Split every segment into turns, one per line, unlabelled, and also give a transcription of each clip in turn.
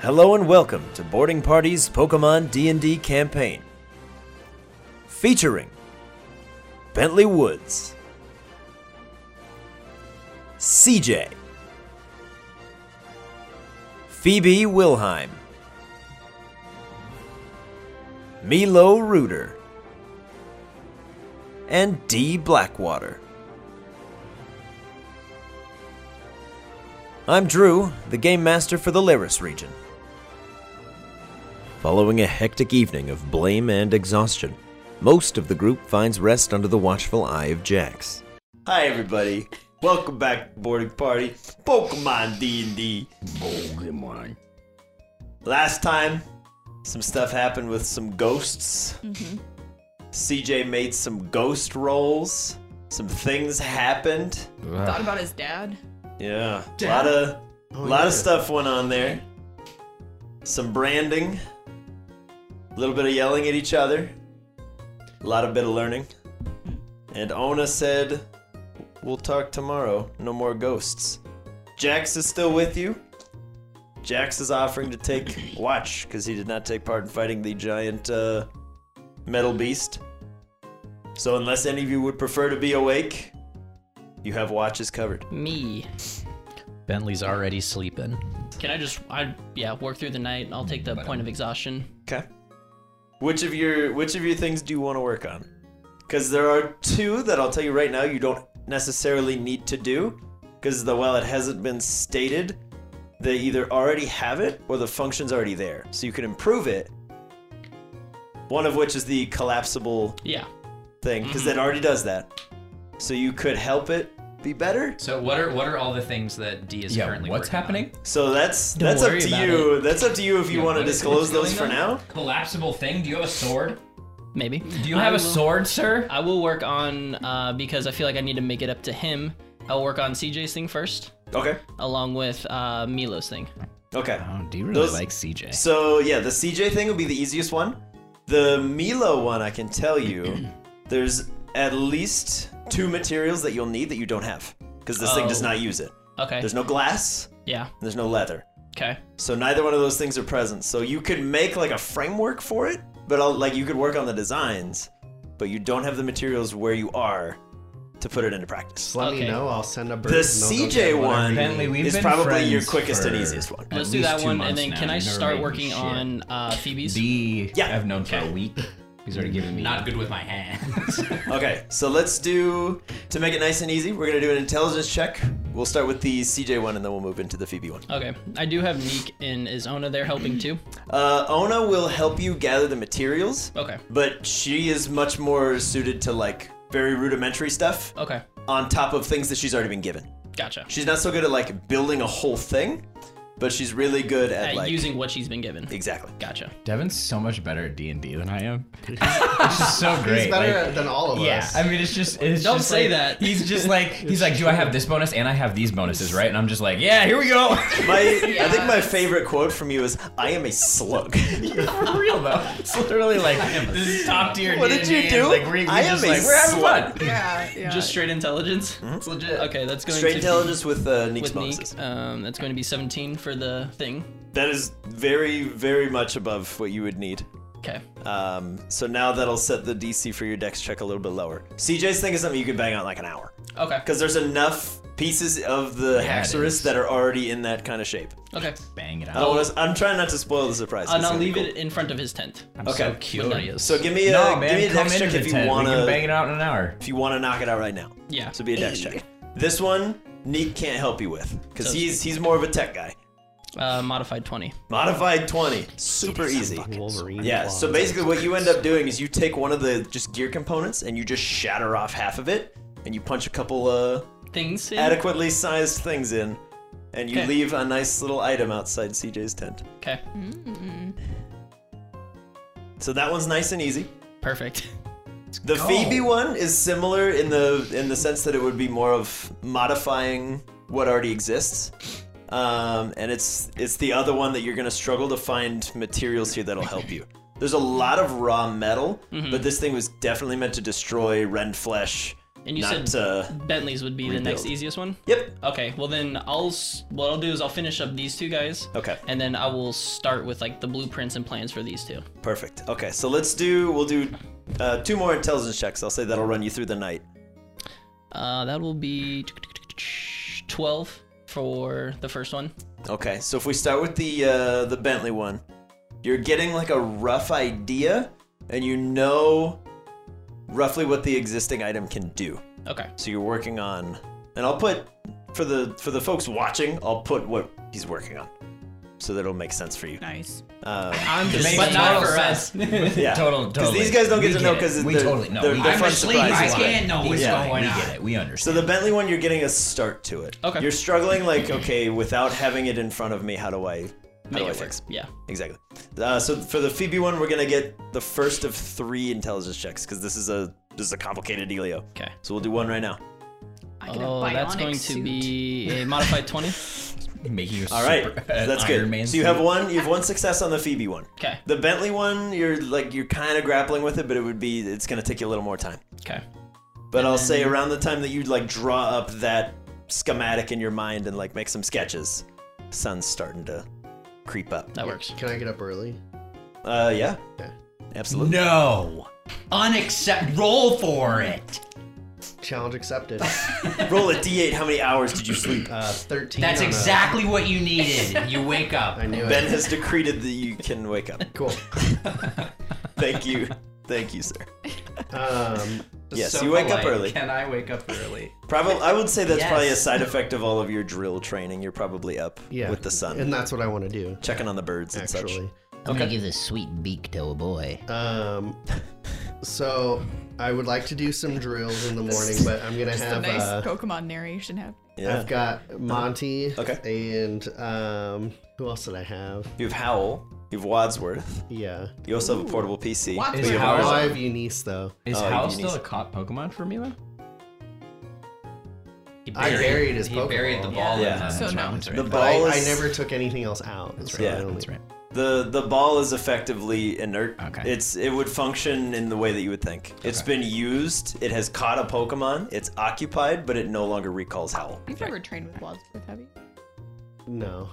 Hello and welcome to Boarding Party's Pokemon D&D campaign. Featuring Bentley Woods, CJ, Phoebe Wilheim, Milo Reuter, and D Blackwater. I'm Drew, the game master for the Lyris region. Following a hectic evening of blame and exhaustion, most of the group finds rest under the watchful eye of Jax. Hi everybody. Welcome back to Boarding Party Pokemon D&D.
Pokemon.
Last time, some stuff happened with some ghosts. CJ made some ghost rolls. Some things happened.
thought about his dad.
Yeah, a lot of lot of stuff went on there. Some branding, a little bit of yelling at each other, a lot of bit of learning. And Ona said, "We'll talk tomorrow. No more ghosts." Jax is still with you. Jax is offering to take watch because he did not take part in fighting the giant uh, metal beast. So unless any of you would prefer to be awake, you have watches covered.
Me.
Bentley's already sleeping.
Can I just I yeah, work through the night. I'll take the point of exhaustion.
Okay. Which of your which of your things do you want to work on? Because there are two that I'll tell you right now you don't necessarily need to do. Because the while it hasn't been stated, they either already have it or the function's already there, so you can improve it. One of which is the collapsible
Yeah.
thing, because it already does that. So you could help it be better.
So what are what are all the things that D is currently
what's
working on?
happening?
So that's
Don't
that's up
worry
to
about
you. That's up to you if you want to
what is-
disclose
what's
those for
going
now.
Collapsible thing? Do you have a sword?
Maybe.
Do you have
a
a sword, sir?
I will work on uh, because I feel like I need to make it up to him. I'll work on CJ's thing first,
Okay.
along with uh, Milo's thing.
Okay.
Oh, do you really
Those-
like CJ?
So yeah, the CJ thing will be the easiest one. The Milo one, I can tell you, there's at least two materials that you'll need that you don't have because this thing does
Oh.
not use it.
Okay.
There's no glass.
yeah.
and There's no leather.
Okay.
So neither one of those things are present. So you could make like a framework for it, but I'll, like you could work on the designs, but you don't have the materials where you are to put it into practice.
Just let me
Okay.
know. I'll send a bird.
The
and they'll go get
CJ
whatever
one
you
Bentley,
need.
we've
is
been
probably
friends
your quickest and
for-
easiest one.
Let's
At
do
least
that
two
one, and
months
then
now.
can I
You've never
start
made
working
shit.
on uh, Phoebe's?
D?
Yeah.
I've known for a week. He's already given me.
Not good with my hands.
Okay, so let's do to make it nice and easy. We're gonna do an intelligence check. We'll start with the CJ one, and then we'll move into the Phoebe one.
okay. I do have Neek and is Ona there helping too.
Uh, Ona will help you gather the materials,
Okay.
but she is much more suited to like very rudimentary stuff
Okay.
on top of things that she's already been given.
Gotcha.
She's not so good at like building a whole thing, but she's really good at,
At
like
Uh, using what she's been given.
exactly.
Gotcha.
Devin's so much better at D and D than I am. It's just so great.
He's better
like-
than all of
yeah,
us.
I mean, it's just. It's
Don't
just
say
like-
that.
He's just like he's like, do I have this bonus and I have these bonuses, right? And I'm just like, yeah, here we go.
My, I think my favorite quote from you is, "I am a slug."
For real though, it's literally like this is top tier.
What did you
D&D.
do?
Like, we, we
I am
just
a
like, we're having
slut.
fun.
Yeah, yeah.
Just straight intelligence.
Mm-hmm.
It's legit.
Okay, that's going
Straight
to
intelligence with uh, Neek's
with
bonuses.
Neek. Um, that's going to be 17 for the thing.
That is very, very much above what you would need.
Okay.
Um, so now that'll set the DC for your dex check a little bit lower. CJ's thing is something you could bang out in like an hour.
Okay.
Because there's enough pieces of the
Yeah, it
Haxorus
is.
that are already in that kind of shape.
Okay.
Bang it
I
out.
Oh,
don't wanna, I'm trying not to spoil the surprise.
And
It's
I'll
gonna be
leave
cool.
it in front of his tent.
I'm
Okay.
so curious.
So give me a,
no, man,
give me a
come
dex
into
check
the
if you
tent. We
wanna
can bang it out in an hour.
if you wanna knock it out right now.
Yeah.
So be a dex check. This one, Neek can't help you with because
Sounds
he's he's more of a tech guy.
Uh, modified 20.
Modified 20, super easy.
Wolverine.
Yeah, so basically what you end up doing is you take one of the just gear components and you just shatter off half of it and you punch a couple uh
Things in?
adequately sized things in and you
Okay.
leave a nice little item outside CJ's tent.
Okay.
So that one's nice and easy.
Perfect.
The Phoebe one is similar in the in the sense that it would be more of modifying what already exists. Um, and it's it's the other one that you're gonna struggle to find materials here that'll help you.
Mm-hmm.
There's a lot of raw metal, but this thing was definitely meant to destroy rend flesh
And you
Not,
said
uh,
Bentley's would be the next
rebuild.
easiest one.
yep.
Okay. Well then, I'll s- what I'll do is I'll finish up these two guys.
Okay.
And then I will start with like the blueprints and plans for these two.
Perfect. Okay, so let's do. We'll do uh, two more intelligence checks. I'll say that'll run you through the night.
Uh, that will be twelve for the first one.
Okay, so if we start with the uh, the Bentley one, you're getting like a rough idea, and you know roughly what the existing item can do.
Okay.
So you're working on, and I'll put for the for the folks watching, I'll put what he's working on, so that'll make sense for you.
Nice.
Um,
I'm just
Makes total
for us.
sense.
yeah,
Total,
Because
totally.
these guys don't get
We
to know
it.
because
we
they're,
totally know.
they're,
We
they're
I'm
fun
asleep.
surprises.
I can't know what's
Yeah,
going
We
on.
get it. We
So
understand.
the Bentley one, you're getting a start to it.
Okay.
You're struggling like, okay, without having it in front of me, how do I, how
Make
do Oh, I
it work.
fix?
Yeah.
Exactly. Uh, so for the Phoebe one, we're gonna get the first of three intelligence checks because this is a this is a complicated dealio.
Okay.
So we'll do one right now.
I get
oh,
a bionic
that's going to
suit.
be a modified twenty.
making a
All right,
super-
So that's
Iron
good.
Man
so you have
suit.
one, you have one success on the Phoebe one.
Okay.
The Bentley one, you're like you're kind of grappling with it, but it would be it's gonna take you a little more time.
Okay.
But I'll say around the time that you like draw up that schematic in your mind and like make some sketches, sun's starting to creep up.
That works.
Can I get up early?
Uh, yeah.
Okay.
Absolutely.
No. Unaccept. Roll for it.
Challenge accepted.
Roll a d8. How many hours did you sleep?
Uh, Thirteen.
That's
on a-
exactly what you needed. You wake up.
I knew
Ben
it.
has decreed that you can wake up.
Cool.
Thank you. Thank you, sir.
Um,
Yes,
So
you wake up
polite.
early.
Can I wake up early?
Probably, I would say that's probably a
Yes.
side effect of all of your drill training. You're probably up
yeah.
with the sun,
and that's what I want to do.
checking on the birds and Um, such.
Actually.
I'm gonna give this sweet beak to a boy.
Um, so I would like to do some drills in the morning, but I'm gonna
Just a
have.
nice
uh,
Pokemon narration. Have
Yeah. Uh-huh.
I've got Monty.
Okay.
And um, who else did I have?
You have Howl. You have Wadsworth.
Yeah.
You also have a portable PC.
Is
How
Howl-
I have Eunice though.
Is
Oh,
Howl
you need-
still a caught Pokemon for Mila?
He
I buried his
he
Pokeball.
buried the ball.
Yeah.
In the,
So
That's right,
no.
that's right.
The
But I,
ball
I
is
never took anything else out. so
right.
I only-
That's right.
the the ball is effectively inert.
Okay.
It's it would function in the way that you would think. It's been used. It has caught a Pokemon. It's occupied, but it no longer recalls Howl.
you've never trained with Wadsworth, have you?
No.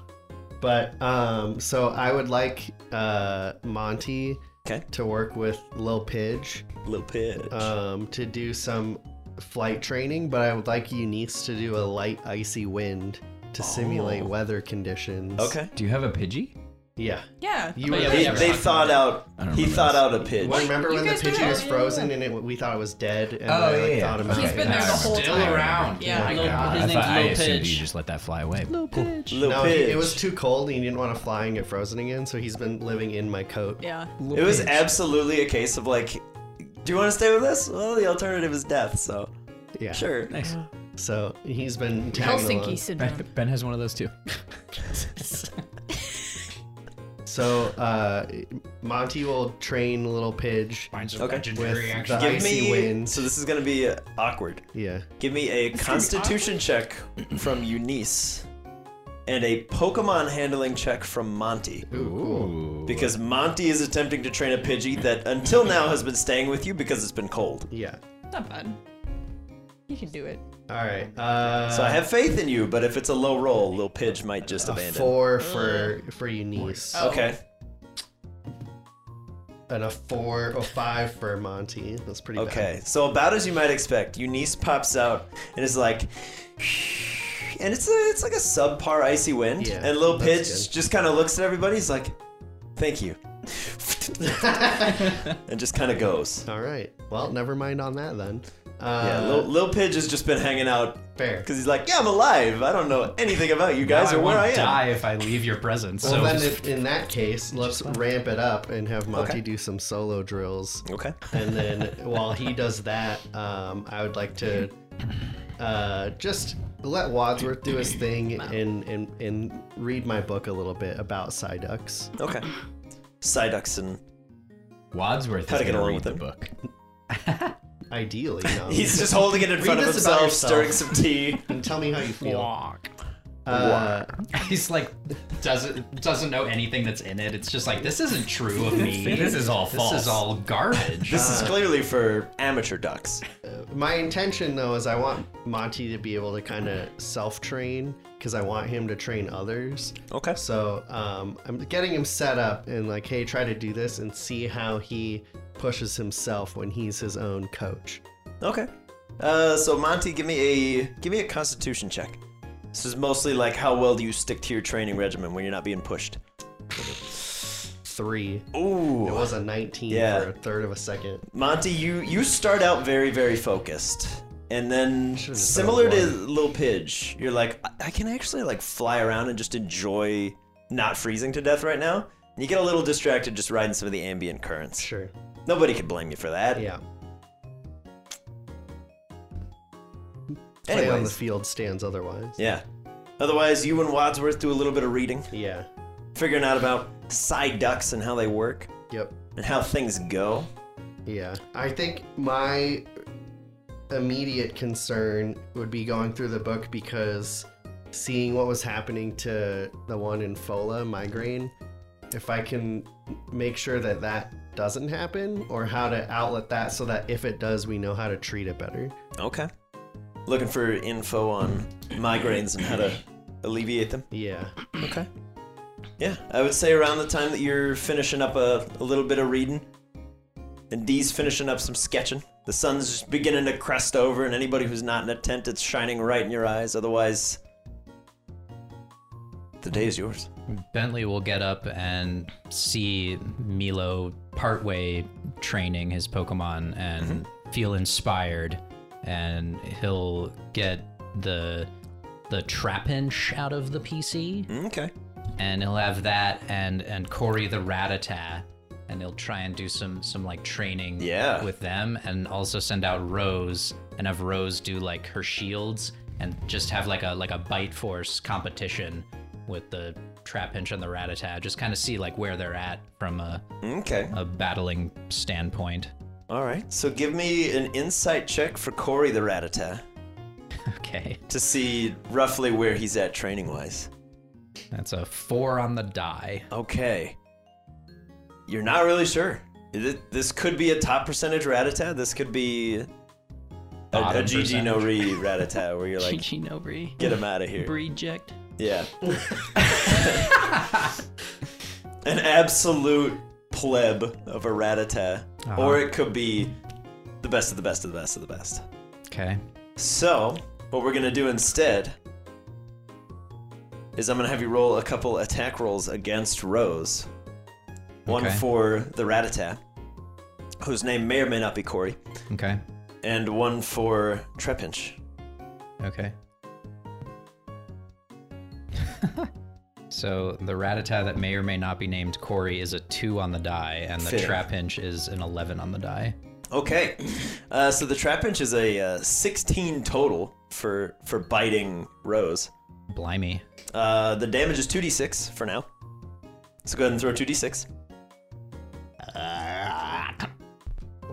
But um, so I would like uh, Monty
Okay.
to work with Lil Pidge
Little pitch.
um, to do some flight training, but I would like Eunice to do a light icy wind to simulate weather conditions.
Oh. okay.
Do you have a Pidgey?
Yeah.
Yeah.
You
But yeah,
were-
They,
we never
they
talked
thought out.
I don't
He
remember
thought
this.
out a pitch.
well, remember
You
when the
guys did
Pidgey
it
was
already,
frozen and it, we thought it was dead?
Oh,
And then I, like,
yeah,
thought
yeah.
about
He's
it. Oh
been there the
Nice.
whole
Still
time.
around.
Yeah.
My
Lil-
God.
his
I,
name's
thought, I
Lil
assumed
Pidge.
you just let that fly away.
Little
No,
pitch.
he- it was too cold and he didn't want to fly and get frozen again, so he's been living in my coat.
Yeah.
It was absolutely a case of like, do you want to stay with us? Well, the alternative is death, so
Yeah.
sure.
Nice.
So he's been tagging along.
Helsinki syndrome.
Ben has one of those too.
So uh, Monty will train little Pidge
Okay.
with
Legendary action.
the
Give
icy
me.
winds.
So this is gonna be uh, awkward.
Yeah.
Give me a Constitution check from Eunice, and a Pokemon handling check from Monty.
Ooh.
Because Monty is attempting to train a Pidgey that until now has been staying with you because it's been cold.
Yeah.
Not fun. You can do it.
All right. Uh,
So I have faith in you, but if it's a low roll, Lil Pidge might just
a
abandon.
Uh.
four for for Eunice,
Oh.
Okay.
and a four or five for Monty. That's pretty bad.
Okay, so about as you might expect, Eunice pops out and is like, and it's a, it's like a subpar icy wind.
Yeah,
and Lil
that's
Pitch
good.
just kind of looks at everybody. He's like, "Thank you," and just kind of goes.
All right. Well, never mind on that then. Uh,
Yeah, Lil, Lil Pidge has just been hanging out
fair.
because he's like, "Yeah, I'm alive. I don't know anything about you guys
I
or where
won't
I am."
die if I leave your presence.
Well,
so
then if, in that case, let's ramp it up and have Monty
Okay.
do some solo drills.
Okay.
and then while he does that, um, I would like to uh, just let Wadsworth do his thing and, and and read my book a little bit about Psyducks.
Okay. Psyduckson.
Wadsworth
How
is
to get
gonna
along
read
with
the
him.
book.
Ideally, no.
He's just holding it in front of
this
himself,
about
stirring some
yourself.
tea.
And tell me how you feel. Uh,
he's like doesn't doesn't know anything that's in it. It's just like this isn't true of me.
This is all false.
Uh.
This is all garbage.
This is clearly for amateur ducks.
my intention though is I want Monty to be able to kind of self train because I want him to train others.
Okay.
So um, I'm getting him set up and like, hey, try to do this and see how he pushes himself when he's his own coach.
Okay. Uh, so Monty, give me a give me a Constitution check. This is mostly like how well do you stick to your training regimen when you're not being pushed.
Three. It
Ooh.
was a 19
Yeah.
for a third of a second.
Monty, you you start out very very focused, and then
Should've just
similar to
put up
Lil Pidge, you're like I-, I can actually like fly around and just enjoy not freezing to death right now. And you get a little distracted just riding some of the ambient currents.
Sure.
Nobody could blame you for that.
Yeah. Play on the
Anyways,
field stands otherwise.
yeah. Otherwise, you and Wadsworth do a little bit of reading.
Yeah.
figuring out about side ducks and how they work
Yep.
and how things go.
Yeah. I think my immediate concern would be going through the book because seeing what was happening to the one in Fola, migraine, if I can make sure that that doesn't happen or how to outlet that so that if it does, we know how to treat it better.
Okay. Looking for info on migraines and how to alleviate them.
Yeah.
Okay. Yeah, I would say around the time that you're finishing up a, a little bit of reading, and Dee's finishing up some sketching, the sun's just beginning to crest over, and anybody who's not in a tent, it's shining right in your eyes. Otherwise, the day is yours.
Bentley will get up and see Milo partway training his Pokemon and
Mm-hmm.
feel inspired, and he'll get the the trap pinch out of the PC,
Okay.
and he'll have that and and Corey the Ratata, and he'll try and do some some like training
Yeah.
with them, and also send out Rose and have Rose do like her shields and just have like a like a bite force competition with the trap pinch and the Ratata. Just kind of see like where they're at from a,
Okay.
a battling standpoint.
All right. So give me an insight check for Corey the Ratata.
Okay,
to see roughly where he's at training wise.
that's a four on the die.
Okay. You're not really sure. Th- This could be a top percentage ratata. This could be a, a
Bottom
GG no re ratata where you're like,
GG Nobri.
get him out of here.
Reject.
Yeah. An absolute pleb of a ratata. Or it could be the best of the best of the best of the best.
Okay,
So, what we're gonna do instead is I'm gonna have you roll a couple attack rolls against Rose. One
Okay.
for the Ratata, whose name may or may not be Corey,
okay,
and one for Trepinch.
okay. So the Ratata that may or may not be named Corey is a two on the die, and the
Fair.
Trap Hinch is an eleven on the die.
Okay, uh, so the Trapinch is a uh, 16 total for for biting Rose.
Blimey.
Uh, the damage is 2d6 for now. So go ahead and throw 2d6.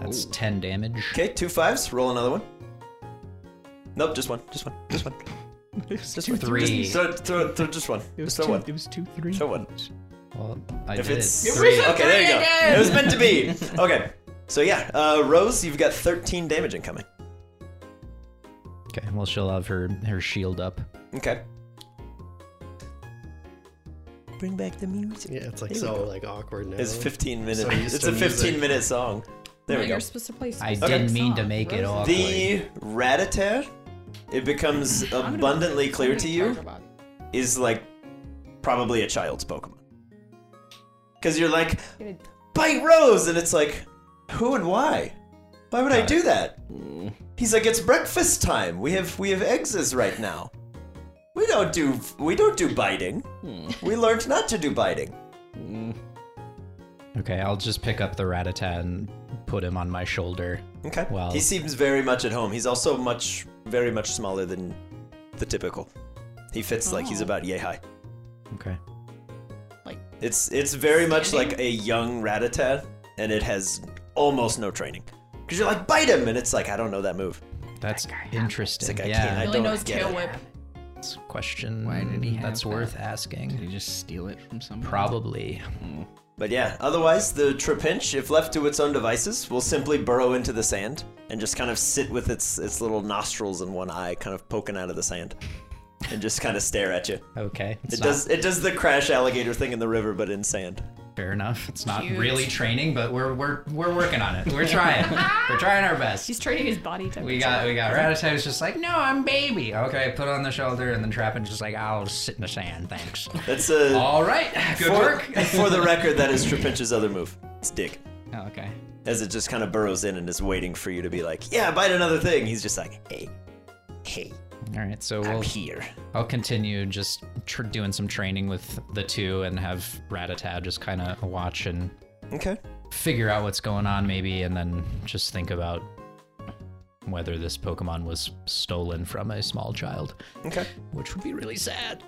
That's 10 damage.
Okay, two fives. Roll another one. Nope, just one. Just one. Just one. Just one.
three.
Just, throw, throw, throw just one. Just throw one.
It was two, three.
Throw one.
Well, I
If
did
it's
it.
three, okay, there you go. It was meant to be. Okay, so yeah, uh, Rose, you've got 13 damage incoming.
Okay, well, she'll have her, her shield up.
Okay.
Bring back the music.
Yeah. It's like so like awkward now.
It's 15 minutes.
So used
it's
to
a 15
music.
minute song. There we go.
You're supposed to play.
I
specific
didn't mean to
song.
make it
Roses.
awkward.
The Ratata, it becomes
I'm gonna-
abundantly
I'm
clear
gonna
to
talk
you,
about it.
is like probably a child's Pokemon. Because you're like,
Get it-
bite Rose, and it's like, who and why? Why would I do that? He's like, it's breakfast time. We have we have exes right now. We don't do we don't do biting. We learned not to do biting.
Okay, I'll just pick up the Ratata and put him on my shoulder.
Okay.
Wow.
He seems very much at home. He's also much very much smaller than the typical. He fits like he's
Oh.
about yay high.
Okay.
It's it's very much like a young ratata, and it has almost no training. Cause you're like bite him, and it's like I don't know that move.
That's interesting.
It's like I
yeah.
can't. I
Billy
don't
knows
get
tail
it.
whip.
It's a question
Why did he have
that's
that?
worth
Did
asking.
he just steal it from someone?
Probably.
But yeah, otherwise, the trepinch, if left to its own devices, will simply burrow into the sand and just kind of sit with its, its little nostrils and one eye kind of poking out of the sand and just kind of stare at you.
Okay. It's
It
not
does, it does the crash alligator thing in the river, but in sand.
fair enough. It's
Not
Cute.
really training, but we're we're we're working on it. We're trying. we're trying our best.
He's training his body temperature.
We got we got Ratatouille was just like, no, I'm baby. Okay, put on the shoulder, and then Trappin's just like, I'll sit in the sand, thanks.
That's a.
All right, good
for,
work.
for the record, that is trepinch's other move. It's dig.
Oh, okay.
As it just kind of burrows in and is waiting for you to be like, yeah, bite another thing. He's just like, hey, hey,
All right, so
I'm
we'll
here.
I'll continue just tr- doing some training with the two and have Ratatat just kind of watch and
Okay.
figure out what's going on, maybe, and then just think about whether this Pokemon was stolen from a small child,
Okay.
which would be really sad.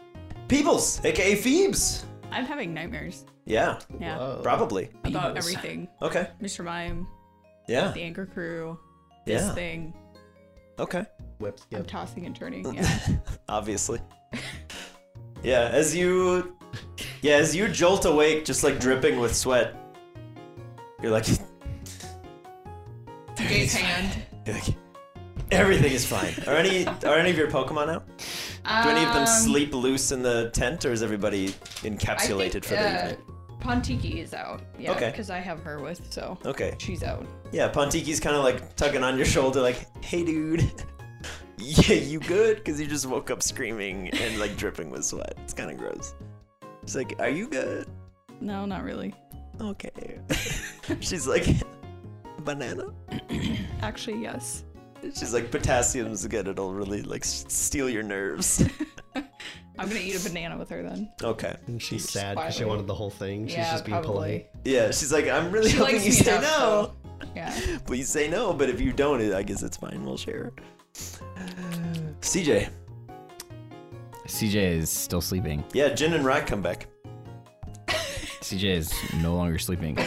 Peebles, aka Phoebes.
I'm having nightmares.
Yeah,
Yeah.
probably.
About everything.
Okay.
Mr. Mime,
Yeah.
the anchor crew, this
Yeah.
thing.
Okay.
Whips.
I'm tossing and turning. Yeah.
Obviously. Yeah, as you Yeah, as you jolt awake just like dripping with sweat. You're like
Gaze hand.
you're like, everything is fine. Are any are any of your Pokemon out? Do any
Um,
of them sleep loose in the tent or is everybody encapsulated for the evening?
Pontiki uh, is out. Yeah.
Okay.
Because I have her with, so
Okay.
she's out.
Yeah, Pontiki's kind of like tugging on your shoulder, like, "Hey, dude, yeah, you good?" Because you just woke up screaming and like dripping with sweat. It's kind of gross. She's like, "Are you good?"
No, not really.
Okay. She's like, "Banana."
Actually, yes.
She's like, "Potassium's good. It'll really like s- steal your nerves."
I'm gonna eat a banana with her then.
Okay.
And she's sad because she
smiling.
wanted the whole thing. She's just being polite.
Yeah, she's like, "I'm really
She
hoping
likes
you
me
say
enough,
no."
so- Yeah.
Please say no, but if you don't, I guess it's fine. We'll share. CJ,
CJ is still sleeping.
yeah, Jin and Rai come back.
CJ is no longer sleeping.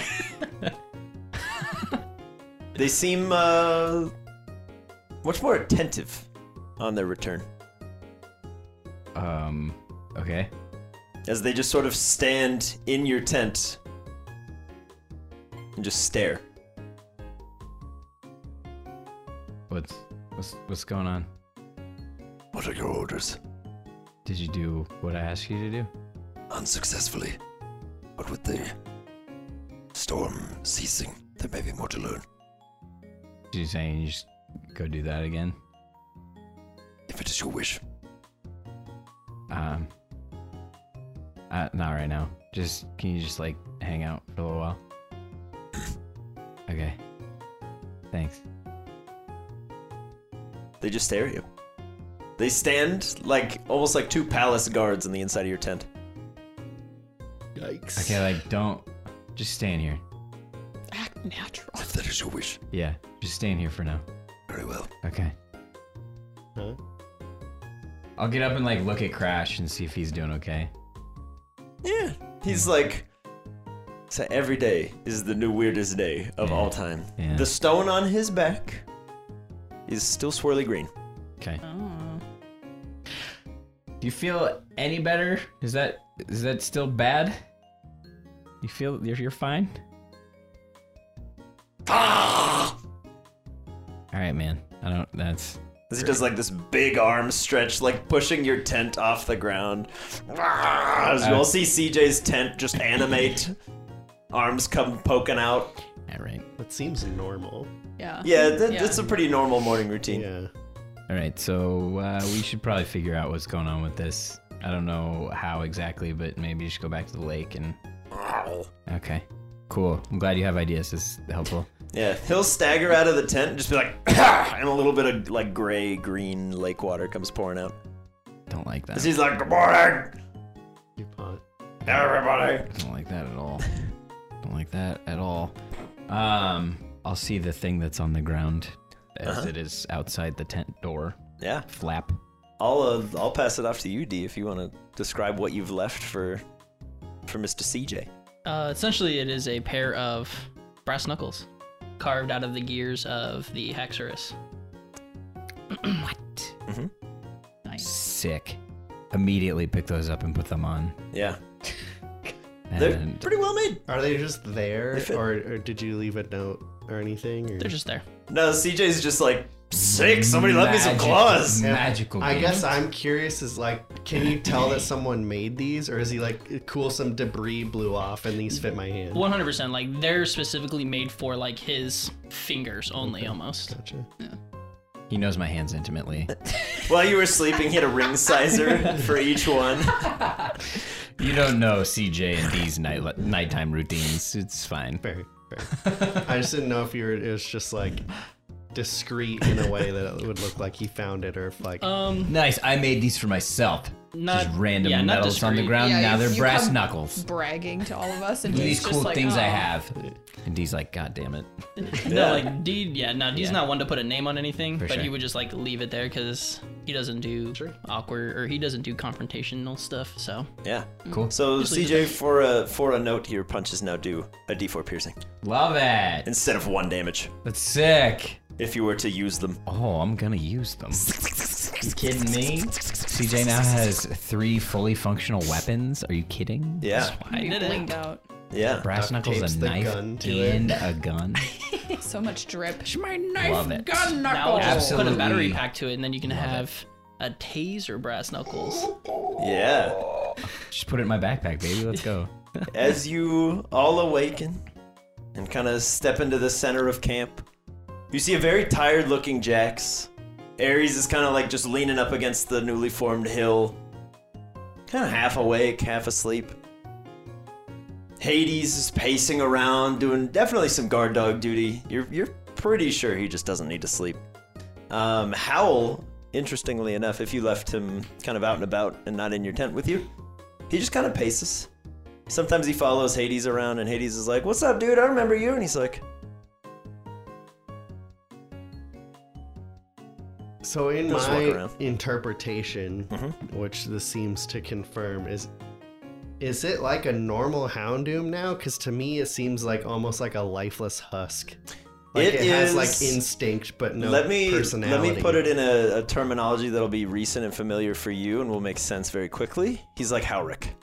They seem uh, much more attentive on their return
Um, okay.
as they just sort of stand in your tent and just stare.
What's what's what's going on?
What are your orders?
Did you do what I asked you to do?
Unsuccessfully. But with the storm ceasing, there may be more to learn.
She's saying you just go do that again?
If it is your wish.
Um, uh, not right now. Just can you just like hang out for a little while? okay. Thanks.
They just stare at you. They stand like almost like two palace guards on the inside of your tent.
Yikes.
Okay, like don't just stay in here.
Act natural.
If that is your wish,
Yeah, just stay in here for now.
very well.
Okay.
Huh?
I'll get up and like look at Crash and see if he's doing okay.
Yeah. He's like, so every day is the new weirdest day of
Yeah.
all time.
Yeah.
The stone on his back is still swirly green.
Okay.
Oh.
Do you feel any better? Is that is that still bad? You feel you're you're fine?
Ah!
All right, man. I don't. That's
As he does like this big arm stretch, like pushing your tent off the ground. As you all see CJ's tent just animate, arms come poking out.
all right.
That seems normal.
Yeah.
Yeah, that,
Yeah.
that's a pretty normal morning routine.
Yeah.
All right. So uh, we should probably figure out what's going on with this. I don't know how exactly, but maybe you should go back to the lake and. Okay. Cool. I'm glad you have ideas. This is helpful.
Yeah, he'll stagger out of the tent and just be like, "Ah!" and a little bit of like gray green lake water comes pouring out.
Don't like that.
As he's like, good morning,
You pot.
everybody.
I don't like that at all. don't like that at all. Um, I'll see the thing that's on the ground as
Uh-huh.
it is outside the tent door
Yeah,
flap.
I'll uh, I'll pass it off to you, D, if you want to describe what you've left for for Mr. CJ.
Uh, essentially, it is a pair of brass knuckles carved out of the gears of the Haxorus.
Sick. immediately pick those up and put them on.
Yeah. They're
And
pretty well made.
Are they just there,
fit.
or, or did you leave a note or anything? Or?
They're just there.
No, CJ's just like, sick, somebody left me some claws.
Yeah.
Magical.
I
game.
guess I'm curious. Is like, can you tell that someone made these, or is he like, cool? Some debris blew off, and these fit my hand.
100%. Like, they're specifically made for, like, his fingers only, almost.
Gotcha.
he knows my hands intimately.
While you were sleeping, he had a ring sizer for each one.
you don't know CJ and these night nighttime routines. It's fine.
Fair, fair. I just didn't know if you were. It was just like discreet in a way that it would look like he found it, or if like
Um,
Nice. I made these for myself.
Not-
Just random
yeah, not
metals on the
discreet.
ground.
Yeah,
now
you-
they're
you
brass
come-
knuckles.
bragging to all of us and
Look at
he's
these
just
cool
like, "Oh,
things I
oh.
"Aw."
have. And he's like, God damn it.
no, like, D, yeah, no, D's not one to put a name on anything, but he
sure.
would just, like, leave it there because he doesn't do awkward or he doesn't do confrontational stuff, so.
Yeah.
Cool.
So
Usually
CJ, for a for a note, your punches now do a D4 piercing
Love it.
instead of one damage
That's sick.
if you were to use them.
Oh, I'm gonna use them. You kidding me? CJ now has three fully functional weapons. Are you kidding?
Yeah.
I
You
did
blinked
it.
out.
Yeah.
Brass
Duct
knuckles,
tapes
a
the
knife,
gun to it.
and a gun.
So much drip.
Love it.
Now we'll just put a battery
Absolutely.
pack to it, and then you can have a taser brass knuckles.
Yeah.
Just put it in my backpack, baby. Let's go.
As you all awaken and kind of step into the center of camp, you see a very tired looking Jax. Ares is kind of like just leaning up against the newly formed hill, kind of half awake, half asleep. Hades is pacing around, doing definitely some guard dog duty. You're, you're pretty sure he just doesn't need to sleep. Um, Howl, interestingly enough, if you left him kind of out and about and not in your tent with you, he just kind of paces. Sometimes he follows Hades around, and Hades is like, "What's up, dude? I remember you." And he's like,
So in
Just walk
my
around. Mm-hmm.
interpretation, which this seems to confirm, is is it like a normal Houndoom now? Because to me, it seems like almost like a lifeless husk. Like it,
It
has like
is-
instinct, but no
"Let me let
personality.
me put it in a, a terminology that'll be recent and familiar for you, and will make sense very quickly." He's like Howrick,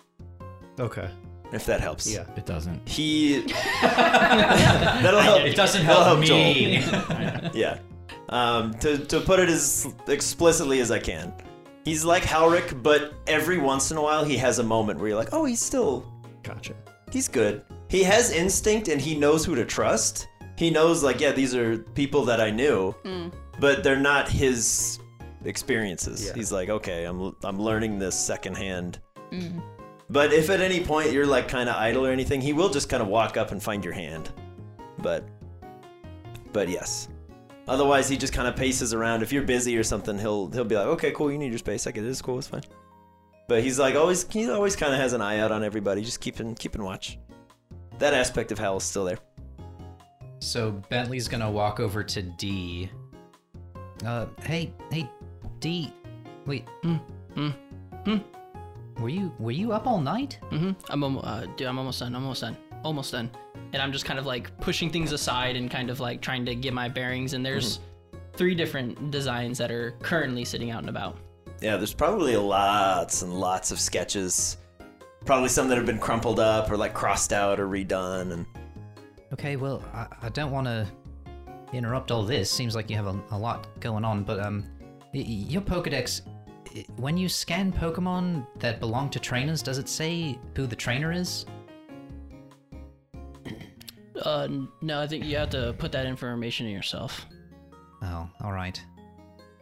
Okay,
if that helps.
yeah.
It doesn't.
He. that'll help.
It doesn't
that'll
help
Joel.
me.
yeah. Um, to, to put it as explicitly as I can, he's like Howrick, but every once in a while he has a moment where you're like, "Oh, he's still
Gotcha.
he's good. He has instinct and he knows who to trust. He knows like, yeah, these are people that I knew, but they're not his experiences. He's like, okay, I'm I'm learning this secondhand. But if at any point you're like kind of idle or anything, he will just kind of walk up and find your hand. But but yes. Otherwise, he just kind of paces around. If you're busy or something, he'll he'll be like, okay, cool, you need your space. I get it. It's cool. It's fine. But he's like always he always kind of has an eye out on everybody, just keeping keeping watch. That aspect of Howl's still there.
So Bentley's gonna walk over to D. Uh, hey, hey, D. Wait. Hmm.
Hmm. Hmm.
Were you were you up all night?
hmm I'm almost, uh, dude, I'm almost done. I'm almost done. Almost done. And I'm just kind of like pushing things aside and kind of like trying to get my bearings. And there's three different designs that are currently sitting out and about.
Yeah, there's probably lots and lots of sketches. Probably some that have been crumpled up or like crossed out or redone. And
Okay, well, I, I don't want to interrupt all this. Seems like you have a, a lot going on, but um, y- y- your Pokedex, i- when you scan Pokemon that belong to trainers, does it say who the trainer is?
Uh, n- no, I think you have to put that information in yourself.
Oh, all right.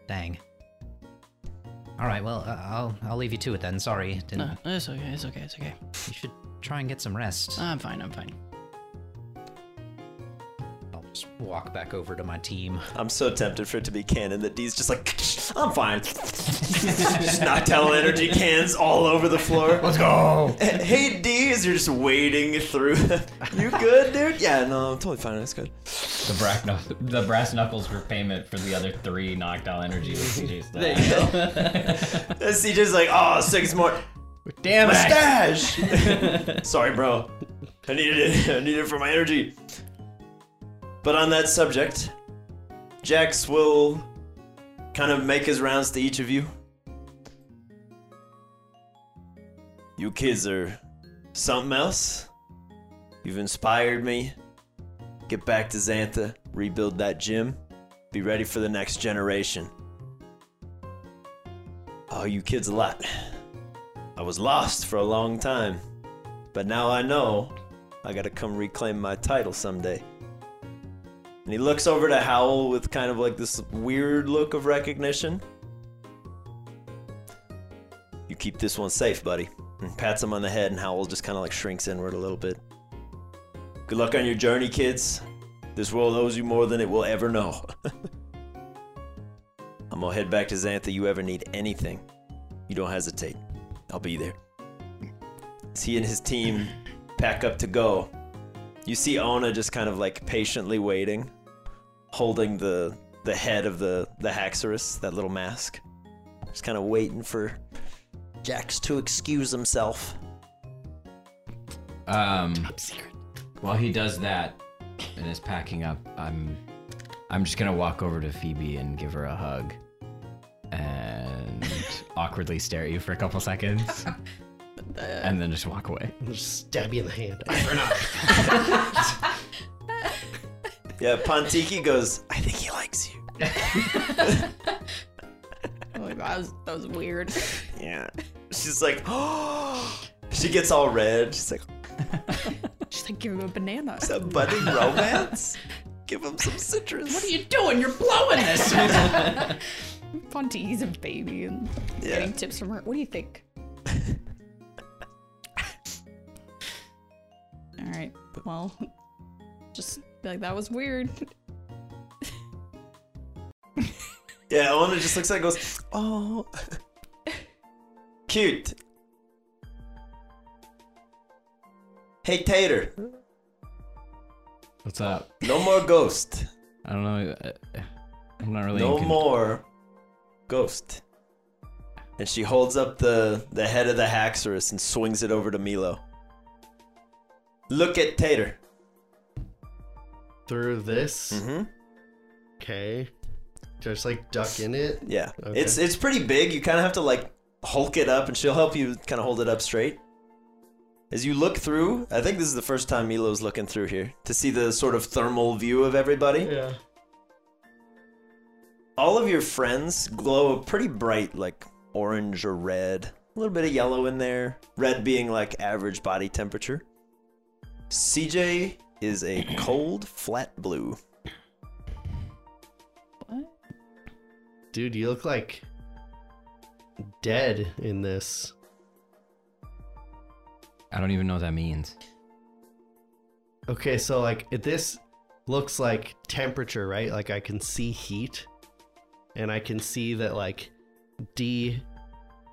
Dang. All right, well, uh, I'll I'll leave you to it then. Sorry, didn't.
No, it's okay. It's okay. It's okay.
You should try and get some rest.
Uh.
I'm fine. I'm fine.
I'll just walk back over to my team.
I'm so tempted for it to be canon that Dee's just like, I'm fine. just Noctel energy cans all over the floor. Let's go. Hey, D, as you're just wading through. you good, dude? Yeah, no, I'm totally fine. That's good.
The, brack knuck- the brass knuckles were payment for the other three knocked out energy.
There you go.
And CJ's like, oh, sick, it's more.
Damn
mustache. Sorry, bro. I needed it. I needed it for my energy. But on that subject, Jax will kind of make his rounds to each of you. You kids are something else. You've inspired me. Get back to Xantha, rebuild that gym, be ready for the next generation. Oh, you kids a lot. I was lost for a long time, but now I know I gotta come reclaim my title someday. And he looks over to Howl with kind of like this weird look of recognition. You keep this one safe, buddy. And pats him on the head, and Howl just kind of like shrinks inward a little bit. Good luck on your journey, kids. This world owes you more than it will ever know. I'm gonna head back to Xantha. You ever need anything, you don't hesitate. I'll be there. As he and his team pack up to go, you see Ona just kind of like patiently waiting, holding the the head of the the Haxorus, that little mask, just kind of waiting for Jax to excuse himself.
Um, While he does that and is packing up, I'm I'm just gonna walk over to Phoebe and give her a hug and awkwardly stare at you for a couple seconds. And then just walk away.
I'll just stab you in the hand. Fair enough.
Yeah, Pontiki goes. I think he likes you.
Oh my god, that was, that was weird.
Yeah. She's like, oh. She gets all red. She's like,
She's like, give him a banana.
is that budding romance? Give him some citrus.
What are you doing? You're blowing this.
Fonty, he's a baby and getting tips from her. What do you think? All right. Well, just be like that was weird.
Yeah, Ona just looks at it and goes, oh. Cute. Hey, Tater,
What's up?
no more ghost.
I don't know. uh, I'm not really. in
No
con-
more ghost. And she holds up the, the head of the Haxorus and swings it over to Milo. Look at Tater.
Through this,
Mm-hmm.
okay. Just like duck in it.
Yeah.
Okay.
It's it's pretty big. You kind of have to like hulk it up and she'll help you kind of hold it up straight. As you look through, I think this is the first time Milo's looking through here to see the sort of thermal view of everybody.
Yeah.
All of your friends glow a pretty bright like orange or red. A little bit of yellow in there. Red being like average body temperature. CJ is a cold flat blue.
Dude, you look like dead in this.
I don't even know what that means.
Okay, so like it- this looks like temperature, right? Like I can see heat and I can see that like D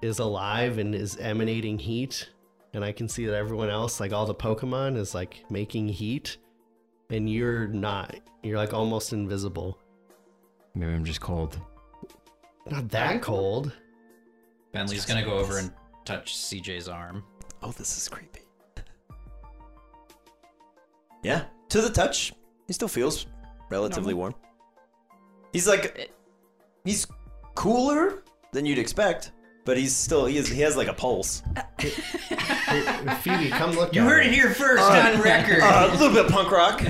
is alive and is emanating heat and I can see that everyone else like all the Pokemon is like making heat and you're not. You're like almost invisible.
Maybe I'm just cold.
Not that cold.
Bentley's gonna go over and touch CJ's arm.
Oh, this is creepy. yeah, to the touch, he still feels relatively warm. He's like, he's cooler than you'd expect, but he's still he is he has like a pulse.
Phoebe, come look
You
at
heard it here first on record.
Uh, a little bit punk rock.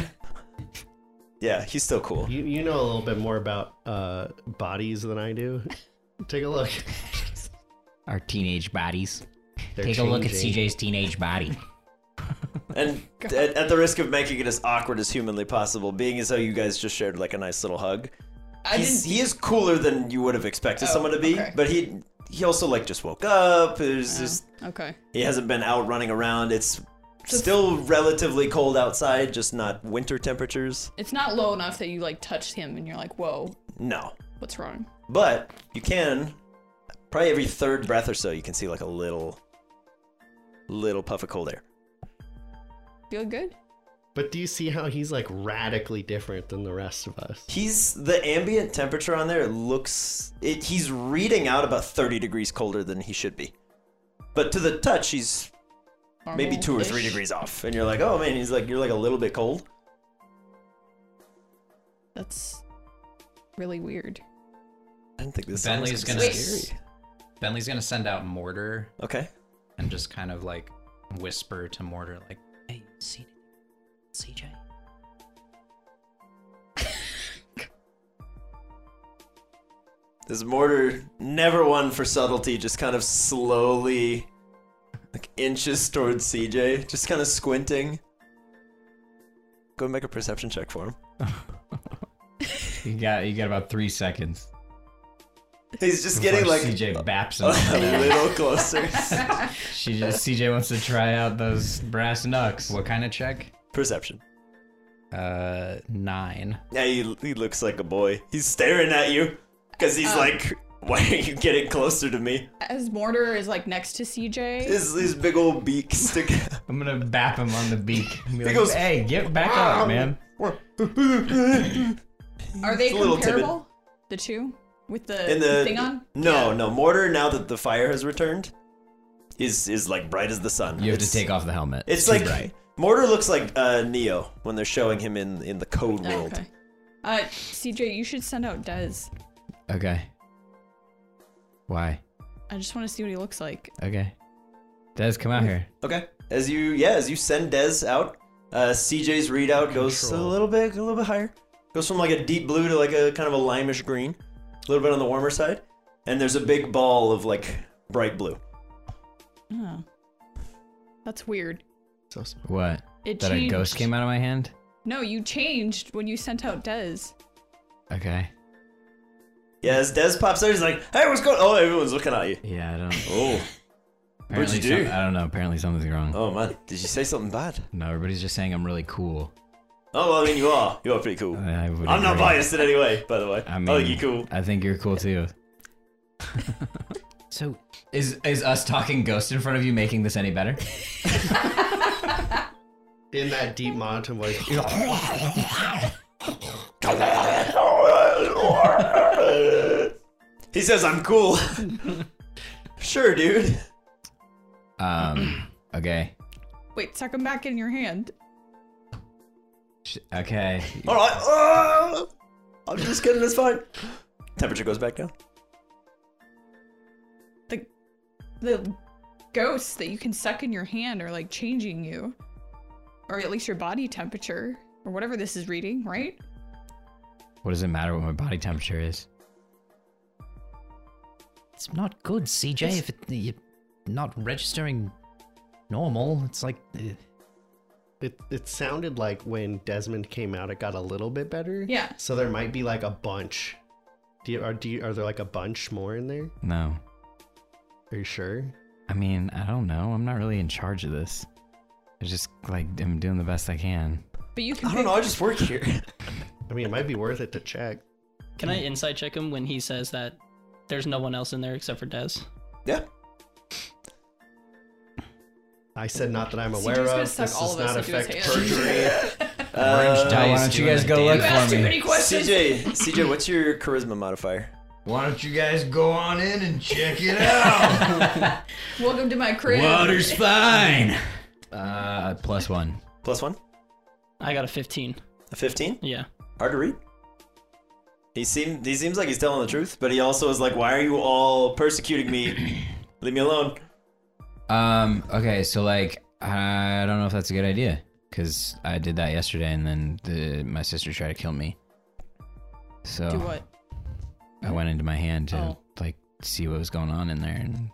yeah, he's still cool.
You, you know a little bit more about uh, bodies than I do. Take a look.
Our teenage bodies.
They're
Take a look at
changing.
CJ's teenage body.
And at, at the risk of making it as awkward as humanly possible, being as how you guys just shared like a nice little hug, he's, he is cooler than you would have expected someone to be.
okay.
But he he also like just woke up. There's just
Okay.
he hasn't been out running around. It's still relatively cold outside, just not winter temperatures.
It's not low enough that you like touched him and you're like, whoa,
No,
what's wrong?
but you can probably every third breath or so you can see like a little little puff of cold air.
Feel good?
But do you see how he's like radically different than the rest of us?
He's the ambient temperature on there looks it he's reading out about 30 degrees colder than he should be. But to the touch he's maybe 2 or 3
Normal-ish?
degrees off and you're like, "Oh man, he's like you're like a little bit cold."
That's really weird.
I didn't think this
Bentley's
sounds
gonna-
scary.
Bentley's gonna send out mortar
Okay.
and just kind of like whisper to Mortar, like, "Hey, see, CJ."
This mortar, never one for subtlety, just kind of slowly like inches towards CJ, just kind of squinting. Go make a perception check for him.
You got you got about three seconds.
He's just
before
getting like
CJ baps him.
a little closer.
she just CJ wants to try out those brass knucks.
What kind of check?
Perception.
Uh, nine.
Yeah, he, he looks like a boy. He's staring at you because he's like, why are you getting closer to me?
As Mortar is like next to CJ,
His, his big old beak stick.
I'm gonna bap him on the beak. And be like,
goes,
hey, get back up, man.
are they
a little
comparable? The two with the,
And the
thing on.
No, no. Mortar, now that the fire has returned, is is like bright as the sun.
You have
It's-
to take off the helmet.
It's
Too
like
bright.
Mortar looks like uh, Neo when they're showing him in in the code world.
Oh, Okay. Uh, CJ, you should send out Dez.
okay. Why?
I just want to see what he looks like.
Okay. Des, come out here.
Okay. As you yeah, as you send Dez out, uh, CJ's readout goes a little bit a little bit higher. Goes from like a deep blue to like a kind of a limeish green, a little bit on the warmer side, and there's a big ball of like bright blue.
Oh. That's weird.
What?
It
that
changed.
a ghost came out of my hand?
No, you changed when you sent out Dez.
Okay.
Yeah, as Dez pops out, he's like, "Hey, what's going?" Oh, everyone's looking at you.
Yeah, I don't.
Oh, What'd you
apparently some-
do?
I don't know. Apparently something's wrong.
oh man, did you say something bad?
No, everybody's just saying I'm really cool.
Oh well, I mean you are. You are pretty cool.
I would
I'm not
agree.
biased in any way, by the way.
I
I,
mean,
think you're Oh, cool.
I think you're cool too.
So
Is is us talking ghost in front of you making this any better?
in that deep monotone voice.
He says I'm cool. sure, dude.
Um. Okay.
Wait, suck him back in your hand.
Sh- Okay.
All right. Oh, I'm just kidding. It's fine. Temperature goes back down.
The the ghosts that you can suck in your hand are like changing you. Or at least your body temperature. Or whatever this is reading, right?
What does it matter what my body temperature is?
it's not good, CJ. If it, you're not registering normal, it's like uh,
It, it sounded like when Desmond came out, it got a little bit better.
Yeah.
So there might be like a bunch. Do you, are, do you, are there like a bunch more in there?
No.
Are you sure?
I mean, I don't know. I'm not really in charge of this. I just like I'm doing the best I can.
But you can
I don't
pick
know. I just work here.
I mean, it might be worth it to check.
Can I insight check him when he says that there's no one else in there except for Des?
yeah.
I said not that I'm
CJ's
aware
gonna
of.
suck
This
all
does
of us
not
into his
affect
hand.
perjury.
Uh,
Orange dice. Uh, Why don't you
doing
guys
a
go look
dance.
for me?
questions.
CJ, CJ, what's your charisma modifier?
Why don't you guys go on in and check it out?
Welcome to my crib.
Water's fine. Uh, plus one.
Plus one.
I got a 15.
A fifteen.
Yeah.
Hard to read. He seemed he seems like he's telling the truth, but he also is like, why are you all persecuting me? Leave me alone.
Um. Okay. So like, I don't know if that's a good idea because I did that yesterday, and then the my sister tried to kill me. So
Do what?
I went into my hand to
Oh.
like see what was going on in there, and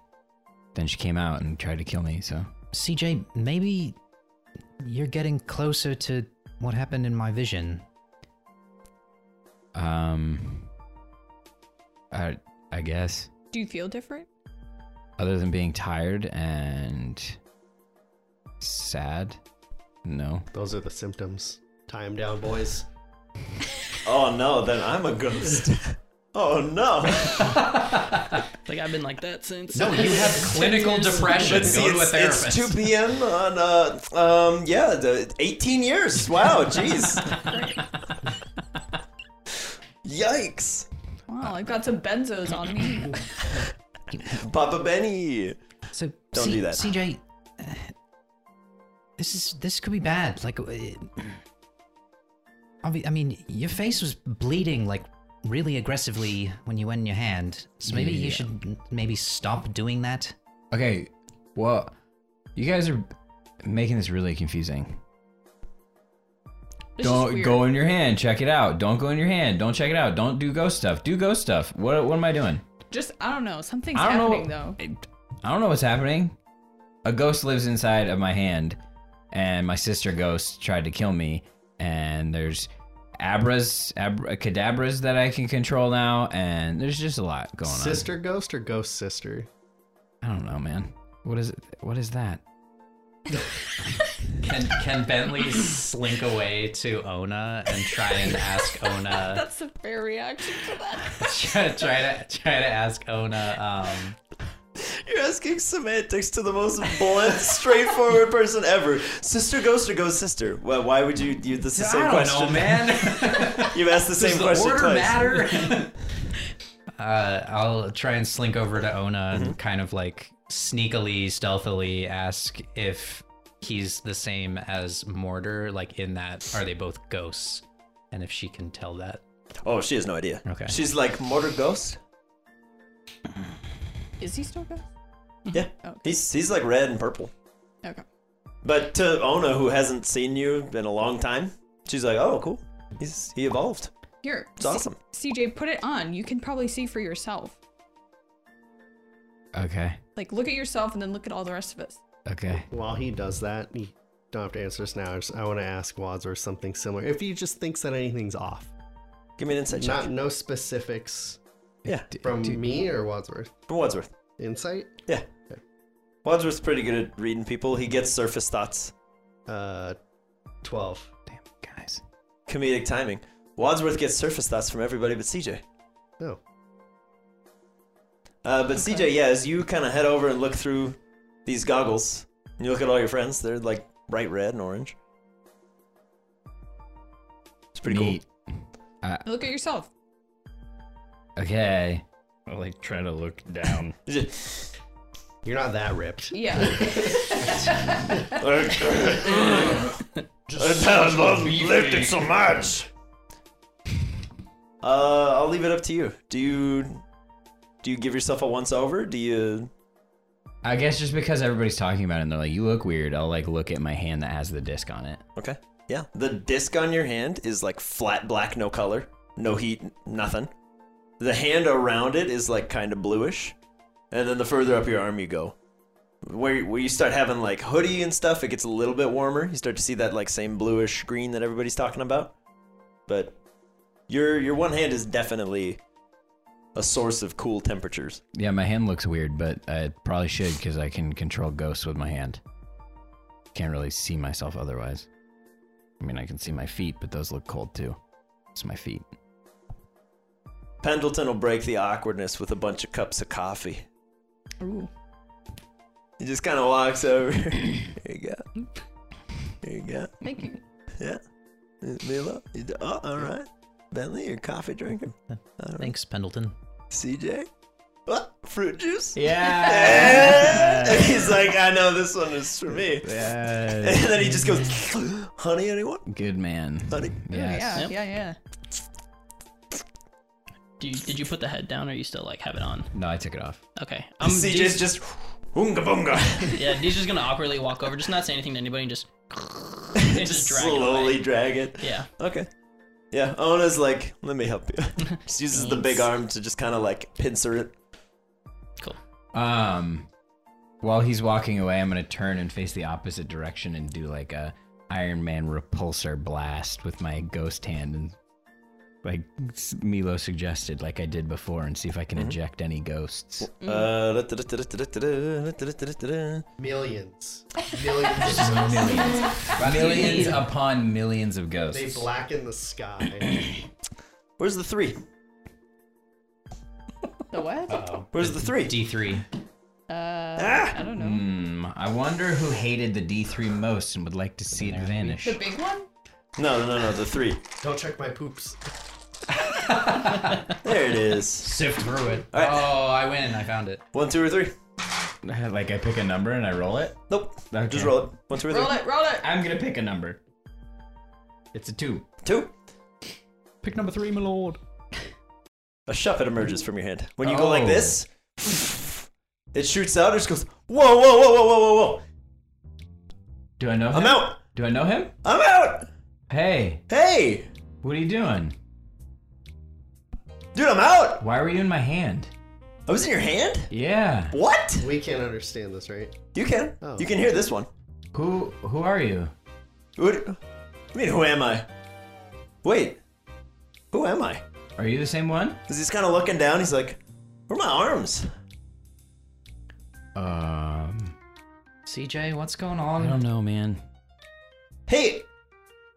then she came out and tried to kill me. So
CJ, maybe you're getting closer to what happened in my vision.
Um, I I guess
Do you feel different?
other than being tired and sad, no.
Those are the symptoms. Tie 'em down, boys.
Oh no, then I'm a ghost. oh no.
Like I've been like that since.
No, you have clinical depression.
Let's
Go
see,
to a
it's,
therapist.
it's 2 p.m. on uh um yeah, the 18 years. Wow, jeez. Yikes.
Wow, I've got some benzos on me.
Papa Benny.
So
Don't do that.
CJ, uh, this is this could be bad. Like, uh, obvi- I mean, your face was bleeding like really aggressively when you went in your hand. So maybe you should n- maybe stop doing that.
Okay, Well, you guys are making this really confusing.
This is
Don't
weird.
go in your hand. Check it out. Don't go in your hand. Don't check it out. Don't do ghost stuff. Do ghost stuff. What what am I doing?
Just I don't know. Something's
I don't
happening
know.
though.
I don't know what's happening. A ghost lives inside of my hand, and my sister ghost tried to kill me. And there's abras, ab- cadabras that I can control now, and there's just a lot going
Sister ghost or ghost sister?
on. I don't know, man. What is it? What is that?
Can can Bentley slink away to Ona and try and ask Ona
That's a fair reaction to that.
try to try to ask Ona um
You're asking semantics to the most blunt, straightforward person ever. Sister ghost or ghost sister? Why, why would you use this the same
I don't
question?
know, man.
You've asked the same
Does the
question
order
twice.
matter?
Uh, I'll try and slink over to Ona
Mm-hmm.
and kind of like sneakily, stealthily ask if he's the same as Mortar, like in that are they both ghosts? And if she can tell that.
Oh, she has no idea.
Okay.
She's like mortar ghost.
Is he still ghost?
Mm-hmm.
Yeah.
Oh,
Okay.
He's he's like red and purple.
Okay.
But to Ona, who hasn't seen you in a long time, she's like, oh, cool. He's he evolved.
Here.
It's awesome.
CJ, put it on. You can probably see for yourself.
Okay.
Like look at yourself and then look at all the rest of us.
Okay.
While he does that, you don't have to answer this now. I, just, I want to ask Wadsworth something similar. If he just thinks that anything's off,
Give me an insight check.
not no specifics
yeah.
from me or Wadsworth.
From Wadsworth.
Insight.
Yeah. Wadsworth's pretty good at reading people. He gets surface thoughts.
Uh, twelve.
Damn, guys.
Comedic timing. Wadsworth gets surface thoughts from everybody but CJ.
No.
Uh, but CJ, yeah, as you kind of head over and look through these goggles, and you look at all your friends, they're like bright red and orange. It's pretty
Neat.
Look at yourself.
Okay.
I'll like try to look down.
cool. You just-
You're not that ripped.
Yeah.
lifted so much. Uh, I'll leave it up to you. Do you do you give yourself a once over? Do you?
I guess just because everybody's talking about it and they're like, you look weird, I'll like look at my hand that has the disc on it.
Okay. Yeah. The disc on your hand is like flat black, no color, no heat, nothing. The hand around it is like kind of bluish. And then the further up your arm you go, where, where you start having like hoodie and stuff, it gets a little bit warmer. You start to see that like same bluish green that everybody's talking about. But your your one hand is definitely a source of cool temperatures.
Yeah, my hand looks weird, but I probably should because I can control ghosts with my hand. Can't really see myself otherwise. I mean, I can see my feet, but those look cold too. It's my feet.
Pendleton will break the awkwardness with a bunch of cups of coffee.
Ooh.
He just kind of walks over. Here you go. Here you go.
Thank you.
Yeah. Milo, you do- oh, all right. Bentley, you're a coffee drinker. All right.
Thanks, Pendleton.
CJ, what? Fruit juice?
Yeah.
And he's like, I know this one is for me. And then he just goes, honey, anyone?
Good man.
Honey.
Yes.
Yeah,
Yep.
yeah, yeah.
Do you, did you put the head down or you still like have it on?
No, I took it off.
Okay.
Um, CJ's just, oonga boonga.
Dee's- yeah, Dee's just gonna awkwardly walk over, just not say anything to anybody, and just and just drag it away.
Slowly drag it.
Yeah.
Okay. Yeah, Ona's like, let me help you. She uses the big
Thanks.
arm to just kind of like pincer it.
Um, while he's walking away, I'm gonna turn and face the opposite direction and do like a Iron Man repulsor blast with my ghost hand and like s- Milo suggested, like I did before, and see if I can
Mm-hmm.
eject any ghosts.
Uh, da-da-da-da-da-da-da, da-da-da-da-da-da.
Millions. Millions. of millions.
millions upon millions of ghosts.
They blacken the sky.
Where's the three?
The what?
Where's the E three?
D3.
I don't know.
Hmm, I wonder who hated the D3 most and would like to see it vanish.
The big one?
No, no, no, no, the three.
Don't check my poops.
There it is.
Sift through it.
All right.
Oh, I win, I found it.
One, two, or three.
like I pick a number and I roll it.
Nope.
Okay.
Just roll it. One, two, or three.
Roll it, roll it.
I'm gonna pick a number. It's a two.
Two.
Pick number three, my lord.
A shuffet emerges from your hand. When you go like
Oh.
this, It shoots out. It just goes, whoa, whoa, whoa, whoa, whoa, whoa, whoa.
Do I know him?
I'm out.
Do I know him?
I'm out.
Hey,
Hey,
what are you doing?
dude, I'm out.
Why were you in my hand?
I was in your hand.
Yeah.
What?
We can't understand this, right?
You can.
Oh.
You can hear this one.
Who who are you?
What? I mean, who am I? Wait. Who am I?
Are you the same one?
'Cause he's kind of looking down. He's like, where are my arms?
Um
CJ, what's going
I
on?
don't know, man.
Hey,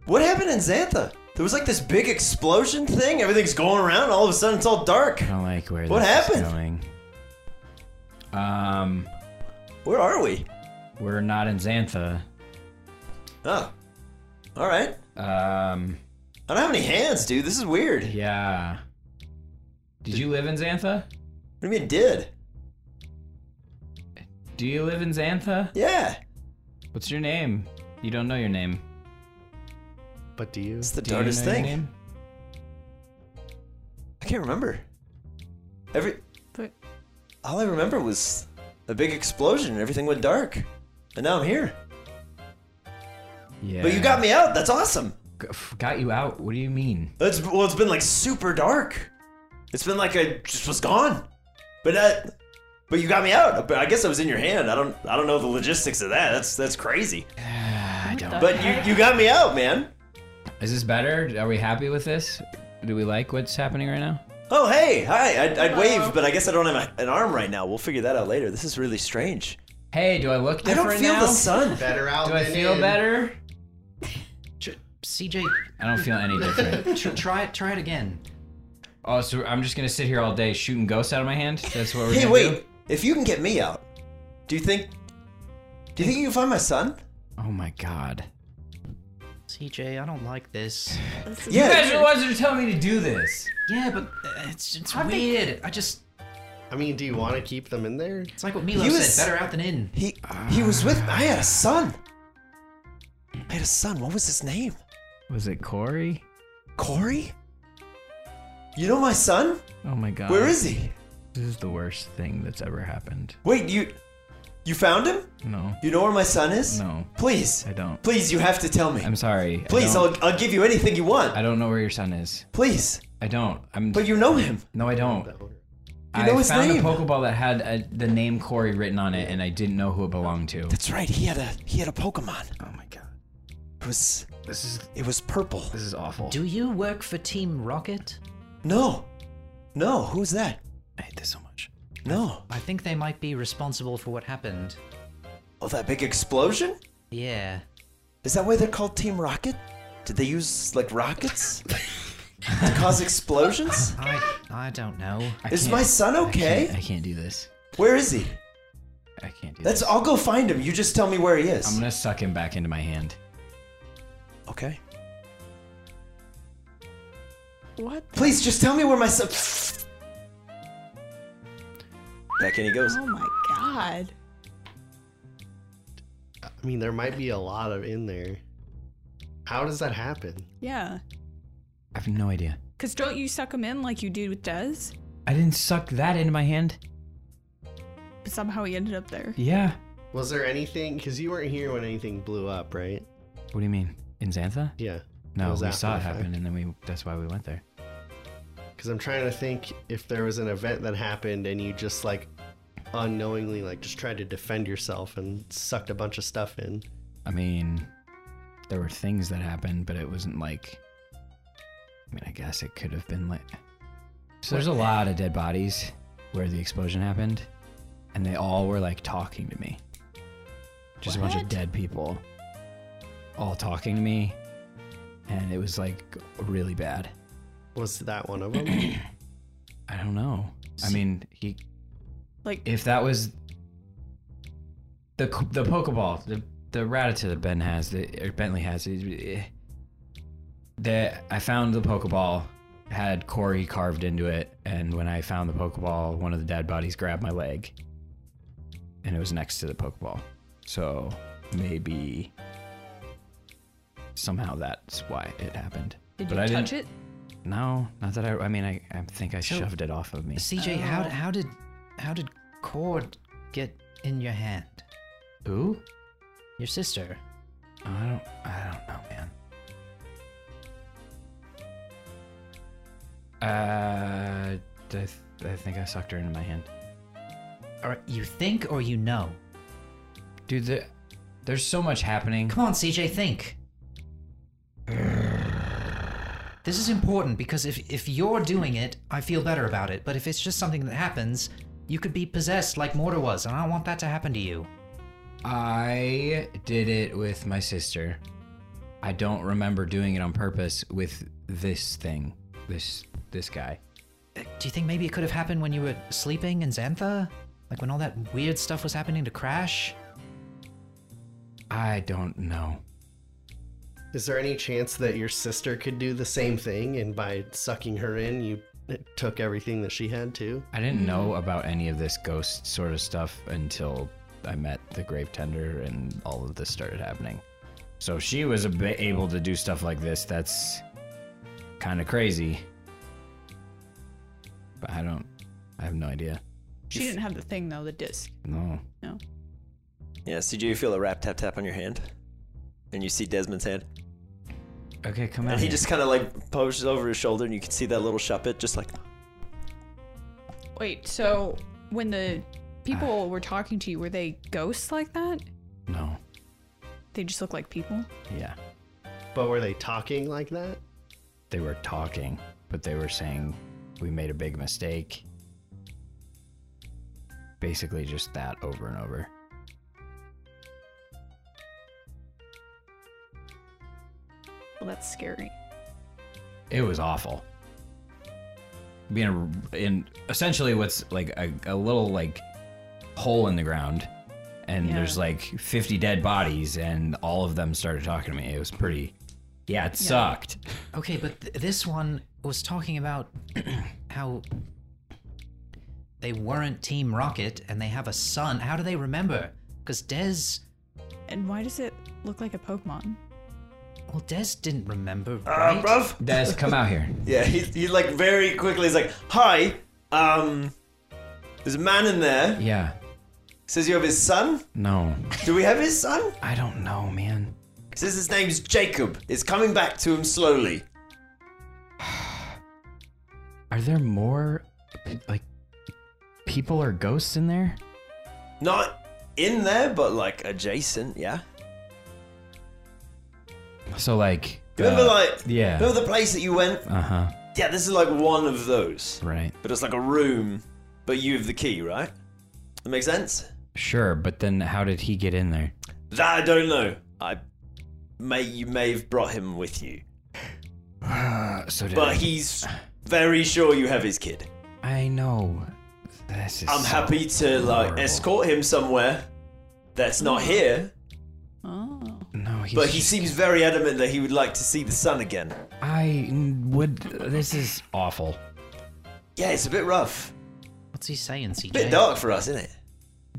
what happened in Xantha? There was like this big explosion thing. Everything's going around. All of a sudden, it's all dark.
I don't like where
What
this
happened?
is going.
Um
Where are we?
we're not in Xantha.
Oh. All right.
Um
I don't have any hands, dude. This is weird. What
yeah. Did you live in Xantha?
do you mean did?
Do you live in Xantha?
Yeah.
What's your name? You don't know your name.
But do you?
It's the
Do you
darndest
know your
thing.
name?
I can't remember. Every
But-
all I remember was a big explosion and everything went dark. And now I'm here.
Yeah.
But you got me out. That's awesome.
G- f- got you out. What do you mean?
It's well, it's been like super dark. It's been like I just was gone. But that, but you got me out. But I guess I was in your hand. I don't, I don't know the logistics of that. That's that's crazy.
I don't.
But you, you got me out, man.
Is this better? Are we happy with this? Do we like what's happening right now?
Oh hey, hi. I'd, I'd wave, but I guess I don't have a, an arm right now. We'll figure that out later. This is really strange.
Hey, do I look
I
different
don't feel
now?
the sun.
Better out.
do I
than
feel
in.
better?
CJ,
I don't feel any different.
tr- try it. Try it again.
oh, so I'm just gonna sit here all day shooting ghosts out of my hand? That's what we're
Hey,
gonna
wait.
do?
If you can get me out, do you think? Do you think you can find my son?
Oh my god.
CJ, I don't like this.
You
Yeah.
guys are the ones who are telling me to do this.
Yeah, but uh, it's it's weird. I just
I mean, do you want to keep them in there?
it's like what Milo
He
said.
was-
Better out than in.
He he was with. I had a son. I had a son. What was his name?
Was it Corey?
Corey. You know my son?
Oh my god.
Where is he?
This is the worst thing that's ever happened.
Wait, you you found him?
No.
You know where my son is?
No.
Please,
I don't.
please, you have to tell me.
I'm sorry.
Please,
I
I'll
don't,
I'll give you anything you want.
I don't know where your son is.
Please,
I don't. I'm
but you know him.
No, I don't.
You
I
know his
found
name.
a Pokeball that had uh the name Corey written on it, and I didn't know who it belonged to.
That's right. He had a he had a Pokemon.
Oh my god,
It was
this is
it was purple.
this is awful.
Do you work for Team Rocket?
No, no. Who's that?
I hate this so much.
No.
I think they might be responsible for what happened.
Oh, that big explosion?
Yeah.
Is that why they're called Team Rocket? Did they use like rockets to cause explosions?
I I don't know.
I
Is
can't-
my son
I can't- I
okay?
can't, do this.
Where is he?
I can't do
That's.
this.
I'll go find him. You just tell me where he is.
I'm gonna suck him back into my hand.
Okay.
What?
Please just tell me where my son. Back in he goes.
Oh my god.
I mean, there might be a lot of in there. How does that happen?
Yeah.
I have no idea.
Cause don't you suck him in like you did with Des?
I didn't suck that into my hand.
But somehow he ended up there.
Yeah.
Was there anything? Because you weren't here when anything blew up, right?
What do you mean? In Xantha?
Yeah. It
No,
was
we
after
saw
the
it
fact.
happen, and then we—that's why we went there.
Because I'm trying to think if there was an event that happened and you just like unknowingly like just tried to defend yourself and sucked a bunch of stuff in.
I mean, there were things that happened, but it wasn't like. I mean, I guess it could have been like. So there's a lot of dead bodies where the explosion happened, and they all were like talking to me. Just a bunch of dead people, all talking to me, and it was like really bad.
Was that one of them?
I don't know. I mean, he
Like
if that was the c- the Pokeball, the the Rattata that Ben has, that or Bentley has, it- it- that I found the Pokeball had Corey carved into it, and when I found the Pokeball, one of the dead bodies grabbed my leg, and it was next to the Pokeball. So maybe somehow that's why it happened.
did
but
you
I
touch
didn't-
it?
No, not that I. I mean, I, I think I shoved it off of me.
CJ, how how did how did Cord get in your hand?
Who?
Your sister.
I don't. I don't know, man. Uh, I, th- I think I sucked her into my hand.
Or you think or you know?
Dude, the, there's so much happening.
Come on, CJ, think. this is important because if, if you're doing it, I feel better about it. But if it's just something that happens, you could be possessed like Morta was, and I don't want that to happen to you.
I did it with my sister. I don't remember doing it on purpose with this thing. This this guy.
Uh, Do you think maybe it could have happened when you were sleeping in Xantha? Like when all that weird stuff was happening to Crash?
I don't know.
Is there any chance that your sister could do the same thing and by sucking her in, you took everything that she had too?
I didn't know about any of this ghost sort of stuff until I met the grave tender and all of this started happening. So if she was a bit able to do stuff like this. That's kind of crazy. But I don't. I have no idea.
She didn't have the thing though, the disc.
No.
No.
Yeah, CJ, you feel a rap tap tap on your hand, and you see Desmond's hand,
Okay, come out.
and he
here.
just kind of like pushes over his shoulder, and you can see that little shuppet just like.
Wait, so when the people were talking to you, were they ghosts like that?
no.
They just look like people?
Yeah.
But were they talking like that?
they were talking, but they were saying we made a big mistake. Basically, just that over and over.
Well, that's scary.
It was awful. Being a, in essentially what's like a, a little like hole in the ground, and
Yeah.
there's like 50 dead bodies, and all of them started talking to me. It was pretty. Yeah, it sucked.
Okay, but th- this one was talking about how they weren't Team Rocket and they have a son. How do they remember? Because Dez,
And why does it look like a Pokemon?
well, Dez didn't remember,
Uh,
Uh,
right?
Des, come out here.
Yeah, he, he like very quickly is like, hi, um, there's a man in there.
Yeah.
Says you have his son.
No,
Do we have his son?
I don't know, man.
Says his name's Jacob. It's coming back to him slowly.
Are there more like people or ghosts in there?
Not in there, but like adjacent. Yeah.
So like
Remember,
uh,
like,
yeah.
remember the place that you went?
Uh-huh.
Yeah, this is like one of those,
Right.
but it's like a room, but you have the key, right? That makes sense.
Sure, but then how did he get in there?
That I don't know. I may you may have brought him with you,
Uh, so did
but he's very sure you have his kid.
I know. This is
I'm
so-
happy to like
horrible.
escort him somewhere that's not here,
Oh.
No, he's
but he seems very adamant that he would like to see the sun again.
I would this is awful.
Yeah, it's a bit rough,
What's he saying, CJ?
a bit dark for us, isn't it?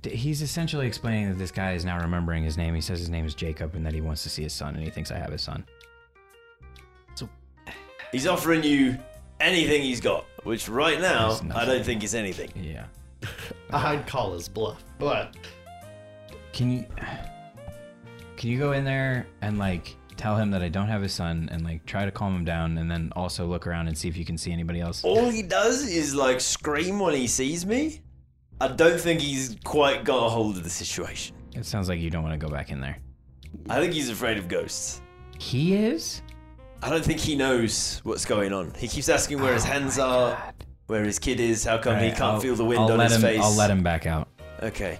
D- He's essentially explaining that this guy is now remembering his name. He says his name is Jacob and that he wants to see his son and he thinks I have his son.
He's offering you anything he's got, which right now
There's
I
nothing.
don't think is anything.
Yeah. Uh,
I'd call his bluff. But
Can you Can you go in there and like tell him that I don't have his son and like try to calm him down and then also look around and see if you can see anybody else?
All he does is like scream when he sees me. I don't think he's quite got a hold of the situation.
It sounds like you don't want to go back in there.
I think he's afraid of ghosts.
He is?
I don't think he knows what's going on. He keeps asking
Oh
where his hands are, where his kid is, how come he
Alright,
can't
I'll-
feel the wind
I'll
on
let
his
him,
face.
I'll let him back out.
Okay.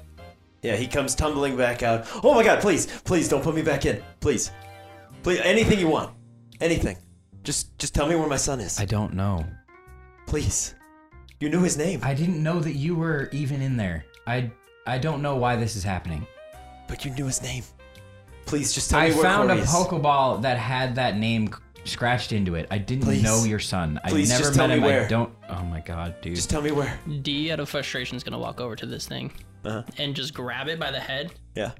Yeah, he comes tumbling back out. Oh my god, please, please don't put me back in. Please. Please anything you want. Anything. Just just tell me where my son is.
I don't know.
Please. You knew his name.
I didn't know that you were even in there. I I don't know why this is happening.
But you knew his name. Please just tell
I
me where
found
Corey
a
is.
Pokeball that had that name c- scratched into it. I didn't
Please.
know your son. I
Please,
never
just
met
tell me
him. I
where.
don't. Oh my god, dude.
Just tell me where.
D out of frustration is gonna walk over to this thing
Uh-huh.
and just grab it by the head.
Yeah.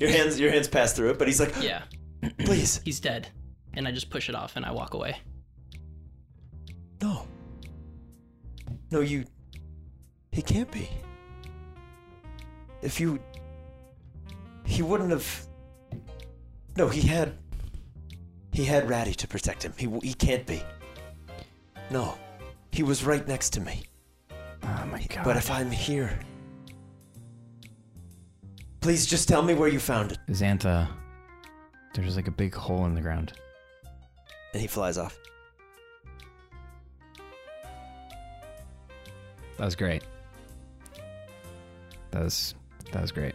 Your hands your hands pass through it, but he's like,
Yeah,
please.
he's dead. And I just push it off and I walk away.
No. No, you. He can't be. If you. He wouldn't have. No, he had. He had Ratty to protect him. He, w- he can't be. No. He was right next to me.
Oh my god.
But if I'm here. Please just tell me where you found it.
Xantha, there's like a big hole in the ground.
And he flies off.
That was great. That was that was great.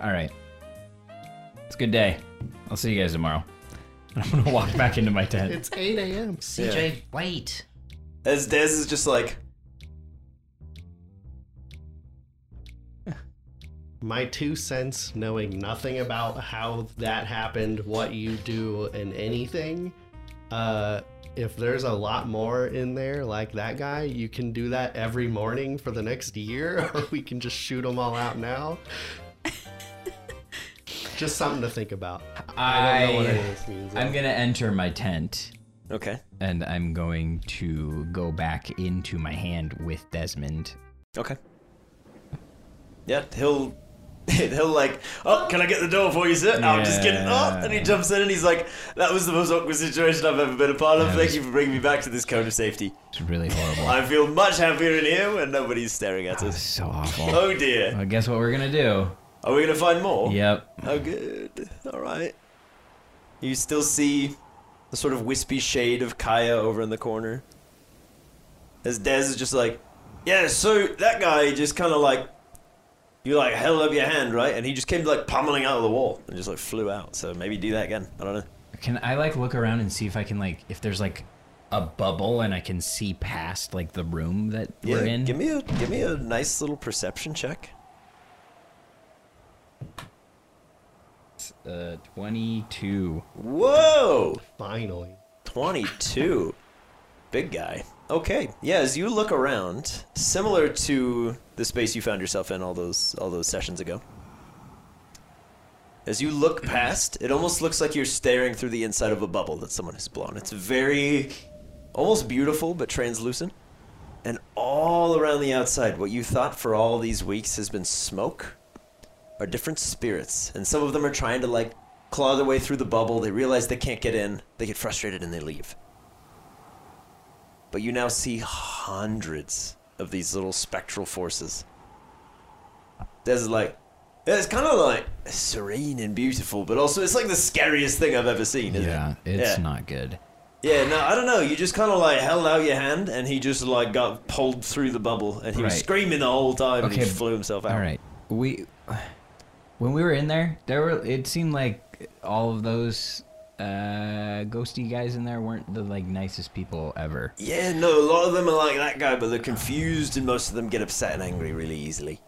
All right. It's a good day. I'll see you guys tomorrow. I'm gonna walk back into my tent.
It's 8 a.m.
CJ,
wait.
As Dez is just like,
My two cents, knowing nothing about how that happened, what you do, and anything. Uh, if there's a lot more in there, like that guy, you can do that every morning for the next year, or we can just shoot them all out now. just something to think about. I don't know what any of this means.
I'm gonna enter my tent
okay.
and I'm going to go back into my hand with Desmond.
Okay. Yeah, he'll he'll like, oh, can I get the door for you, sir? No, I'm just kidding. Oh, and he
Yeah.
jumps in and he's like, that was the most awkward situation I've ever been a part of.
That
Thank
was-
you for bringing me back to this cone of safety.
It's really horrible.
I feel much happier in here when nobody's staring at
It's
us.
so awful.
Oh dear.
Well, guess what we're gonna do?
Are we gonna find more?
Yep.
Oh, good. All right. You still see the sort of wispy shade of Kaya over in the corner. As Dez is just like, yeah, so that guy just kind of like, you like held up your hand, right? And he just came like pummeling out of the wall and just like flew out. So maybe do that again. I don't know.
Can I like look around and see if I can like if there's like a bubble and I can see past like the room that we're in?
Give me a give me a nice little perception check.
uh, 22.
Whoa.
Finally.
22. Big guy. Okay. Yeah, as you look around, similar to the space you found yourself in all those all those sessions ago. As you look past, it almost looks like you're staring through the inside of a bubble that someone has blown. It's very almost beautiful but translucent. And all around the outside, what you thought for all these weeks has been smoke are different spirits, and some of them are trying to like claw their way through the bubble. They realize they can't get in, they get frustrated, and they leave. But you now see hundreds of these little spectral forces. There's like, it's kind of like serene and beautiful, but also it's like the scariest thing I've ever seen. Isn't
Yeah,
it?
it's
Yeah.
not good.
Yeah, no, I don't know. You just kind of like held out your hand, and he just like got pulled through the bubble, and he was
Right.
screaming the whole time, and
Okay,
he flew himself out.
All right. We when we were in there, there were it seemed like all of those uh ghosty guys in there weren't the like nicest people ever.
Yeah, no, a lot of them are like that guy, but they're confused, and most of them get upset and angry really easily.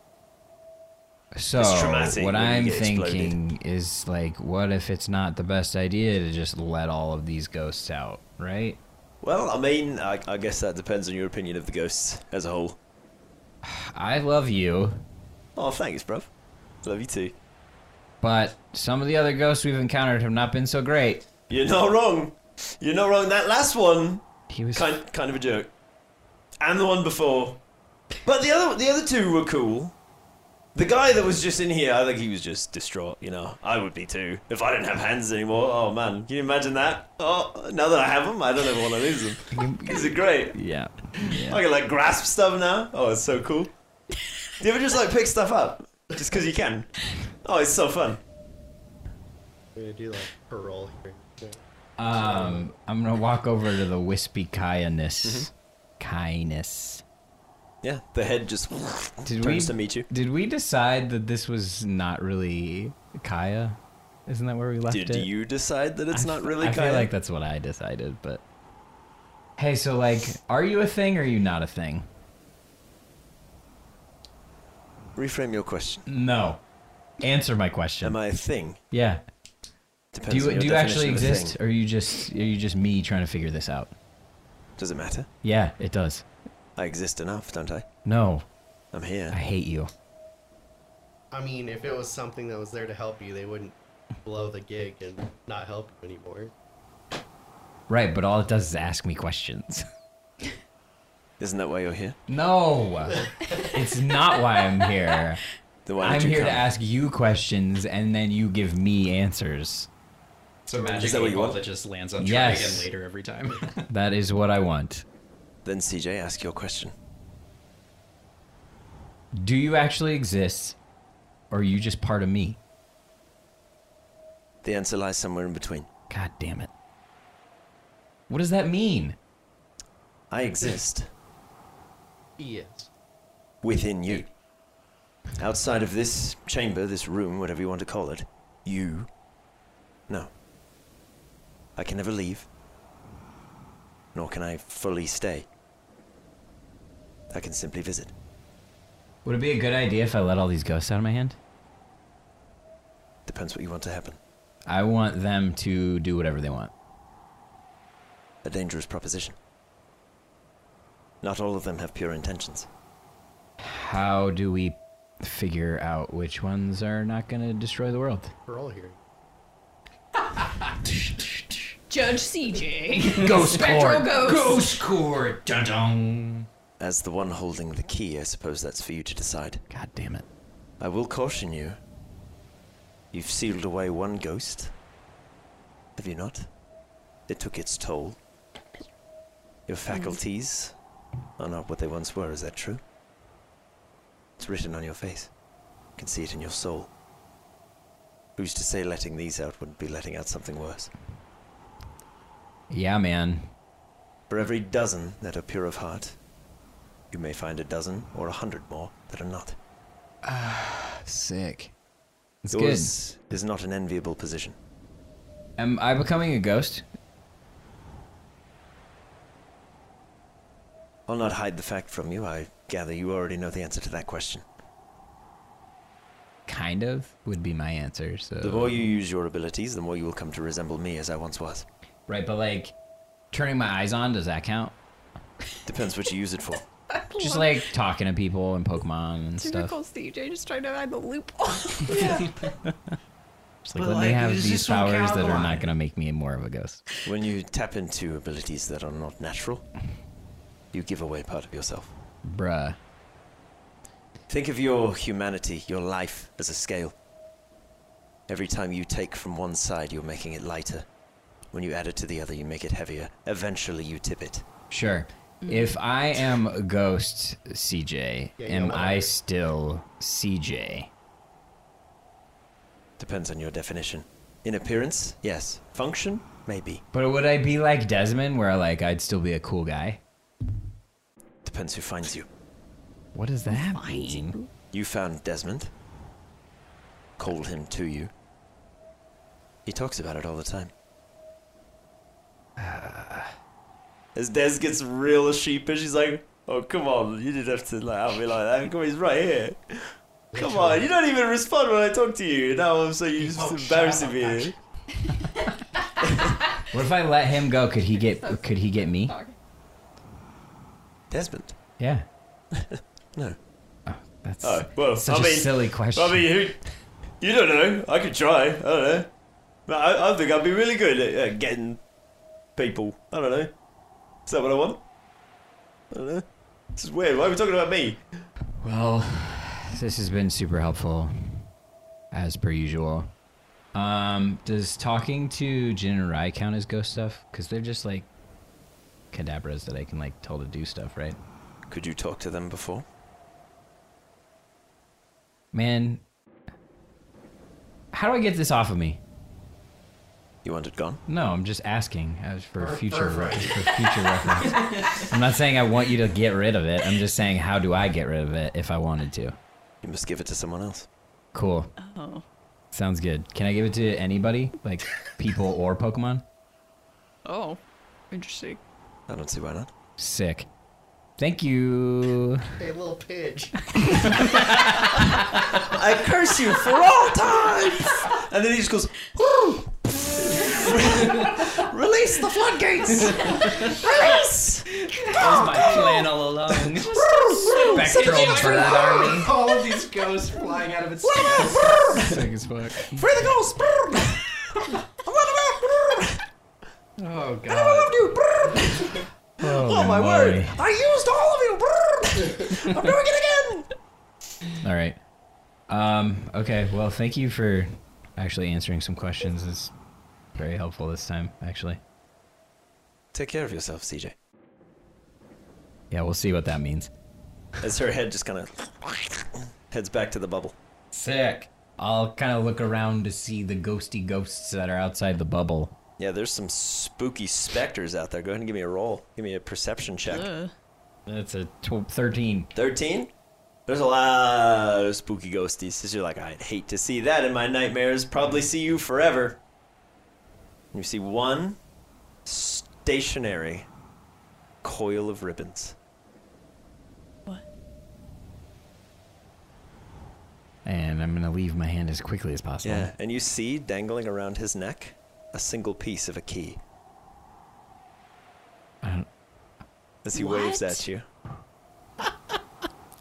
So
traumatic
what
when you
I'm
get exploded.
thinking is like what if it's not the best idea to just let all of these ghosts out, right?
Well, I mean, I, I guess that depends on your opinion of the ghosts as a whole.
I love you,
Oh, thanks, bruv. Love you too.
but some of the other ghosts we've encountered have not been so great.
You're not wrong. You're not wrong. That last one,
He was
kind kind of a jerk, and the one before, but the other the other two were cool. The guy that was just in here, I think he was just distraught. You know, I would be too if I didn't have hands anymore. Oh man, can you imagine that? Oh, now that I have them, I don't ever want to lose them. These are great.
yeah.
I can like grasp stuff now. Oh, it's so cool. Do you ever just like pick stuff up just because you can? Oh, it's so fun.
I'm gonna do like parole here.
Um, I'm gonna walk over to the wispy kindness.
Mm-hmm.
Kindness.
Yeah, the head just
Did
turns
we-
to meet you.
Did we decide that this was not really Kaya? Isn't that where we left
Did
it?
you decide that it's
I
not
f-
really
I
Kaya?
feel like that's what I decided, but. Hey, so like, are you a thing or are you not a thing?
Reframe your question.
No. Answer my question.
Am I a thing?
yeah.
Depends
Do
on
you
your
do you
definition
actually
of a thing.
exist, or are you just are you just me trying to figure this out?
Does it matter?
Yeah, it does.
I exist enough, don't I?
No,
I'm
I
here.
hate you.
I mean, if it was something that was there to help you, they wouldn't blow the gig and not help you anymore.
Right, but all it does is ask me questions.
Isn't that why you're here?
No, it's not why I'm here.
Then why
I'm
don't you
here
come?
to ask you questions and then you give me answers.
So magic
Is that what
eight
you
ball
want?
that just lands on try
Yes.
again later every time.
That is what I want.
Then CJ, ask your question.
Do you actually exist or are you just part of me?
The answer lies somewhere in between.
God damn it. What does that mean?
I exist
Yes.
within you. Outside of this chamber, this room, whatever you want to call it, you. No. I can never leave. Nor can I fully stay. I can simply visit.
Would it be a good idea if I let all these ghosts out of my hand?
Depends what you want to happen.
I want them to do whatever they want.
A dangerous proposition. Not all of them have pure intentions.
How do we figure out which ones are not going to destroy the world?
We're all here.
Judge CJ.
Ghost
Spectral
court.
ghost.
Ghost court. Dun dun.
As the one holding the key, I suppose that's for you to decide.
God damn it.
I will caution you. You've sealed away one ghost. Have you not? It took its toll. Your faculties are not what they once were, is that true? It's written on your face. You can see it in your soul. Who's to say letting these out wouldn't be letting out something worse?
Yeah, man.
For every dozen that are pure of heart, you may find a dozen or a hundred more that are not.
Sick. It's
Yours is not an enviable position.
good. Am I becoming a ghost?
I'll not hide the fact from you. I gather you already know the answer to that question.
Kind of would be my answer. So
The more you use your abilities, the more you will come to resemble me as I once was.
right, but like turning my eyes on does that count?
Depends what you use it for.
Just like talking to people and Pokemon and stuff.
Typical CJ, just trying to hide the loophole.
Just like, let me have these powers that are not gonna make me more of a ghost.
When you tap into abilities that are not natural, you give away part of yourself.
Bruh.
Think of your humanity, your life, as a scale. Every time you take from one side, you're making it lighter. When you add it to the other, you make it heavier. Eventually, you tip it.
Sure.
Mm.
If I am a ghost CJ,
Yeah,
am
yeah,
I
whatever.
still CJ?
Depends on your definition. In appearance, yes. Function, maybe.
But would I be like Desmond where like I'd still be a cool guy?
Depends who finds you.
What does that mean?
You found Desmond. Called him to you. He talks about it all the time. Uh. As Des gets real sheepish, he's like, "Oh come on, you didn't have to like have me like that. Come on, he's right here. Come on, you don't even respond when I talk to you. Now I'm so you just embarrassing me.
What if I let him go? Could he get could he get me?
Desmond.
Yeah.
No.
Oh, that's
Oh well,
such
I
a
mean,
silly question.
I mean, who? You don't know. I could try. I don't know. But I, I think I'd be really good at uh, getting people. I don't know. Is that what I want? I don't know. This is weird. Why are we talking about me?
Well, this has been super helpful, as per usual. Um, does talking to Jin and Rai count as ghost stuff? Because they're just like cadabras that I can like tell to do stuff, right?
Could you talk to them before?
Man, how do I get this off of me?
You want it gone?
No, I'm just asking as for future re- for future reference. I'm not saying I want you to get rid of it. I'm just saying how do I get rid of it if I wanted to?
You must give it to someone else.
Cool.
Oh.
Sounds good. Can I give it to anybody, like people or Pokemon?
Oh, interesting.
I don't see why not.
Sick. Thank you.
Hey, little pidge.
I curse you for all times! And then he just goes, "Woo! Release the floodgates! Release!
That was my plan all along.
Spectral bird army.
All of these ghosts flying out of its
Sick as fuck.
Free the ghost! I want to
Oh god.
you!
Oh
Oh my word!
moly.
I used all of you. I'm doing it again.
All right. Um, okay. Well, thank you for actually answering some questions. It's very helpful this time, actually.
Take care of yourself, CJ.
Yeah, we'll see what that means.
As her head just kind of heads back to the bubble.
Sick. I'll kind of look around to see the ghosty ghosts that are outside the bubble.
Yeah, there's some spooky specters out there. Go ahead and give me a roll. Give me a perception check.
Ugh.
That's a tw- 13.
13? There's a lot of spooky ghosties. 'cause You're like, I'd hate to see that in my nightmares. Probably see you forever. You see one stationary coil of ribbons.
And I'm going to leave my hand as quickly as possible.
Yeah. And you see dangling around his neck a single piece of a key
I don't-
as he waves
What?
at you.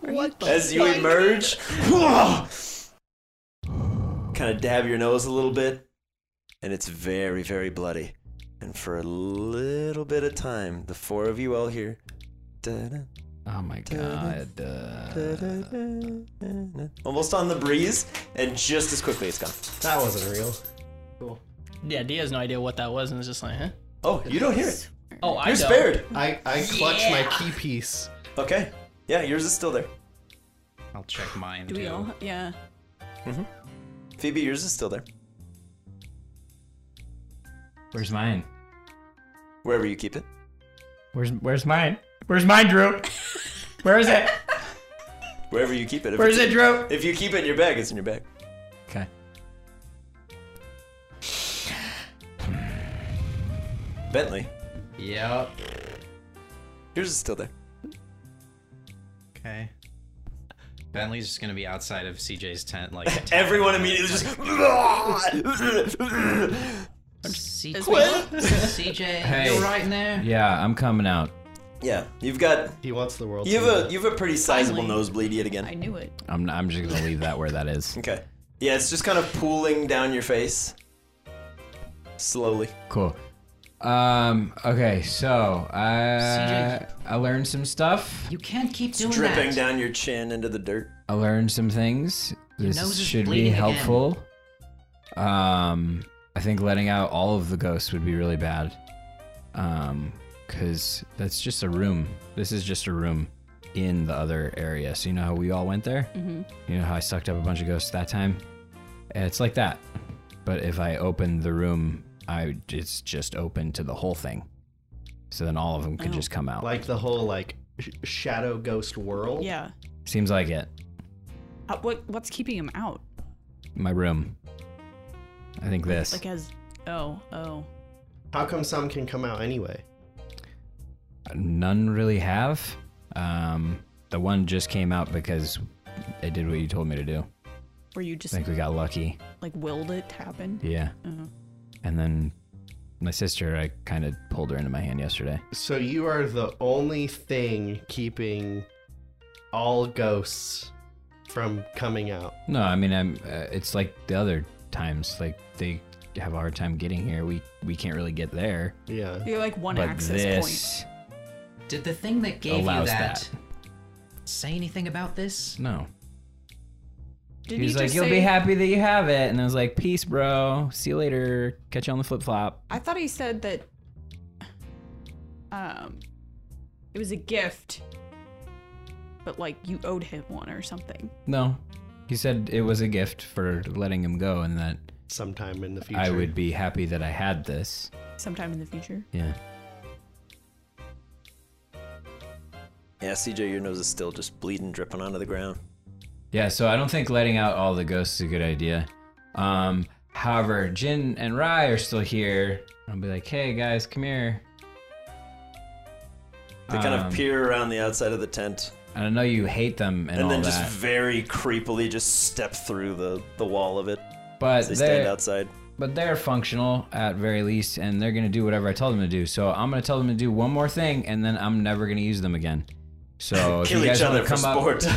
What the
As you
fuck?
emerge, kind of dab your nose a little bit, and it's very, very bloody. And for a little bit of time, the four of you all hear. "Da-da,
Oh my god. Uh,
da-da-da, da-da," Almost on the breeze, and just as quickly it's gone.
That wasn't real.
Yeah, D has no idea what that was, and it's just like, huh?
Oh, you don't hear it.
Oh, I
You're
don't.
spared.
I, I clutched my key piece.
Okay. Yeah, yours is still there.
I'll check mine
Do we all?
too.
Yeah.
Phoebe, yours is still there.
where's mine?
Wherever you keep it.
Where's where's mine? Where's mine, Drew? Where is it?
Wherever you keep it. If
Where's
it's-
it, Drew?
If you keep it in your bag, it's in your bag.
Okay.
Bentley,
Yep.
yours is still there.
Okay. Bentley's just gonna be outside of CJ's tent, like attack-
Everyone immediately just.
Is-
Hey.
right in there.
Yeah, I'm coming out.
Yeah, you've got
He wants the world.
you
to
have a you have a pretty sizable
Finally.
nosebleed yet
I
again.
knew it.
I'm I'm just gonna leave that where that is.
Okay. Yeah, it's just kind of pooling down your face. Slowly.
Cool. Um. Okay. So I I learned some stuff.
You can't keep doing
Dripping
that.
down your chin into the dirt.
I learned some things. This
nose is
should be
bleeding again.
helpful. Um. I think letting out all of the ghosts would be really bad. Um. Cause that's just a room. This is just a room in the other area. So you know how we all went there. Mm-hmm. You know how I sucked up a bunch of ghosts that time. It's like that. But if I open the room, I it's just open to the whole thing. So then all of them could just come out.
like the whole like sh- shadow ghost world.
Yeah.
Seems like it.
Uh, what What's keeping him out?
My room. I think this.
Like as oh oh.
How come some can come out anyway?
None really have. Um, the one just came out because I did what you told me to do.
Where you
I
just
think we got lucky.
like willed it to happen?
Yeah.
Uh-huh.
And then my sister, I kind of pulled her into my hand yesterday.
So you are the only thing keeping all ghosts from coming out.
No, I mean, I'm. Uh, it's like the other times. Like they have a hard time getting here. We we can't really get there.
Yeah.
You're like one
but
access point.
this
Did the thing that gave you
allows
that, say anything about this?
no.
Did
he was like,
just
"You'll
say-
be happy that you have it," and I was like, "Peace, bro. See you later. Catch you on the flip flop."
I thought he said that. Um, it was a gift, but like you owed him one or something.
No. He said it was a gift for letting him go and that
Sometime in the future.
I would be happy that I had this.
Sometime in the future.
Yeah.
Yeah, CJ, your nose is still just bleeding, dripping onto the ground.
Yeah, so I don't think letting out all the ghosts is a good idea. Um, however, Jin and Rai are still here. I'll be like, hey guys, come here.
They kind
Um,
of peer around the outside of the tent,
And I know you hate them and,
and
all
then
that,
just very creepily just step through the the wall of it
but
as they
they're-
stand outside.
but they're functional at very least, and they're gonna do whatever I tell them to do. So I'm gonna tell them to do one more thing, and then I'm never gonna use them again. So if
Kill
you guys
each other for
wanna come up,
sport.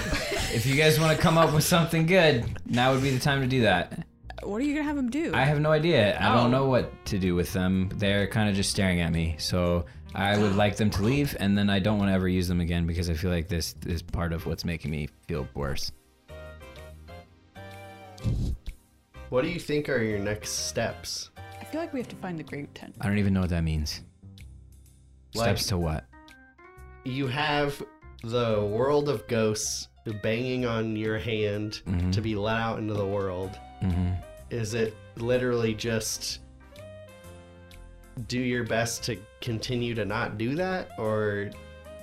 if you guys want to come up with something good, now would be the time to do that.
What are you gonna have him do?
Oh. I have no idea. I don't know what to do with them. They're kind of just staring at me. So I would like them to leave, and then I don't want to ever use them again because I feel like this is part of what's making me feel worse.
What do you think are your next steps?
I feel like we have to find the grape tent.
I don't even know what that means.
Like-
Steps to what?
you have the world of ghosts banging on your hand
Mm-hmm.
to be let out into the world. Is it literally just do your best to continue to not do that, or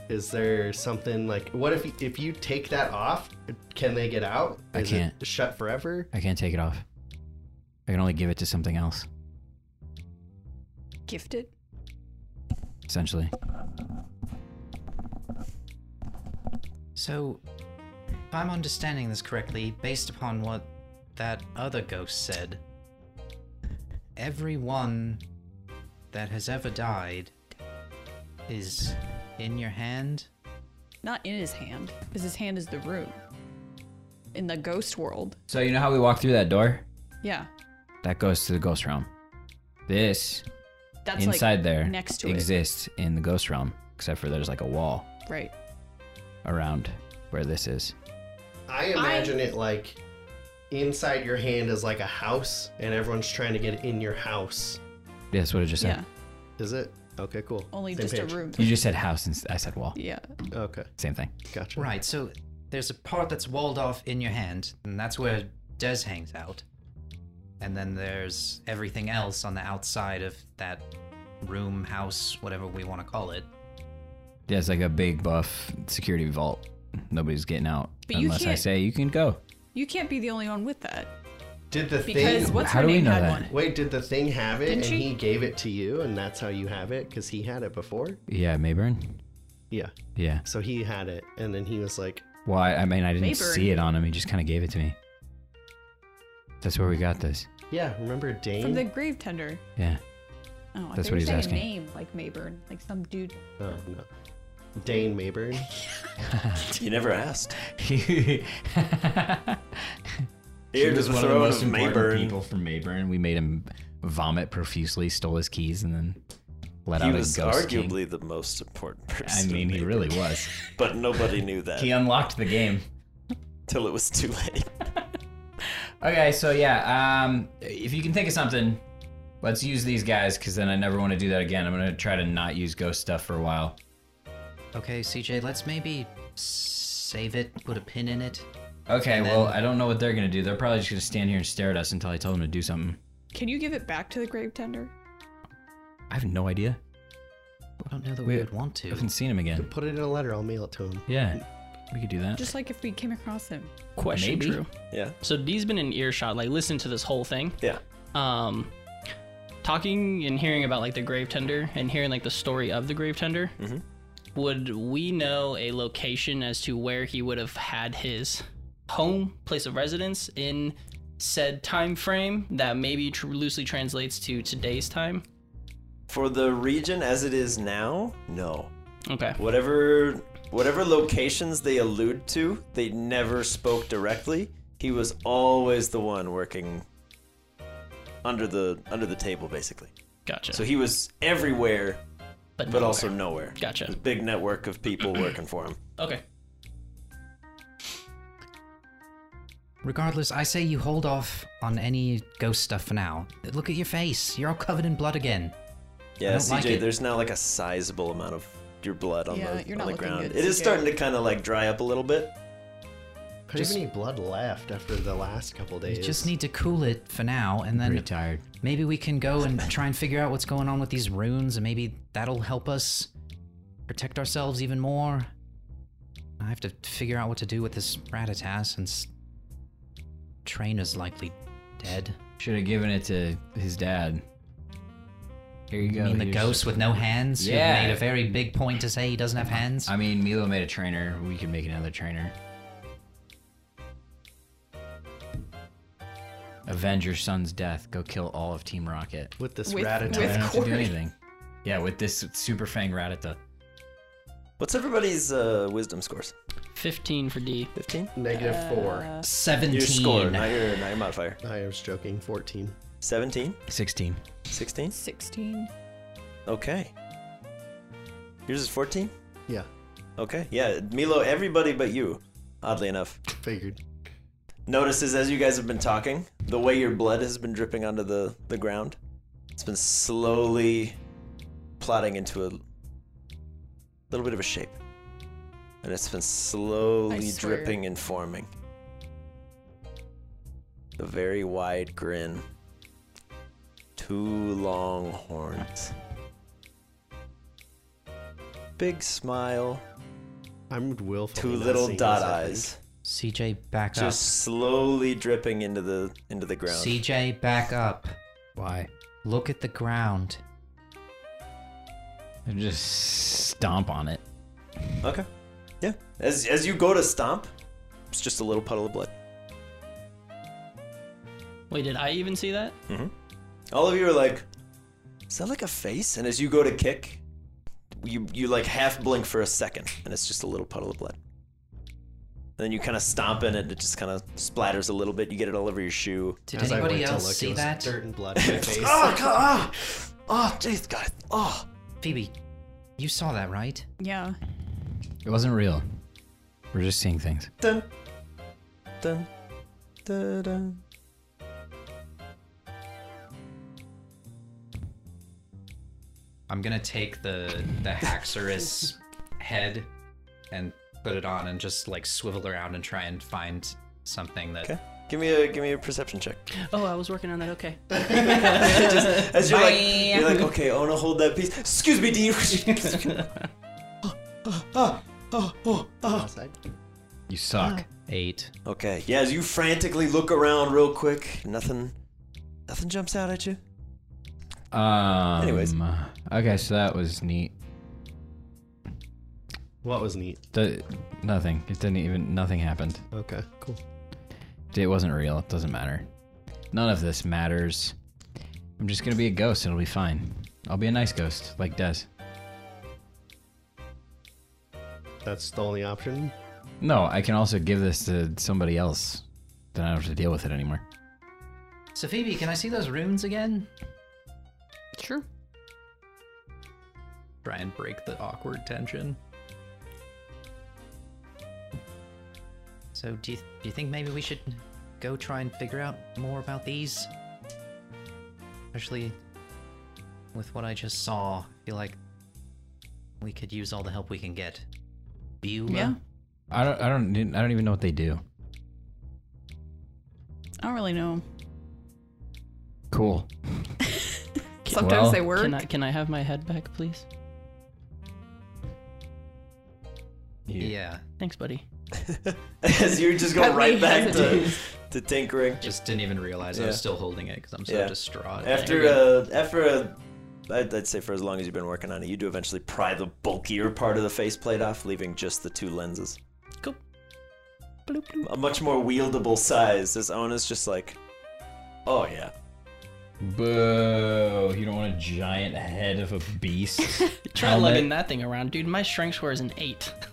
is there something like what if if you take that off, can they get out?
I
Is it
can't.
shut forever.
I can't take it off. I can only give it to something else,
Gifted?
essentially.
So, if I'm understanding this correctly, based upon what that other ghost said, everyone that has ever died is in your hand.
Not in his hand, because his hand is the room. In the ghost world.
So you know how we walked through that door?
Yeah.
That goes to the ghost realm. This
That's
inside
like
there
next to it.
exists in the ghost realm, except for there's like a wall
Right.
around where this is.
I imagine it like inside your hand is like a house, and everyone's trying to get in your house.
Yeah, that's what I just said.
Yeah.
Is it? Okay, cool.
Only
Same
just
page.
a room.
You just said house, and s- I said wall.
Yeah.
Okay,
Same thing.
gotcha.
Right, so there's a part that's walled off in your hand, and that's where Des hangs out. And then there's everything else on the outside of that room, house, whatever we want to call it.
Yeah, it's like a big buff security vault. Nobody's getting out
But you
unless I
can't-
say you can go.
You can't be the only one with that.
Did the
Because
thing?
what's
How
her
do we
name
know
had
that?
one?
Wait, did the thing have it,
Didn't
and
she-
he gave it to you, and that's how you have it because he had it before?
Yeah, Mayburn.
Yeah.
Yeah.
So he had it, and then he was like,
Well, I, I mean, I didn't
Mayburn.
see it on him. He just kind of gave it to me. That's where we got this.
"Yeah, remember Dane?
From the grave tender.
Yeah.
Oh, I
That's
thought you were
what he's
saying
asking.
a name like Mayburn, like some dude.
Oh no, Dane Mayburn.
You never asked.
He
Here to
was
the
one of the
throne of
most important
Mayburn.
people from Mayburn. We made him vomit profusely, stole his keys, and then let
He
out
was
a ghost king.
arguably the most important
I
person.
mean, he really was.
But nobody knew that
he unlocked the game.
till it was too late.
Okay, so yeah, um, if you can think of something, let's use these guys because then I never want to do that again. I'm gonna try to not use ghost stuff for a while.
Okay, CJ, let's maybe save it, put a pin in it.
Okay,
And
well,
then-
I don't know what they're gonna do. They're probably just gonna stand here and stare at us until I tell them to do something.
Can you give it back to the grave tender?
I have no idea.
I don't know that we,
We-
would want to.
I haven't seen him again.
Put it in a letter. I'll mail it to him.
Yeah, we could do that.
Just like if we came across him.
Question
Maybe.
Drew.
Yeah.
So Dee's been in earshot, like listen to this whole thing.
Yeah.
Um talking and hearing about like the grave tender and hearing like the story of the grave tender.
Mm-hmm.
Would we know a location as to where he would have had his home, place of residence in said time frame that maybe tr- loosely translates to today's time?
For the region as it is now, no.
Okay.
Whatever whatever locations they allude to, they never spoke directly. He was always the one working under the under the table basically.
Gotcha.
So he was everywhere but
but, nowhere.
also nowhere.
Gotcha.
This big network of people working for him.
Okay.
Regardless, I say you hold off on any ghost stuff for now. Look at your face. You're all covered in blood again.
Yeah,
don't
CJ,
like it.
there's now like a sizable amount of your blood on
Yeah,
the,
you're
on
not
the
looking
ground.
good,
it is
CJ.
starting to kind of like dry up a little bit.
Don't have any blood left after the last couple days.
You just need to cool it for now, and then
Retired.
maybe we can go and try and figure out what's going on with these runes, and maybe that'll help us protect ourselves even more. I have to figure out what to do with this Ratata since Trainer's likely dead.
Should have given it to his dad. Here you go.
I mean, the
here's-
ghost with no hands? who
Yeah.
made a very big point to say he doesn't have hands.
I mean, Milo made a trainer. We could make another trainer. Avenge your son's death. Go kill all of Team Rocket.
with this
With-
rat
I don't
attack.
have to do
Corey.
anything. Yeah, with this Super Fang Ratata.
What's everybody's uh, wisdom scores?
15 for D.
15?
Negative
uh,
four.
17.
Your score, not your, not your modifier.
I was joking. Fourteen.
17?
16.
16?
16.
Okay. Yours is 14?
Yeah,
Okay. Yeah, Milo, everybody but you, oddly enough,
figured.
notices as you guys have been talking, the way your blood has been dripping onto the, the ground. It's been slowly plotting into a little bit of a shape. And it's been slowly
swear.
dripping and forming. A very wide grin. Two long horns. Big smile.
I'm willful.
Two little dot eyes.
CJ, back
Just slowly dripping into the into the
up.
ground.
CJ, back up.
Why?
Look at the ground.
And just stomp on it.
Okay. Yeah. As as you go to stomp, it's just a little puddle of blood.
Wait, did I even see that?
All of you are like, is that like a face? And as you go to kick, you you like half blink for a second, and it's just a little puddle of blood. then you kind of stomp in it, and it just kind of splatters a little bit. You get it all over your shoe.
Did
As I
anybody
went to
else
look, it
see
was
that?
dirt and blood in my face.
Oh god! Oh, jeez, God! Oh,
Phoebe, you saw that, right?
Yeah.
It wasn't real. We're just seeing things.
dun, dun, dun, dun.
I'm gonna take the the Haxorus head and put it on and just like swivel around and try and find something that
Okay. Give me a give me a perception check.
Oh, I was working on that. Okay.
As you're like, you're like, okay, I want to hold that piece. Excuse me, Dean.
Outside.
You suck.
Eight.
okay, yeah. As you frantically look around, real quick, nothing, nothing jumps out at you.
Um,
Anyways.
Okay, so that was neat.
What was neat?
The, nothing. It didn't even. Nothing happened.
Okay, cool.
It wasn't real. It doesn't matter. None of this matters. I'm just gonna be a ghost. It'll be fine. I'll be a nice ghost, like Des.
That's the only option.
No, I can also give this to somebody else. Then I don't have to deal with it anymore.
So Phoebe, can I see those runes again?
Sure.
Try and break the awkward tension. So do you, do you think maybe we should go try and figure out more about these? Especially with what I just saw, I feel like we could use all the help we can get. Beulah?
Yeah.
I don't. I don't. I don't even know what they do.
I don't really know.
Cool.
Sometimes
well,
they work.
Can I can I have my head back, please?
Yeah.
Thanks, buddy.
As you just go
At
right
least
back
it
to, to tinkering.
Just didn't even realize I was
Yeah.
still holding it because I'm so
Yeah.
distraught.
After uh, after a, I'd, I'd say for as long as you've been working on it, you do eventually pry the bulkier part of the faceplate off, leaving just the two lenses.
Cool.
A much more wieldable size. This Ona's just like, oh yeah.
Boo! You don't want a giant head of a beast.
Try lugging that thing around, dude. My strength score is an eight.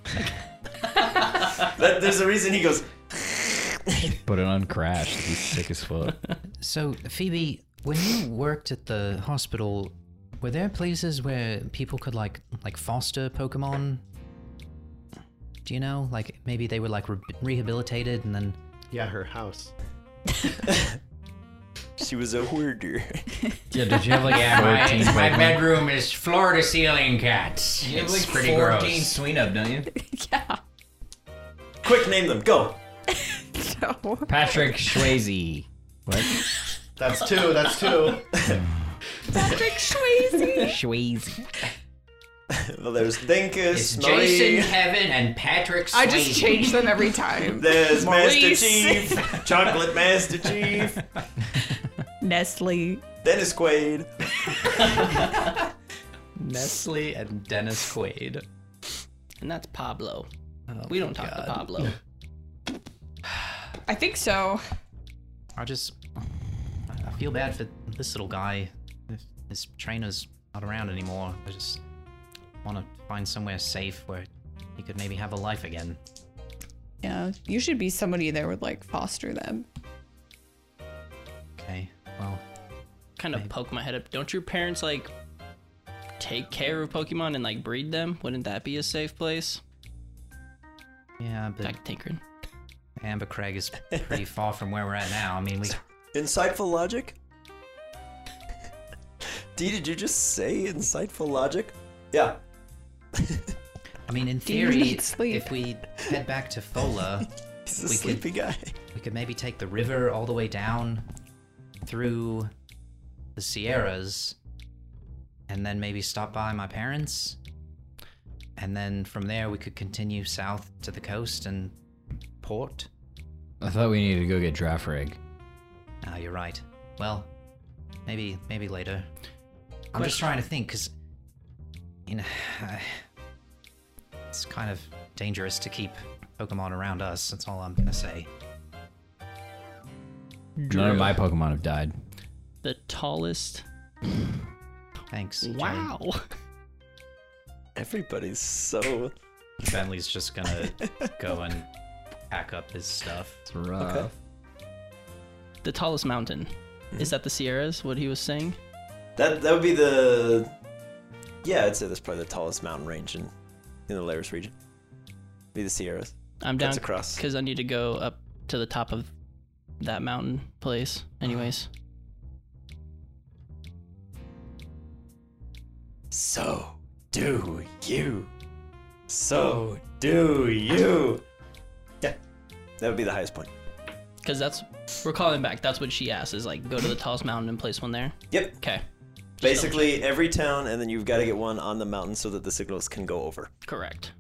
That, there's a reason he goes.
Put it on crash. It'd be sick as fuck.
So, Phoebe, when you worked at the hospital, were there places where people could like like foster Pokemon? Do you know, like maybe they were like re- rehabilitated and then
Yeah, her house.
She was a hoarder.
Yeah, did you have like
Yeah,
14
my, my
Pokemon?
bedroom is floor to ceiling cats.
You have
It's
like
pretty
14
gross.
Sween up, don't you?
Yeah.
Quick, name them. Go.
No.
Patrick Swayze. What?
That's two. That's two.
Patrick Swayze.
Swayze.
Well, there's Dinkus,
It's
Marie,
Jason, Kevin, and Patrick.
I just
Swayze.
change them every time.
there's Master
Maurice.
Chief, Chocolate Master Chief,
Nestle.
Dennis Quaid.
Nestle and Dennis Quaid.
And that's Pablo.
Oh
we don't talk to Pablo.
I think so.
I just I feel bad for this little guy. If his trainer's not around anymore, I just want to find somewhere safe where he could maybe have a life again.
Yeah. You should be somebody that would like foster them.
Okay. Well,
kind of poke my head up. Don't your parents like take care of Pokemon and like breed them? Wouldn't that be a safe place?
Yeah, but
Back to Tinkering.
Amber Craig is pretty far from where we're at now. I mean, we
Insightful logic? D, did you just say insightful logic? Yeah.
I mean, in
you
theory,
need sleep?
if we head back to Fola,
He's a
We could-
sleepy guy.
we could maybe take the river all the way down through the Sierras and then maybe stop by my parents. And then from there, we could continue south to the coast and port.
I thought we needed to go get Drafarig.
Ah, you're right. Well, maybe maybe later. I'm just trying to think, cause you know it's kind of dangerous to keep Pokemon around us. That's all I'm gonna say.
None of my Pokemon have died.
The tallest.
Thanks. Jane.
Wow.
Everybody's so.
Bentley's just gonna go and pack up his stuff.
It's rough.
The tallest mountain.
Mm-hmm.
Is that the Sierras? What he was saying?
That that would be the. Yeah, I'd say that's probably the tallest mountain range in, in the Laris region. Be the Sierras.
I'm down
That's across.
because I need to go up to the top of that mountain place. Anyways,
Uh-huh.
So do you. So do you. Yeah. That would be the highest point.
because that's we're calling back. That's what she asked. Is like go to the tallest mountain and place one there.
Yep.
Okay,
Basically, every town, and then you've got to get one on the mountain so that the signals can go over.
correct.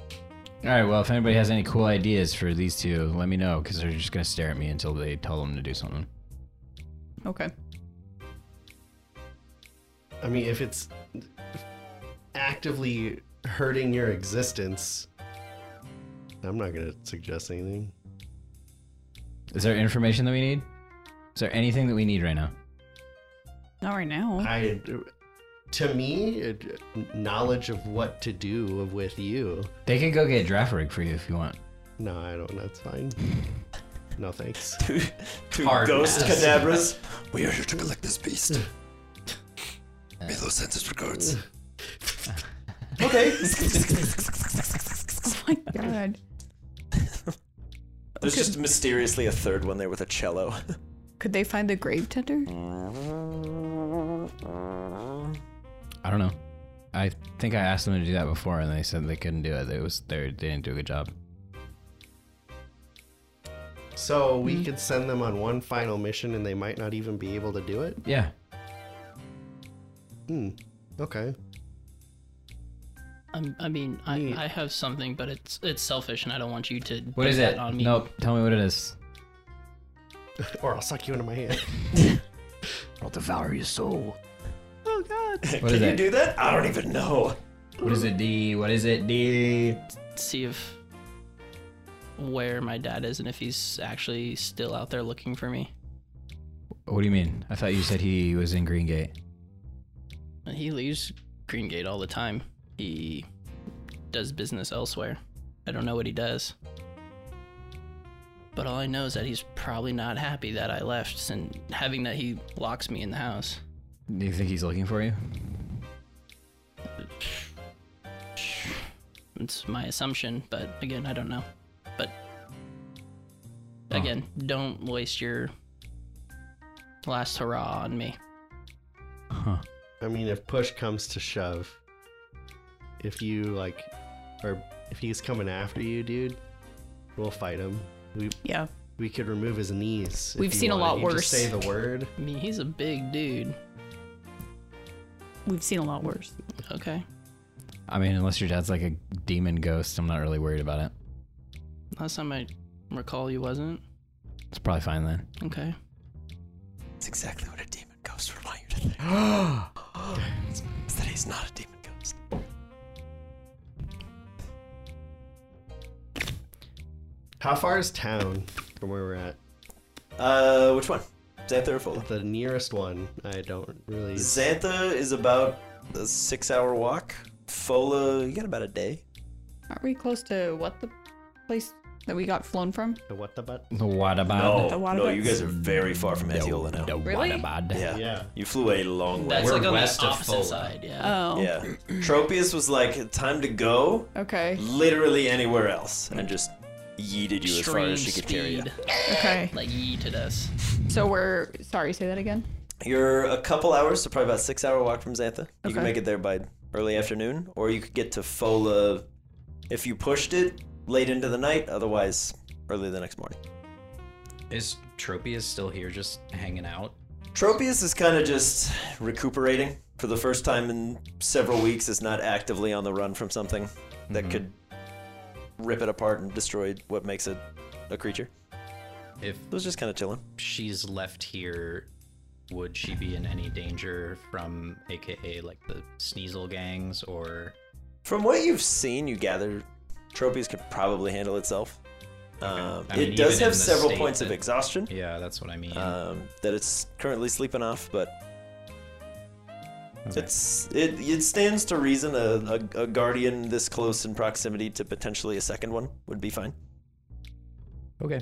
All right. Well, if anybody has any cool ideas for these two, let me know because they're just gonna stare at me until they tell them to do something.
Okay.
I mean, if it's actively hurting your existence, I'm not gonna suggest anything.
Is there information that we need? Is there anything that we need right now?
Not right now.
I, to me, it- knowledge of what to do with you.
They can go get Drafarig for you if you want.
No, I don't. That's fine. No thanks.
Two, two ghost cadabras. We are here to collect this beast. May those senses regards. okay.
Oh my god.
There's just mysteriously a third one there with a cello.
Could they find the grave tender?
I don't know. I think I asked them to do that before, and they said they couldn't do it. It was they didn't do a good job.
So we could send them on one final mission, and they might not even be able to do it.
Yeah.
Hmm. Okay.
i I mean, I, I have something, but it's it's selfish, and I don't want you to.
What
put
is
that
it?
On me.
Nope. Tell me what it is.
Or I'll suck you into my hand.
I'll devour your soul.
Oh God.
What is
Can you
it?
do that? I don't even know.
What is it, D? What is it, D?
See if where my dad is and if he's actually still out there looking for me.
What do you mean? I thought you said he was in Green Gate.
He leaves Green Gate all the time. He does business elsewhere. I don't know what he does. But all I know is that he's probably not happy that I left and having that he locks me in the house.
Do you think he's looking for you?
It's my assumption, but again, I don't know. But again, don't waste your last hurrah on me.
Huh.
I mean, if push comes to shove, if you like, or if he's coming after you, dude, we'll fight him. We
Yeah.
we could remove his knees. if
We've
you
seen a
wanted.
lot
You just
worse.
say the word.
I mean, he's a big dude.
We've seen a lot worse.
Okay.
I mean, unless your dad's like a demon ghost, I'm not really worried about it.
Last time I recall, you wasn't.
It's probably fine then.
Okay.
That's exactly what a demon ghost would want you to think. it's that he's not a demon ghost.
How far is town from where we're at?
Uh, which one? Xantha or Fola?
The nearest one. I don't really.
Xantha is about a six-hour walk. Fola, you got about a day.
Aren't we close to what the place that we got flown from?
The what the but?
What about?
No, no, you guys are very far from Adiola now.
Really?
Yeah.
Yeah.
you flew a long way.
That's like on
west
the
of
opposite
Fola.
side. Yeah.
Oh.
yeah, Tropius was like, "Time to go."
Okay.
Literally anywhere else, and just yeeted you as far as she
Extreme
could carry you.
speed,
Okay.
Like yeeted us.
So we're sorry. Say that again.
You're a couple hours, so probably about six hour walk from Xantha. You
Okay.
can make it there by early afternoon, or you could get to Fola if you pushed it late into the night. Otherwise, early the next morning.
Is Tropius still here, just hanging out?
Tropius is kind of just recuperating for the first time in several weeks. Is not actively on the run from something
Mm-hmm.
that could rip it apart and destroy what makes it a creature.
If
It was just kind of chilling.
she's left here, would she be in any danger from AKA like the Sneasel gangs or?
From what you've seen, you gather Tropius could probably handle itself. Um,
I mean,
it does
even in
have
the
several
state
points of
that-
exhaustion
Yeah, that's what I mean.
um, that it's currently sleeping off, but it's it it stands to reason a, a, a guardian this close in proximity to potentially a second one would be fine.
Okay.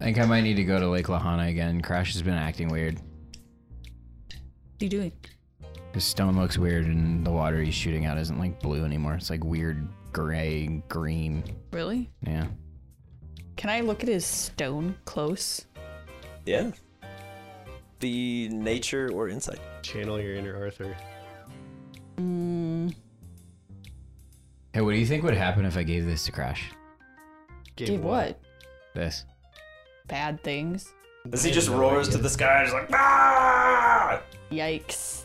I think I might need to go to Lake Lahana again. Crash has been acting weird.
What are you doing?
The stone looks weird, and the water he's shooting out isn't like blue anymore. It's like weird gray and green.
Really?
Yeah.
Can I look at his stone close?
Yeah. Be nature or insight.
Channel your inner Arthur.
Hmm,
Hey, what do you think would happen if I gave this to Crash?
Give
Dude, what?
This.
Bad things.
As he just roars to the sky, just like ah!
Yikes.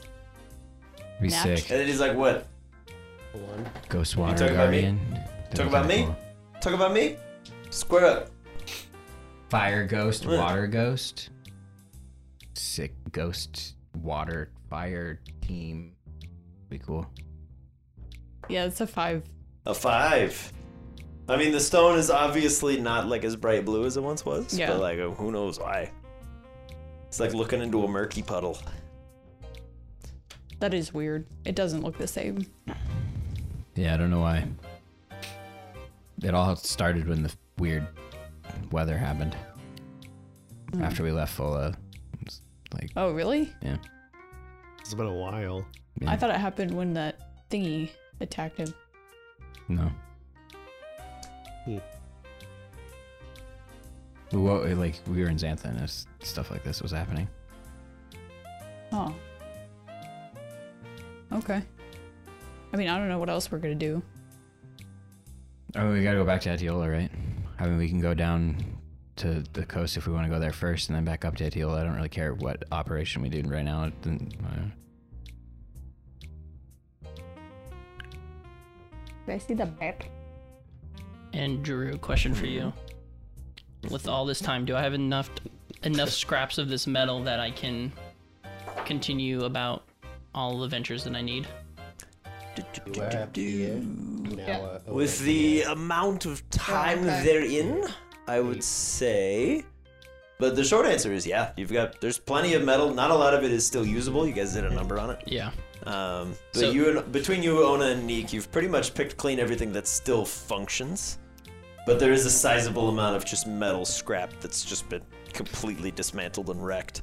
Be
Natural.
sick.
And then he's like, "What?
One.
Ghost water
talking about me?
guardian.
Talk about me? Talk about me? Square up."
Fire ghost,
What?
water ghost. Sick ghost, water, fire team. Be cool.
Yeah, it's a five.
A five. I mean, the stone is obviously not like as bright blue as it once was,
Yeah.
but like who knows why? It's like looking into a murky puddle.
That is weird. It doesn't look the same.
Yeah, I don't know why. It all started when the weird weather happened. After we left Fola. It was Like,
Oh, really?
yeah.
It's been a while.
Yeah.
I thought it happened when that thingy attacked him.
No.
Hmm.
Well, like we were in Xantha and this- stuff like this was happening.
Oh. Okay. I mean, I don't know what else we're gonna do.
Oh, we gotta go back to Etiola, right? I mean, we can go down to the coast if we want to go there first, and then back up to Etiola. I don't really care what operation we do right now. It didn't- uh,
Did I see the map?
And Drew, question for you. With all this time, do I have enough enough scraps of this metal that I can continue about all the ventures that I need?
uh, Oh,
With the amount of time they're in, I would say. But the short answer is yeah. You've got there's plenty of metal. Not a lot of it is still usable. You guys did a number on it.
Yeah.
Um, but
So-
you and between you, Ona and Neek, you've pretty much picked clean everything that still functions. But there is a sizable amount of just metal scrap that's just been completely dismantled and wrecked.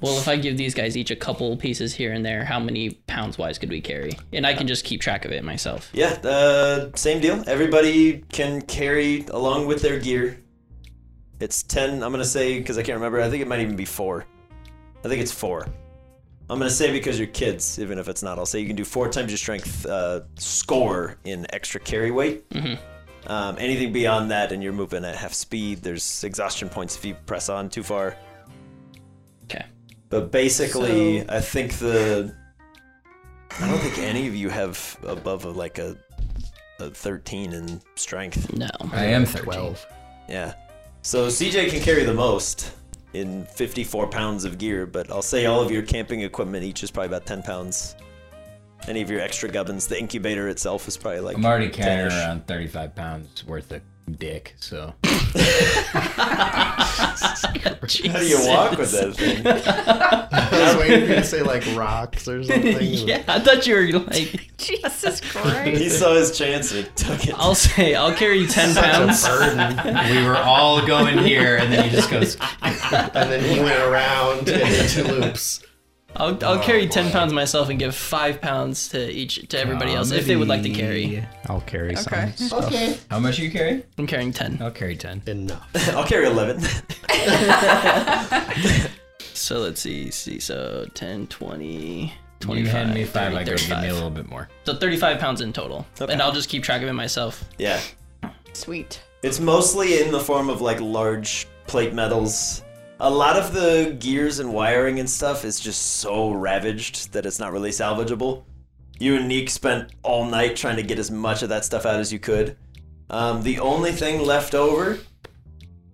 Well, if I give these guys each a couple pieces here and there, how many pounds wise could we carry? And I can just keep track of it myself.
Yeah, uh, same deal. Everybody can carry along with their gear. It's 10, I'm going to say, because I can't remember. I think it might even be 4. I think it's 4. I'm going to say because you're kids, even if it's not. I'll say you can do 4 times your strength uh, score in extra carry weight. Um, anything beyond that, and you're moving at half speed. There's exhaustion points if you press on too far.
Okay.
But basically,
So-
I think the. I don't think any of you have above a, like a, a 13 in strength.
No.
I am 12.
Yeah. So CJ can carry the most in 54 pounds of gear, but I'll say all of your camping equipment each is probably about 10 pounds. Any of your extra gubbins, the incubator itself is probably like.
I'm already carrying
10-ish.
around 35 pounds worth of dick. So
How do you walk with that thing?
I was waiting for you to say like rocks or something.
yeah, I thought you were like.
Jesus Christ.
He saw his chance and he took it.
I'll say I'll carry you ten pounds.
we were all going here, and then he just goes.
And then he went around in two loops.
I'll, I'll carry ten pounds myself and give five pounds to each to everybody else if they would like to carry.
I'll carry some.
Okay.
Okay.
How much you carry?
I'm carrying ten.
I'll carry ten.
Enough.
I'll carry 11.
So let's see, see, so 10, 20, 25,
You hand me five.
30,
I go give me a
35.
little bit more.
So 35 pounds in total.
Okay.
And I'll just keep track of it myself.
Yeah.
Sweet.
It's mostly in the form of like large plate metals. A lot of the gears and wiring and stuff is just so ravaged that it's not really salvageable. You and Neek spent all night trying to get as much of that stuff out as you could. Um, the only thing left over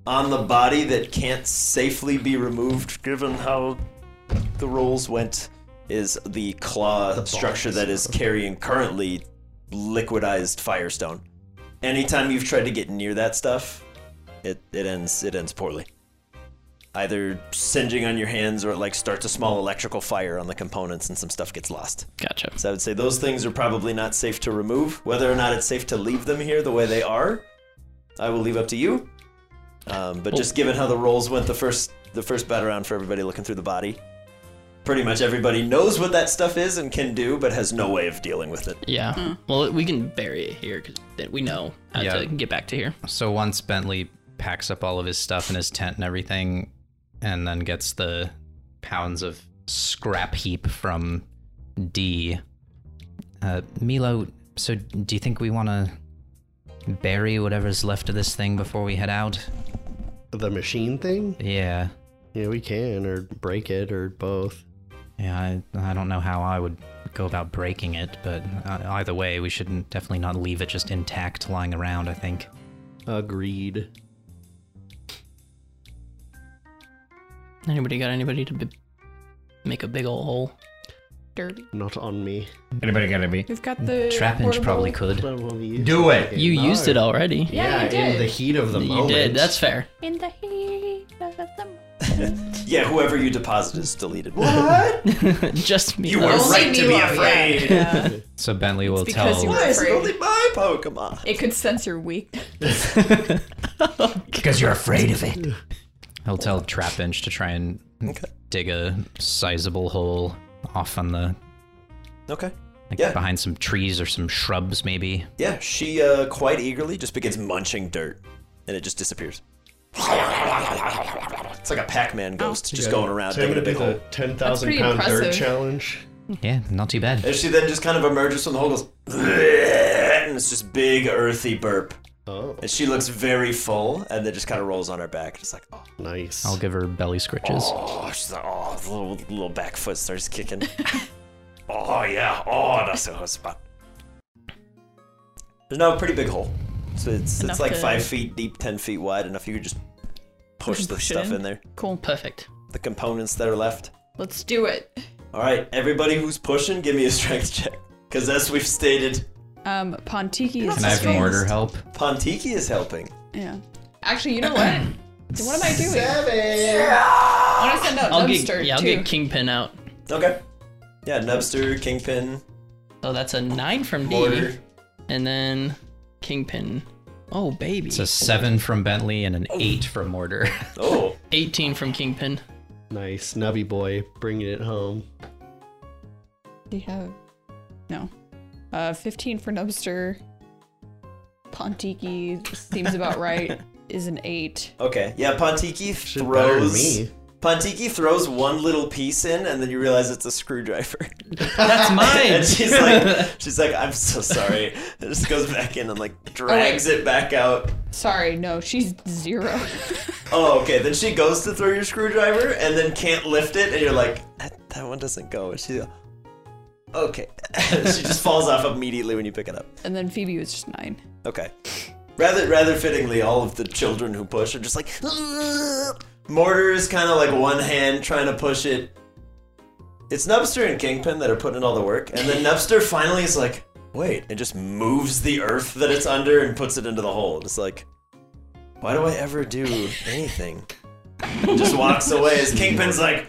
on the body that can't safely be removed, given how the rules went, is the claw structure that is carrying currently liquidized firestone anytime you've tried to get near that stuff, it, it ends it ends poorly. Either singeing on your hands or it like starts a small electrical fire on the components and some stuff gets lost.
Gotcha.
So I would say those things are probably not safe to remove. Whether or not it's safe to leave them here the way they are, I will leave up to you. Um, but just given how the rolls went the first the first battle round for everybody looking through the body, pretty much everybody knows what that stuff is and can do, but has no way of dealing with it.
Yeah.
Mm.
Well, we can bury it here because we know how
Yeah.
to get back to here.
So once Bentley packs up all of his stuff in his tent and everything, and then gets the pounds of scrap heap from D. Uh, Milo, so do you think we want to bury whatever's left of this thing before we head out?
The machine thing?
Yeah,
Yeah, we can, or break it, or both.
yeah. I, I don't know how I would go about breaking it, but uh, either way, we should definitely not leave it just intact lying around. I think.
Agreed.
Anybody got anybody to b- make a big old hole?
Dirty.
Not on me.
Anybody gotta be?
We've got the
Trapinch probably
portable-
could.
Not on you.
Do it.
You
No.
used it already.
Yeah,
Yeah, you
in
did.
the heat of the
you
moment.
did. That's fair.
In the heat of the
Yeah, whoever you deposited is deleted.
Just me.
You were
though.
right to be afraid.
So Bentley will
because
tell.
you were afraid.
my Pokemon?
It could sense your weakness.
Because you're afraid of it.
He'll tell Trapinch to try and dig a sizable hole off on the
Okay.
like
Yeah.
behind some trees or some shrubs maybe.
Yeah, she uh, quite eagerly just begins munching dirt, and it just disappears. It's like a Pac-Man ghost just going around
Tim
digging a big
did
hole.
the 10,000
pretty
pound dirt
impressive.
challenge.
Yeah, not too bad.
And she then just kind of emerges from the hole, goes, "Bleh," and it's just big earthy burp.
Oh,
And she looks very full, and then just kind of rolls on her back, just like, oh,
nice.
I'll give her belly scritches.
oh she's like, oh, the little, little back foot starts kicking. oh yeah, oh that's a hot spot. There's now a pretty big hole, so it's
Enough
it's like
to-
five feet deep, ten feet wide, enough you could just push
can
the
push it
stuff
in.
in there,
Cool.
Perfect.
the components that are left.
Let's do it.
All right, everybody who's pushing, give me a strength check, because as we've stated,
Um, Pontiki is
Can I have
strong.
mortar help?
Pontiki is helping.
Yeah. Actually, you know what? what am I doing? I want to send out
I'll
Dumpster
get yeah. I'll
too.
get Kingpin out.
Okay. Yeah, Nubster, Kingpin,
Oh, that's a nine from D.
Mortar.
And then Kingpin. Oh baby.
It's a seven from Bentley and an eight from Mortar.
Oh,
18 from Kingpin.
Nice. Nubby boy bringing it home.
Do you have no? Uh, fifteen for Nubster. Pontiki seems about right. Is an eight.
okay. Yeah, Pontiki
Should better than
throws.
me.
Pontiki throws one little piece in, and then you realize it's a screwdriver.
That's mine.
and she's like, she's like, I'm so sorry. And just goes back in and
Oh,
like drags it back out.
Sorry, no, she's zero.
Oh, okay. Then she goes to throw your screwdriver and then can't lift it, and you're like, that, that one doesn't go. And she's like, okay. she just falls off immediately when you pick it up.
and then Phoebe was just nine.
Okay. Rather, rather fittingly, all of the children who push are just like. Mortar is kind of like one hand trying to push it. It's Nubster and Kingpin that are putting in all the work, and then Nubster finally is like, "Wait!" and just moves the earth that it's under and puts it into the hole. It's like, Why do I ever do anything? Just walks away. His kingpin's like,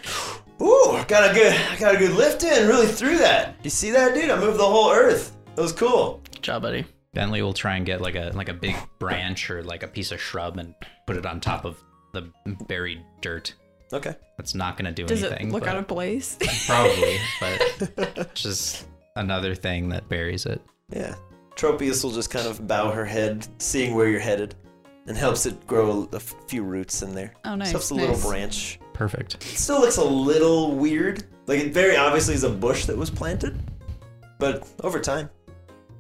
ooh, I got a good, I got a good lift in. Really threw that. You see that, dude? I moved the whole earth. That was cool.
Good job, buddy.
Bentley will try and get like a like a big branch or like a piece of shrub and put it on top of the buried dirt.
Okay.
That's not gonna do
Does
anything.
it look
but-
out of place?
probably, but it's just another thing that buries it.
Yeah. Tropius will just kind of bow her head, seeing where you're headed, and helps it grow a f- few roots in there.
oh,
Just
nice.
helps a
nice.
little branch.
Perfect.
It still looks a little weird. Like it very obviously is a bush that was planted, but over time,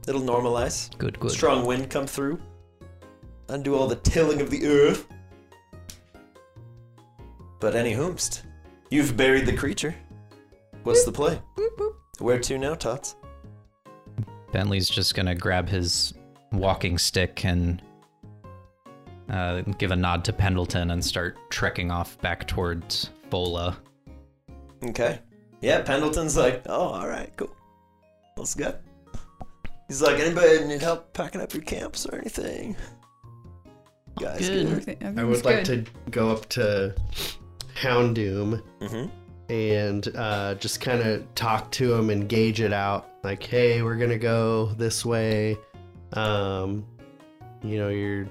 it'll normalize.
Good, good.
Strong wind come through, undo all the tilling of the earth. But any whomst, you've buried the creature. What's the play? Where to now, Tots?
Bentley's just gonna grab his walking stick and uh, give a nod to Pendleton and start trekking off back towards Bola.
Okay. Yeah, Pendleton's like, oh, all right, cool. Let's go. He's like, anybody need help packing up your camps or anything? Guys,
Good.
Everything-
I
everything's
would like
good.
to go up to Houndoom
Mm-hmm.
and uh, just kind of talk to him and gauge it out. Like, hey, we're gonna go this way. Um, you know, you're.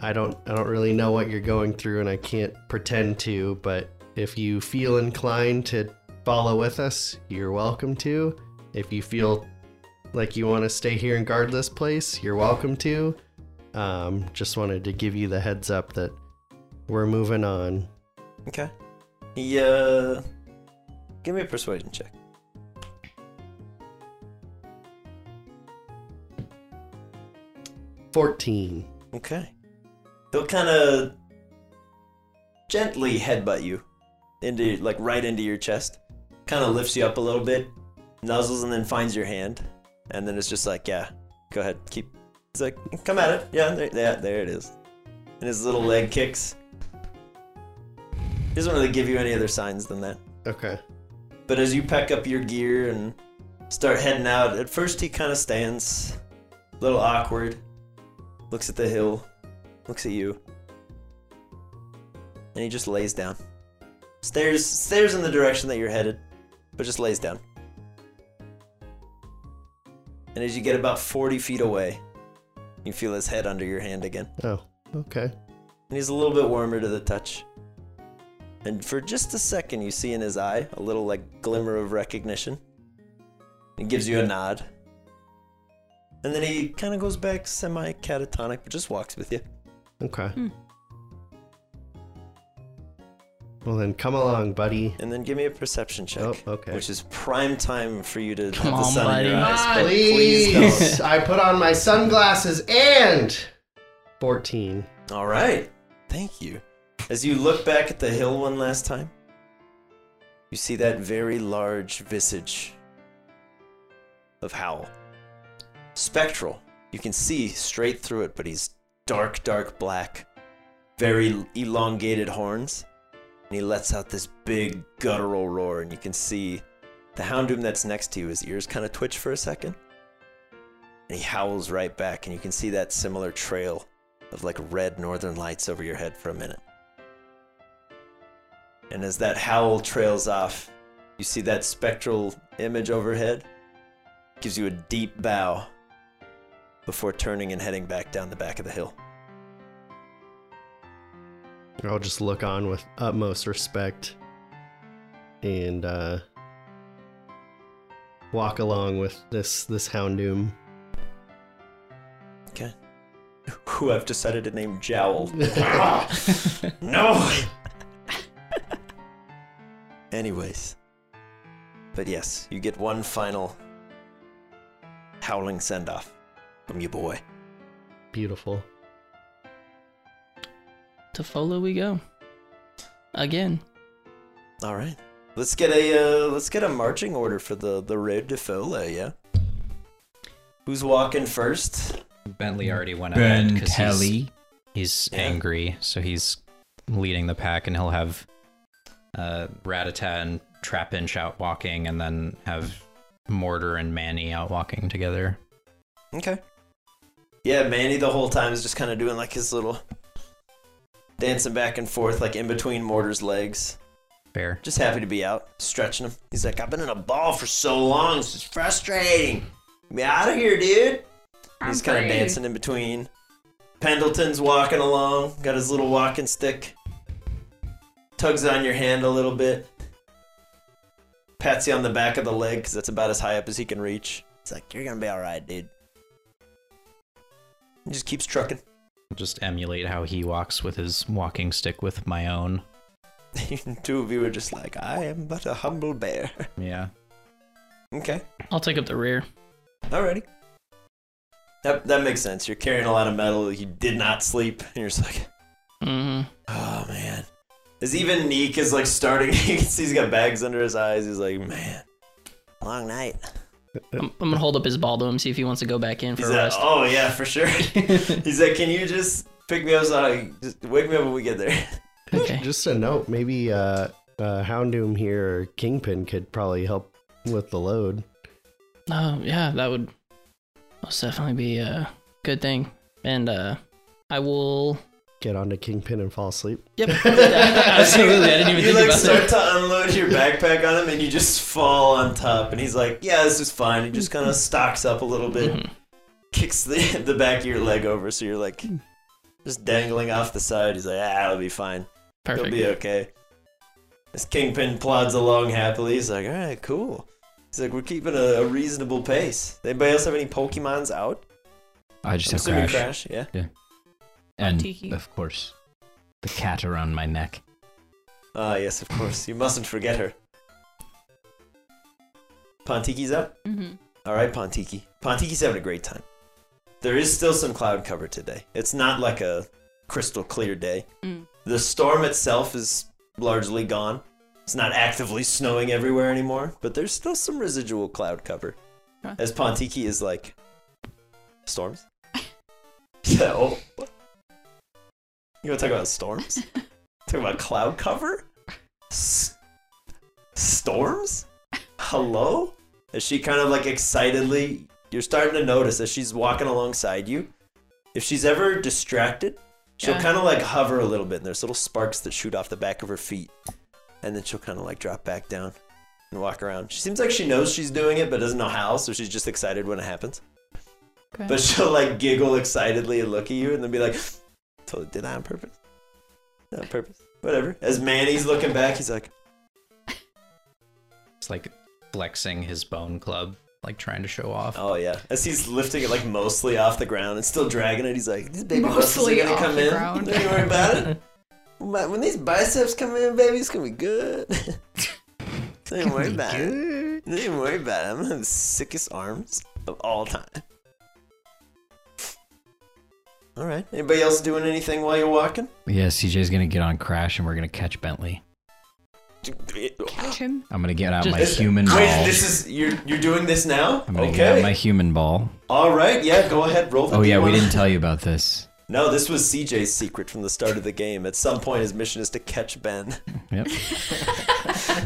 I don't. I don't really know what you're going through, and I can't pretend to. But if you feel inclined to follow with us, you're welcome to. If you feel like you want to stay here and guard this place, you're welcome to. Um, just wanted to give you the heads up that we're moving on.
Okay. Yeah. Give me a persuasion check.
Fourteen.
Okay. They'll kind of gently headbutt you into like right into your chest. Kind of lifts you up a little bit, nuzzles, and then finds your hand, and then it's just like, yeah, go ahead, keep. It's like, come at it. Yeah, there, yeah, there it is. And his little leg kicks. He doesn't really give you any other signs than that.
Okay.
But as you pack up your gear and start heading out, at first he kind of stands, a little awkward, looks at the hill, looks at you, and he just lays down. Stares, stares in the direction that you're headed, but just lays down. And as you get about 40 feet away, you feel his head under your hand again
Oh. Okay.
and he's a little bit warmer to the touch. And for just a second, you see in his eye a little like glimmer of recognition. He gives you a nod. And then he kind of goes back semi catatonic, but just walks with you.
Okay. Well then, come along, buddy.
And then give me a perception check.
Oh, okay.
Which is prime time for you to have
Come
the
on,
sun in your
buddy.
eyes. But please don't.
Please, I put on my sunglasses and fourteen.
All right. Thank you. As you look back at the hill one last time, you see that very large visage of Howl. Spectral. You can see straight through it, but he's dark, dark black. Very elongated horns. And he lets out this big guttural roar, and you can see the houndoom that's next to you, his ears kind of twitch for a second. And he howls right back, and you can see that similar trail of like red northern lights over your head for a minute. And as that howl trails off, you see that spectral image overhead, gives you a deep bow before turning and heading back down the back of the hill.
I'll just look on with utmost respect and uh, walk along with this this houndoom.
Who I've decided to name Jowl. Ah, no! Anyways. But yes, you get one final howling send off from your boy.
Beautiful.
To follow we go. Again.
All right. Let's get a uh, let's get a marching order for the the raid de Fola, yeah. Who's walking first?
Bentley already went ahead
Ben
because he's,
Kelly.
he's
Yeah.
angry, so he's leading the pack, and he'll have uh, Ratata and Trapinch out walking, and then have Mortar and Manny out walking together.
Okay. Yeah, Manny the whole time is just kind of doing like his little dancing back and forth like in between Mortar's legs.
Fair.
Just happy to be out, stretching him. He's like, I've been in a ball for so long. This is frustrating. Get Me out of here, dude. He's kind of
free.
dancing in between. Pendleton's walking along, got his little walking stick. Tugs on your hand a little bit. Pats you on the back of the leg because that's about as high up as he can reach. It's like, you're going to be all right, dude. He just keeps trucking.
Just emulate how he walks with his walking stick with my own.
Two of you are just like, I am but a humble bear.
Yeah.
Okay.
I'll take up the rear.
Alrighty. That, that makes sense. You're carrying a lot of metal. You did not sleep. And you're just like,
hmm
oh, man. Is even Neek is like starting. You can see he's got bags under his eyes. He's like, man, long night.
I'm, I'm gonna hold up his ball to him, see if he wants to go back in for
He's
a
like,
rest.
oh, yeah, for sure. he's like, can you just pick me up? So I, just wake me up when we get there.
okay.
Just a note, maybe uh, uh, Houndoom here or Kingpin could probably help with the load.
Um, yeah, that would most definitely be a good thing. And uh, I will.
Get onto Kingpin and fall asleep.
Yep. Absolutely. I didn't even
you
think
like
about
start
that.
to unload your backpack on him and you just fall on top and he's like yeah this is fine he just kind of stocks up a little bit
Mhm.
kicks the, the back of your leg over so you're like just dangling off the side he's like ah it'll be fine
Perfect.
he'll be okay this kingpin plods along happily he's like all right cool he's like we're keeping a, a reasonable pace anybody else have any pokemons out
I just
I'm
have
assuming
crash.
crash yeah
And
Tiki.
of course, the cat around my neck.
ah yes of course you mustn't forget her pontiki's up
Mm-hmm.
All right, Pontiki. Pontiki's having a great time. There is still some cloud cover today. It's not like a crystal clear day.
Mm.
The storm itself is largely gone. It's not actively snowing everywhere anymore, but there's still some residual cloud cover.
Huh.
As Pontiki is like, storms? yeah, oh. You want to talk about storms? talk about cloud cover? S- storms? Hello? As she kind of like excitedly, you're starting to notice as she's walking alongside you. If she's ever distracted, she'll
Yeah.
kind of like hover a little bit, and there's little sparks that shoot off the back of her feet. And then she'll kind of like drop back down and walk around. She seems like she knows she's doing it, but doesn't know how, so she's just excited when it happens.
Okay.
But she'll like giggle excitedly and look at you and then be like, totally did that on purpose. Not on purpose. Whatever. As Manny's looking back, he's like,
It's like flexing his bone club, like trying to show off.
Oh yeah. As he's lifting it like mostly off the ground and still dragging it, he's like, "These baby
Mostly
muscles are gonna
off
come
the
in.
ground.
Don't you worry about it. My- When these biceps come in, baby, it's gonna be good. Don't even worry about it. Don't even worry about it. I'm gonna have the sickest arms of all time. All right. Anybody else doing anything while you're walking?
Yeah, CJ's gonna get on crash, and we're gonna catch Bentley.
Catch him.
I'm gonna get out my
Just-
human ball.
Wait, this is you're you're doing this now?
I'm gonna get out
Okay.
my human ball.
All right. Yeah. Go ahead. Roll. The
Oh yeah, we
D1.
didn't tell you about this.
No, this was CJ's secret from the start of the game. At some point, his mission is to catch Ben.
Yep.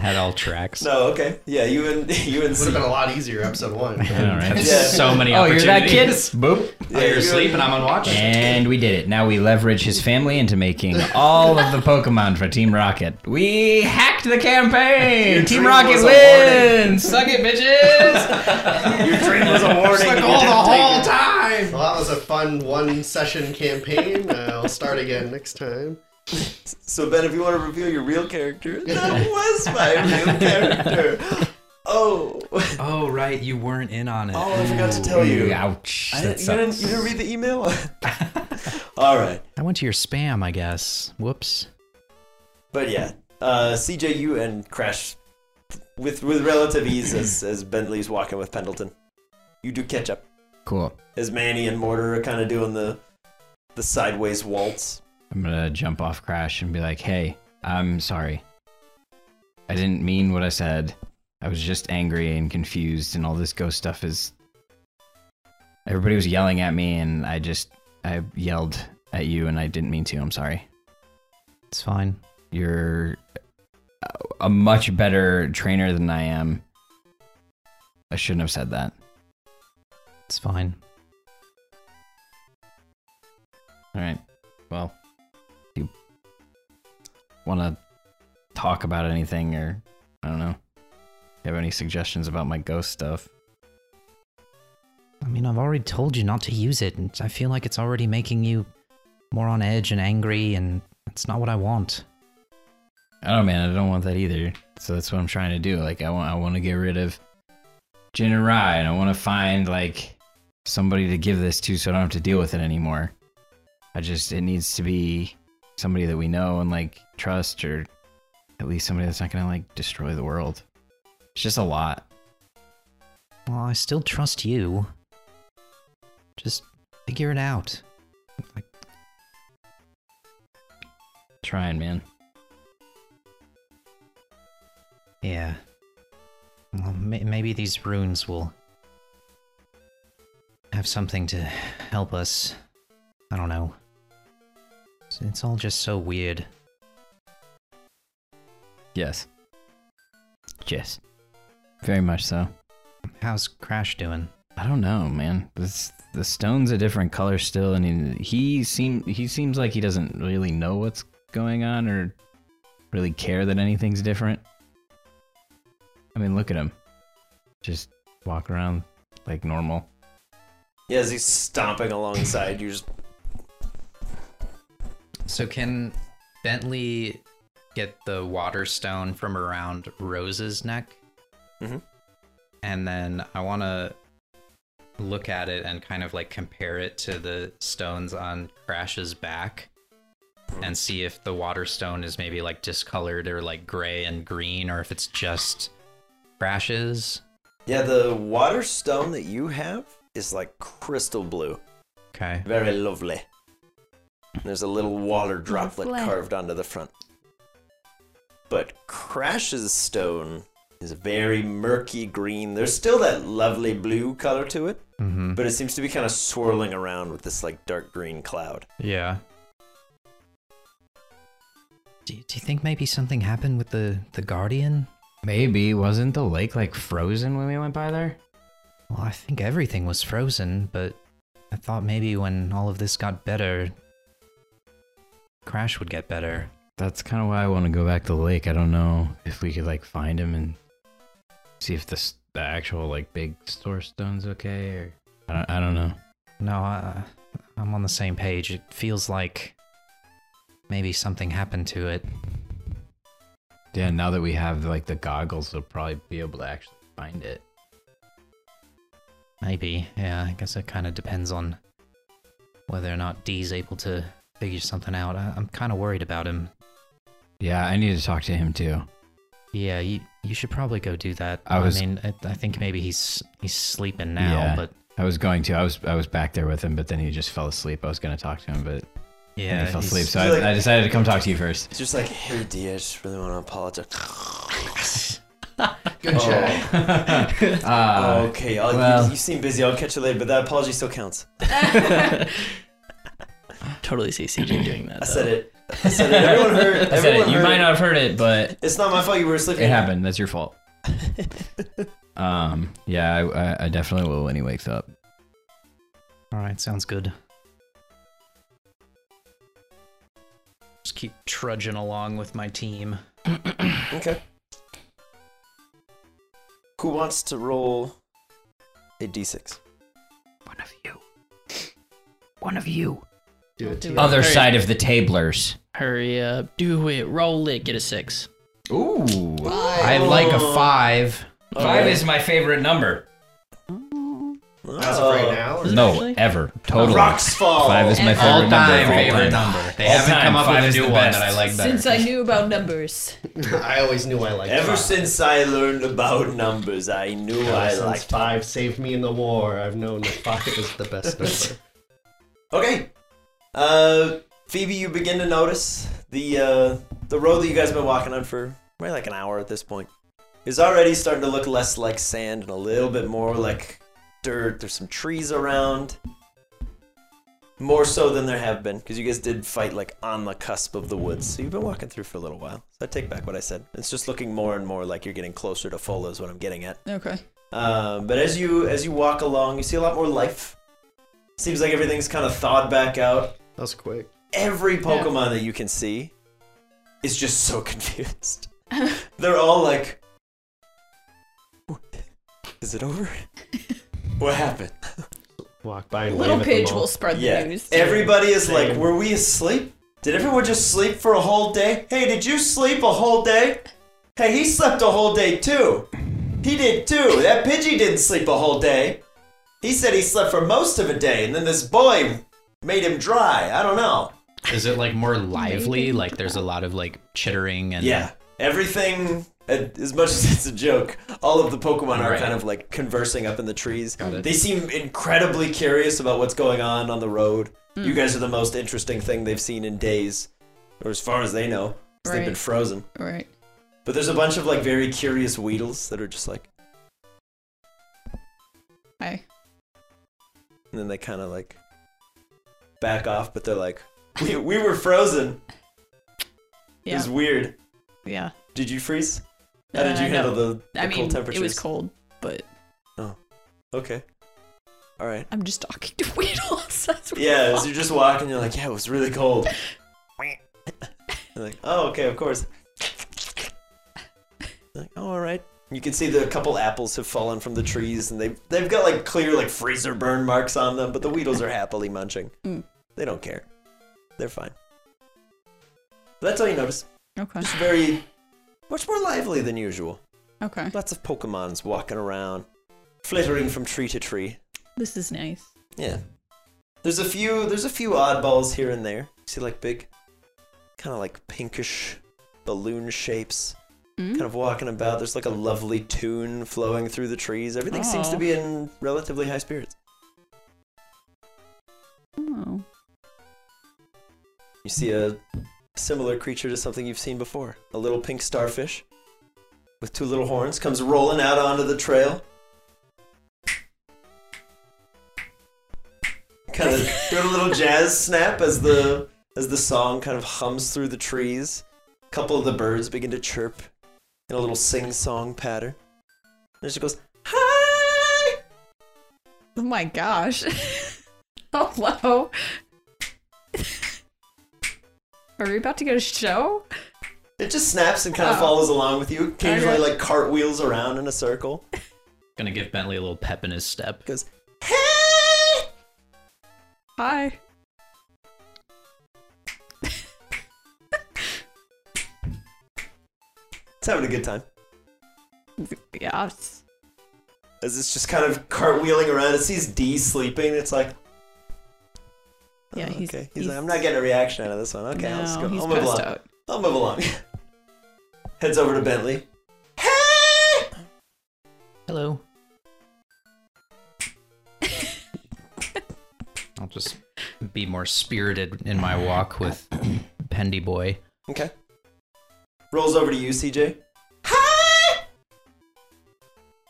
Had all tracks.
No, okay, yeah, you and you and C-
a lot easier episode one.
I know, right?
Yeah.
So many
Oh, you're that kid.
opportunities.
Boop.
yeah,
You're
you
asleep and
and-
I'm on watch.
And we did it. Now we leverage his family into making all of the Pokemon for Team Rocket. We hacked the campaign. Team
dream
Rocket
was a warning.
wins. Suck it, bitches.
your dream was a warning. you
all
didn't
the
take
whole
it.
time.
Well, that was a fun one session campaign. Uh, I'll start again next time.
So Ben, if you want to reveal your real character, that was my real character. Oh,
Oh right, you weren't in on it.
oh, I forgot to tell you.
Ouch.
I didn't,
that
you,
sucks.
didn't, you didn't read the email. all right,
I went to your spam, I guess. Whoops.
but yeah, uh, CJ, you and Crash, with with relative ease, as as Bentley's walking with Pendleton, you do catch up.
Cool.
as Manny and Mortar are kind of doing the the sideways waltz.
I'm gonna jump off Crash and be like, "Hey, I'm sorry. I didn't mean what I said. I was just angry and confused, and all this ghost stuff is. Everybody was yelling at me, and I just I yelled at you, and I didn't mean to. I'm sorry.
It's fine.
You're a- a much better trainer than I am. I shouldn't have said that.
It's fine.
All right. Well, you want to talk about anything or I don't know. You have any suggestions about my ghost stuff?
I mean, I've already told you not to use it, and I feel like it's already making you more on edge and angry, and that's not what I want.
I don't, know, man. I don't want that either. So that's what I'm trying to do. Like, I want, I want to get rid of Jin and Rai, and I want to find like somebody to give this to, so I don't have to deal with it anymore. I just, it needs to be somebody that we know and like trust, or at least somebody that's not gonna like destroy the world. It's just a lot.
Well, I still trust you. Just figure it out. Like,
Trying, man.
yeah. Well, may- maybe these runes will have something to help us. I don't know. It's- It's all just so weird.
Yes. Yes. Very much so.
How's Crash doing?
I don't know, man. This the stone's a different color still, and he, he seem he seems like he doesn't really know what's going on or really care that anything's different. I mean, look at him. Just walk around like normal.
Yeah, as he's stomping alongside you, just
So can
Bentley get the water stone from around Rose's neck.
Mhm.
And then I want to look at it and kind of like compare it to the stones on Crash's back and see if the water stone is maybe like discolored or like gray and green or if it's just Crash's.
yeah. The water stone that you have is like crystal blue,
Okay.
very lovely. There's a little water droplet
Lovely.
carved onto the front. But Crash's stone is very murky green. There's still that lovely blue color to it,
Mm-hmm.
but it seems to be kind of swirling around with this like dark green cloud.
Yeah. Do, do you think maybe something happened with the the guardian?
Maybe wasn't the lake like frozen when we went by there?
Well, I think everything was frozen, but I thought maybe when all of this got better, Crash would get better.
That's kind of why I want to go back to the lake. I don't know if we could like find him and see if this the actual like big store stone's okay or I don't, I don't know.
No, I, I'm on the same page. It feels like maybe something happened to it.
Yeah, now that we have like the goggles, we'll probably be able to actually find it.
Maybe, yeah, I guess it kind of depends on whether or not Dee's able to figure something out. I, I'm kind of worried about him.
Yeah, I need to talk to him too.
Yeah, you you should probably go do that.
I was-
mean, I, I think maybe he's he's sleeping now,
Yeah.
but
I was going to. I was I was back there with him, but then he just fell asleep. I was going to talk to him, but yeah,
yeah,
then he fell
he's-
asleep. So I,
he's like-
I decided to come talk to you first.
It's just like, hey, dear, I just really want to apologize.
Good try.
Uh,
Oh, okay, I'll,
well-
you, you seem busy. I'll catch you later, but that apology still counts.
Totally see CJ doing that.
I said it. I said it. Everyone heard.
I said it.
Everyone
You
heard
might not have heard it, but
It's not my fault you were sleeping.
it happened. That's your fault. um. Yeah, I, I, I definitely will when he wakes up.
All right, sounds good. Just keep trudging along with my team.
Okay. Who wants to roll a d6?
One of you. One of you.
Do it.
Do
T.
it. Other Hurry. side
of the tablers.
Hurry up, do it, roll it, get a six.
Ooh. I like a five. Five is my favorite number.
As of
Oh.
right now, or-
No,
actually?
ever. Totally.
Rocks fall.
Five is my
And
favorite
all
number.
time
of all
favorite
time.
number. They
All
haven't
time,
come up
five
with a
is
new
the
one
best.
that I like better.
Since I knew about numbers.
I always knew I liked.
Ever
five.
since I learned about numbers, I knew
Ever
I
since
liked them.
five saved me in the war. I've known that five is the best number.
Okay. Uh, Phoebe, you begin to notice the uh, the road that you guys have been walking on for maybe like an hour at this point is already starting to look less like sand and a little bit more like dirt. There's some trees around. More so than there have been, because you guys did fight like on the cusp of the woods. So you've been walking through for a little while. So I take back what I said. It's just looking more and more like you're getting closer to full is what I'm getting at.
Okay.
Um, but as you as you walk along, you see a lot more life. Seems like everything's kind of thawed back out.
That was quick.
Every Pokemon that you can see is just so confused. They're all like, "Is it over? What happened?"
Walk by and
Little
wave at them
Pidge
all.
will spread
Yeah.
the news.
Everybody is like,
Same.
"Were we asleep? Did everyone just sleep for a whole day? Hey, did you sleep a whole day? Hey, he slept a whole day too. He did too. That Pidgey didn't sleep a whole day. He said he slept for most of a day, and then this boy made him dry. I don't know.
Is it like more lively? Like there's a lot of like chittering and
Yeah. Everything, a- as much as it's a joke, all of the Pokemon are
Right.
kind of like conversing up in the trees.
Got it.
They seem incredibly curious about what's going on on the road.
Hmm.
You guys are the most interesting thing they've seen in days, or as far as they know, 'cause they've been
Right.
frozen.
Right.
But there's a bunch of like very curious Weedles that are just like,
Hi.
and then they kind of like back off, but they're like, we, we were frozen. It
Yeah.
was weird.
Yeah.
Did you freeze? How did
Uh,
you
no.
handle the, the
I
cold
mean,
temperatures?
it was cold, but
Okay. All right.
I'm just talking to Weedles. That's what
Yeah, as you're just walking, you're like, yeah, it was really cold. You're like, oh, okay, of course. You're like, oh, all right. You can see that a couple apples have fallen from the trees, and they've they've got like clear like freezer burn marks on them, but the Weedles are happily munching.
Mm.
They don't care. They're fine. But that's all you notice.
Okay.
Just very much more lively than usual.
Okay.
Lots of Pokemons walking around, flittering from tree to tree.
This is nice.
Yeah. There's a few there's a few oddballs here and there. See like big kind of like pinkish balloon shapes
Mm?
kind of walking about. There's like a lovely tune flowing through the trees. Everything seems to
Aw.
be in relatively high spirits.
Oh.
You see a similar creature to something you've seen before. A little pink starfish with two little horns comes rolling out onto the trail. Kind of doing a little jazz snap as the as the song kind of hums through the trees. A couple of the birds begin to chirp in a little sing-song pattern. And she goes, "Hi!"
Oh my gosh. Hello. Are we about to go to show?
It just snaps and kind of
Oh.
follows along with you. Occasionally,
Okay.
like cartwheels around in a circle.
gonna give Bentley a little pep in his step.
goes, Hey!
Hi.
It's having a good time.
Yes.
As it's just kind of cartwheeling around, it sees D sleeping. It's like,
Yeah,
"Oh,
he's-
okay. He's, like,
he's-
I'm not getting a reaction out of this one. Okay, I'll just
no,
go.
he's
I'll move
passed
along.
out.
I'll move along. Heads over to Bentley. Hey!
Hello. I'll just
Be more spirited in my walk with Pendy Boy.
Okay. Rolls over to you, CJ. Hi!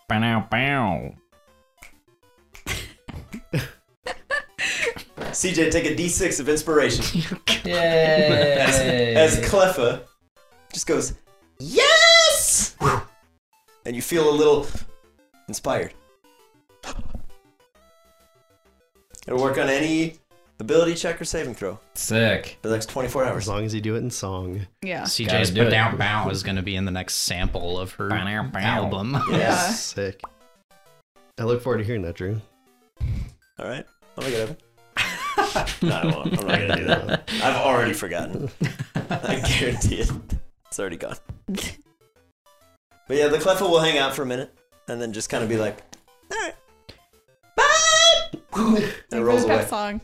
Bow, bow.
CJ, take a D6 of inspiration.
Yay!
as Cleffa just goes, Yes! And you feel a little inspired. It'll work on any ability check or saving throw
Sick.
for the next 24
As
hours.
long as you do it in song.
Yeah.
CJ's
do it.
Bow Bow is gonna be in the next sample of her
Bow, bow.
album.
Yeah.
Sick. I look forward to hearing that, Drew.
All right. I'll make it happen. no, I won't. I'm not going to do that. I've already forgotten. I guarantee it. It's already gone. But yeah, the Cleffa will hang out for a minute and then just kind of be like, All right. Bye! and it
Like
rolls
the pep
away.
song.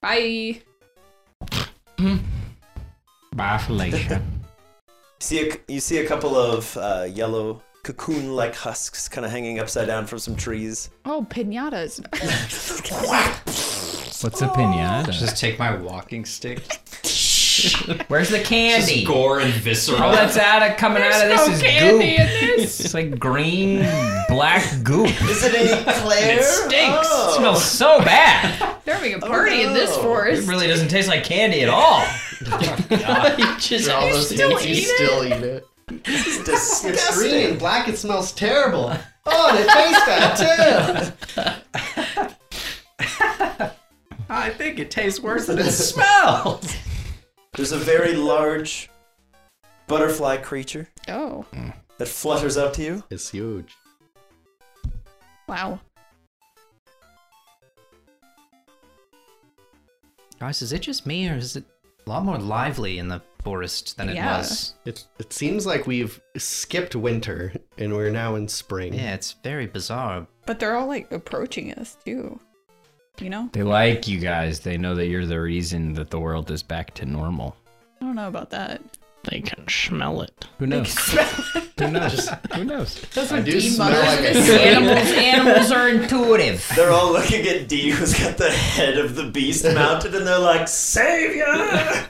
Bye.
Bafflation.
See a, you see a couple of uh, yellow cocoon-like husks kind of hanging upside down from some trees.
Oh, pinatas.
What's a pinata?
Just take my walking stick.
Where's the candy?
Gore and
All
viscera.
that's out of coming out of
There's
this
no
is
candy
goop.
in this.
It's like green, black goop.
Is it any Claire?
It stinks.
Oh.
It smells so bad.
There we go. Party in this
no.
It
forest.
really doesn't taste like candy at all.
Just
all
those still things, you eat it? still
eat it. It's green and
disgusting.
black. It smells terrible. Oh, and it tastes bad too.
I think it tastes worse than it smells.
There's a very large butterfly creature
Oh,
that flutters up to you.
It's huge.
wow.
Guys, is it just me or is it a lot more lively in the forest than it
Yeah.
was?
It it seems like we've skipped winter and we're now in spring.
Yeah, it's very bizarre.
But they're all like approaching us too. You know?
They like you guys. They know that you're the reason that the world is back to normal.
I don't know about that.
They can smell it.
Who knows? Who knows? Who knows?
Those
I
are
do
demons.
smell like a
Animals, animals are intuitive.
They're all looking at D, who's got the head of the beast mounted, and they're like, Savior!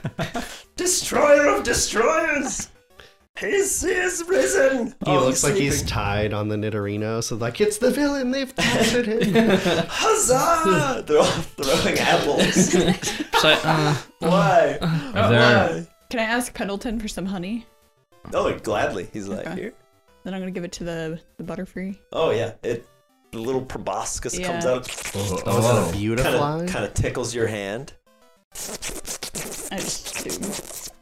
Destroyer of destroyers! He's, he is risen!
He looks like he's tied on the Nidorino, so like it's the villain. They've captured him.
Huzzah! They're all throwing apples.
So, uh,
Why?
Uh-huh.
Are there-
Why?
Can I ask Pendleton for some honey?
Oh, gladly. He's like,
Okay.
here.
Then I'm gonna give it to the the butterfree.
Oh, yeah. It, the little proboscis comes
Yeah.
out.
Oh, is that a
Kind
beautiful
of, kind of tickles your hand.
I just assume.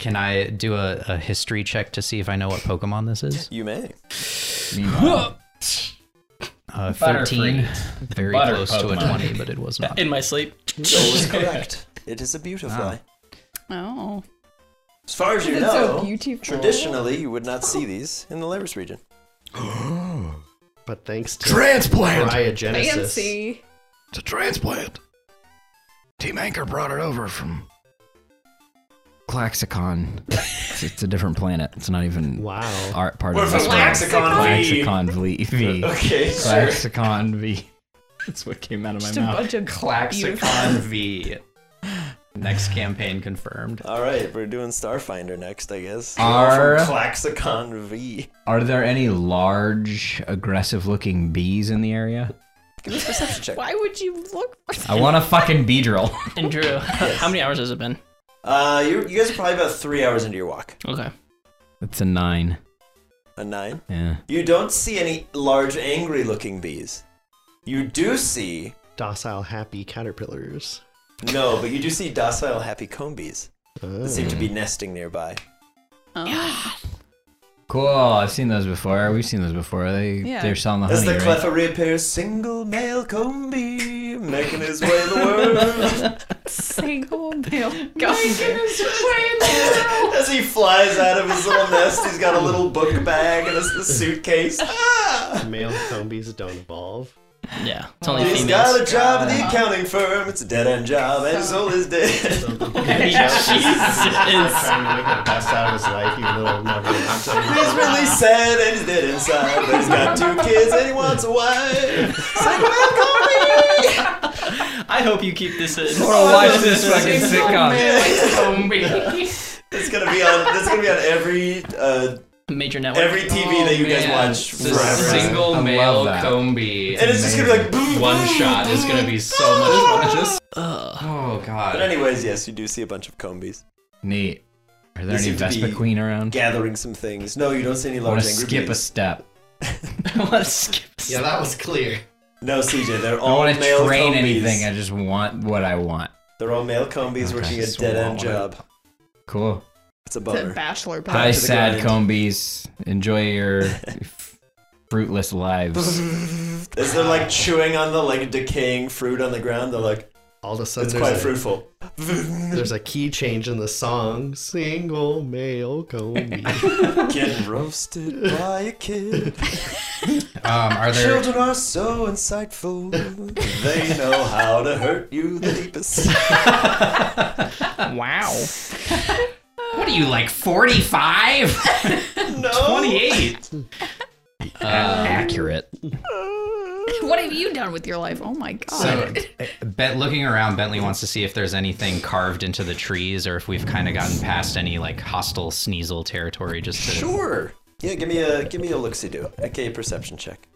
Can I do a, a history check to see if I know what Pokemon this is?
You may.
Meanwhile,
Uh, 13.
Butterfree.
Very
Butter
close to a
Pokemon.
20, but it was not.
in my sleep.
Joel is correct. It is a
Ah.
beautifly.
Oh,
As far as you
it's so
know,
beautiful.
traditionally you would not see these in the Laris region.
But thanks to
Transplant!
cryogenesis,
fancy.
It's a transplant. Team Anchor brought it over from.
Claxicon. It's, it's a different planet. It's not even
Wow.
our part
What
of
if it's
this world.
Claxicon
Claxicon V. v.
Okay, sure.
Claxicon V. That's what came out of my
Just a
mouth.
bunch of beautiful-
Claxicon V. Next campaign confirmed.
All right, we're doing Starfinder next, I guess.
Are-
From Claxicon V.
Are there any large, aggressive-looking bees in the area?
Give me a perception check.
Why would you look? For
I want a fucking bee drill.
And Drew, how many hours has it been?
Uh, you you guys are probably about three hours into your walk.
Okay.
That's a nine.
A nine.
Yeah.
You don't see any large, angry-looking bees. You do see
docile, happy caterpillars.
no, but you do see docile, happy comb bees that
Oh.
seem to be nesting nearby.
oh.
Cool. I've seen those before. We've seen those before. They
Yeah.
they're selling the
As
honey.
the
right?
cleffa reappears, single male comb bee making his way the world.
Single male. Guys,
As he flies out of his little nest, he's got a little book bag and a, a suitcase. Ah!
Male zombies don't evolve.
Yeah. It's only
He's
females.
got a job at the accounting firm. It's a dead end job, and his soul is dead.
Trying to make the best out of his life, you little never.
He's really sad and he's dead inside. But he's got two kids and he wants a wife.
I hope you keep this in.
Oh, watch this fucking sitcom.
It's gonna be on. That's gonna be on every uh,
Major network.
every TV that you guys watch
It's Oh, a
forever.
single
I love
male
that.
combi.
and it's just gonna be like boom,
one
boom,
shot is
boom.
gonna be so much fun. Just
Ugh.
oh
But
god.
anyways, yes, you do see a bunch of combies
Neat. Are
You
there any
seem to
Vespa
be
Queen around?
gathering some things. No, you don't see any
I want
large
to
angry
skip a
bees.
step.
I want to skip. this.
Yeah, that was clear.
No, CJ, they're
I don't
all
want to
male
train
combies.
anything. I just want what I want.
They're all male combies
Okay.
working a
So
dead end
what-
job.
Cool.
It's a
it's a
bummer.
bachelor
Hi,
party.
to the
sad
grind.
combies. Enjoy your f- fruitless lives.
As they're like chewing on the like decaying fruit on the ground, they're like,
All of a sudden,
it's
there's
quite
a,
fruitful.
there's a key change in the song. Single male combi.
Getting roasted by a kid.
Um, are there
Children are so insightful. They know how to hurt you the deepest.
Wow.
What are you like 45?
No.
28.
Accurate.
What have you done with your life? Oh my god.
So, bet looking around, Bentley wants to see if there's anything carved into the trees or if we've kind of gotten past any like hostile sneasel territory just to
Sure. Yeah, give me a give me a look see do. Okay, perception check.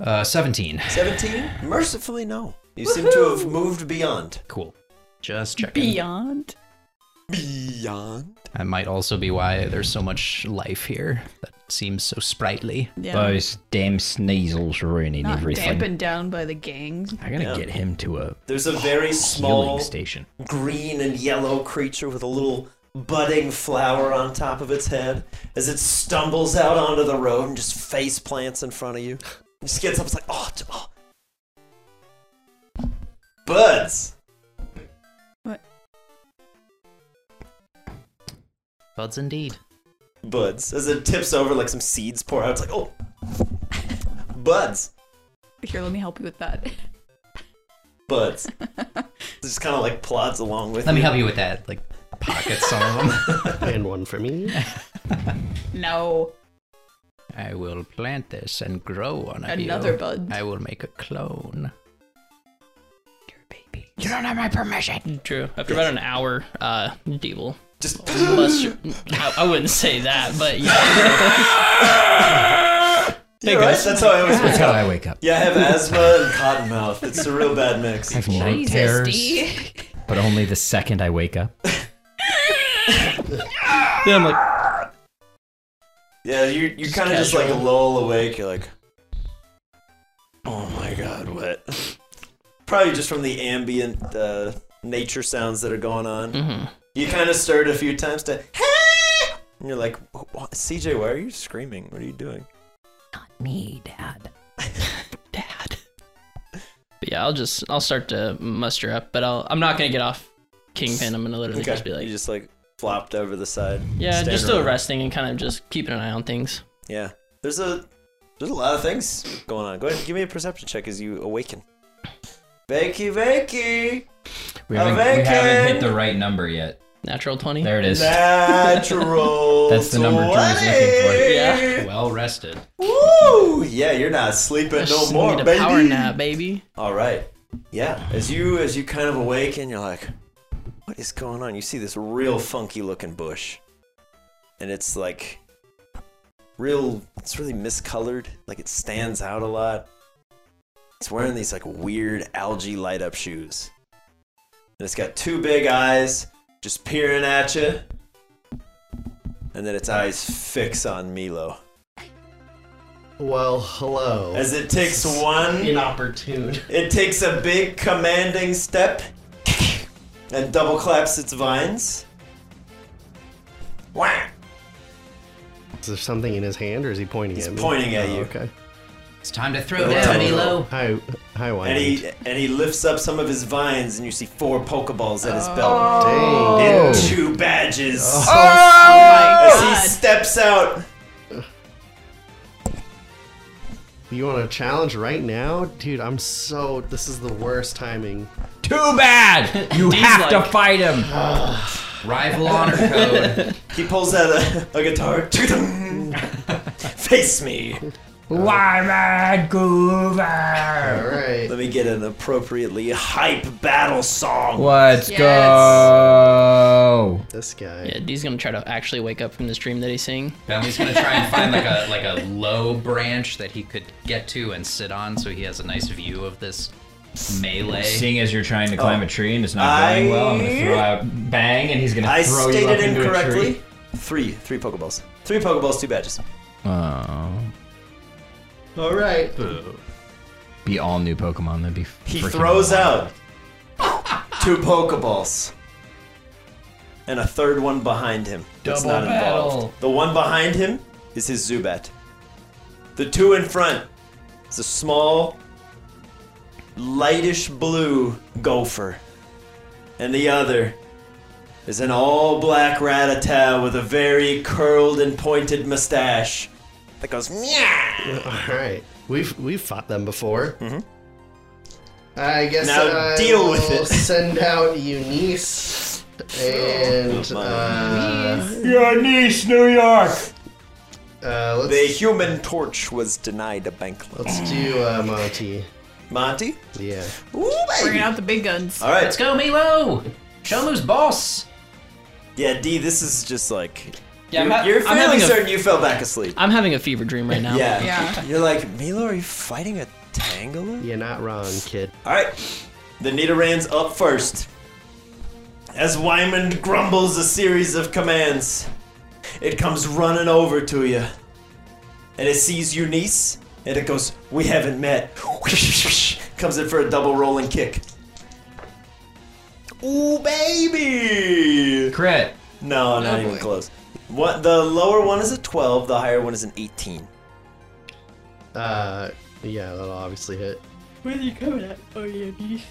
uh 17.
17? Mercifully no. You seem to have moved beyond.
Cool. Just checking.
Beyond.
Beyond?
That might also be why there's so much life here that seems so sprightly.
Yeah.
Those damn sneasels ruining
Not
everything.
dampened down by the gangs.
I gotta
Yeah.
get him to a
There's a very
healing
small
station.
green and yellow creature with a little budding flower on top of its head as it stumbles out onto the road and just face plants in front of you. It just gets up, it's like, oh, t- oh. buds.
Buds indeed.
Buds. As it tips over, like some seeds pour out, it's like, oh, buds.
Here, let me help you with that.
Buds. it just kind of like plods along with
Let me help you with that. Like pocket some of them.
and one for me.
No.
I will plant this and grow on it.
Another bud.
I will make a clone.
You don't have my permission. True. After about an hour, uh, Deeble.
Just.
I, I wouldn't say that, but yeah.
Hey guys, that's how I always wake
That's how
up.
I wake up.
Yeah, I have asthma and cotton mouth. It's a real bad mix.
I have night
Jesus,
terrors,
D.
but only the second I wake up.
then I'm like,
Yeah, you're, you're kind of just like
casual.
lull awake. You're like, oh my god, what? Probably just from the ambient uh, nature sounds that are going on.
mhm.
You kind of stirred a few times to, hey! And you're like, "Wh- wh- CJ, why are you screaming? What are you doing?
Me, Dad.
Dad. But yeah, I'll just I'll start to muster up, but I'll I'm not gonna get off Kingpin. I'm gonna literally just be
you
like,
just like flopped over the side.
yeah,
stand
just still
around.
resting and kind of just keeping an eye on things.
Yeah. There's a there's a lot of things going on. Go ahead and give me a perception check as you awaken. Vakey, vakey!
We
A
haven't, we haven't hit
vacant-
the right number yet.
Natural twenty.
There it is.
Natural.
That's the number Drew was looking
20.
Well rested.
Woo! Yeah, you're not sleeping
I
no
just
more,
need a
baby.
power nap, baby.
All right. Yeah, as you as you kind of awaken, you're like, what is going on? You see this real funky looking bush, and it's like real. It's really miscolored. Like it stands out a lot. It's wearing these like weird algae light up shoes, and it's got two big eyes just peering at you, and then its eyes fix on Milo
Well, hello.
as it takes one
inopportune.
It takes a big commanding step and double claps its vines. Wah!
Is there something in his hand, or is he pointing
He's
at me?
pointing at
Oh,
you.
Okay.
It's time to throw
Go
down,
ahead.
Milo.
Hi, hi,
And
Wyman.
he and he lifts up some of his vines and you see four pokeballs at his
Dang.
belt. And two badges.
Oh.
As he
Oh
steps out.
You want a challenge right now, dude? I'm so. This is the worst timing.
Too bad. You
D's
have to
like-
fight him.
Rival honor code.
He pulls out a, a guitar. Face me.
Wyman
All
Goover.
right.
Let me get an appropriately hype battle song.
Let's
Yes.
go.
This guy.
Yeah, D's gonna try to actually wake up from this dream that he's seeing.
Bentley's gonna try and find like a like a low branch that he could get to and sit on, so he has a nice view of this melee.
Seeing as you're trying to climb a tree and it's not going
Oh. I-
well, I'm gonna throw out bang, and he's gonna
I
throw you
stated
up into a
incorrectly.
tree.
Three. Three Pokeballs. Three Pokeballs, two badges.
Oh,
All right.
be all new Pokemon. That'd be.
He
freaking
throws
wild.
out two Pokeballs. And a third one behind him. That's
Double
not
battle.
involved. The one behind him is his Zubat. The two in front is a small, lightish blue gopher. And the other is an all black ratata with a very curled and pointed mustache that goes meow.
All right. We've we've fought them before. I guess
Mm-hmm. Now
I
deal with
will
it.
Send out Eunice and
Oh, my.
uh,
Your niece, New York.
uh, let's
The human torch was denied a bank loan.
let's do uh, Monty.
Monty?
Yeah.
Ooh,
Bringing
baby.
out the big guns.
All right.
Let's go, Milo. Show him who's boss.
Yeah, D, this is just like
Yeah, I'm
you're,
ha-
you're
I'm
fairly
having a-
certain you fell back asleep.
I'm having a fever dream right now.
Yeah.
Yeah.
You're like, Milo, are you fighting a Tangela?
You're not wrong, kid.
Alright. The Nidoran's up first. As Wyman grumbles a series of commands, it comes running over to you. And it sees Eunice, and it goes, We haven't met. comes in for a double rolling kick. Ooh, baby!
Crit.
No, not even close. What the lower one is a 12, the higher one is an 18.
Uh, yeah, that'll obviously hit.
Where are you coming at? Oh yeah, beef.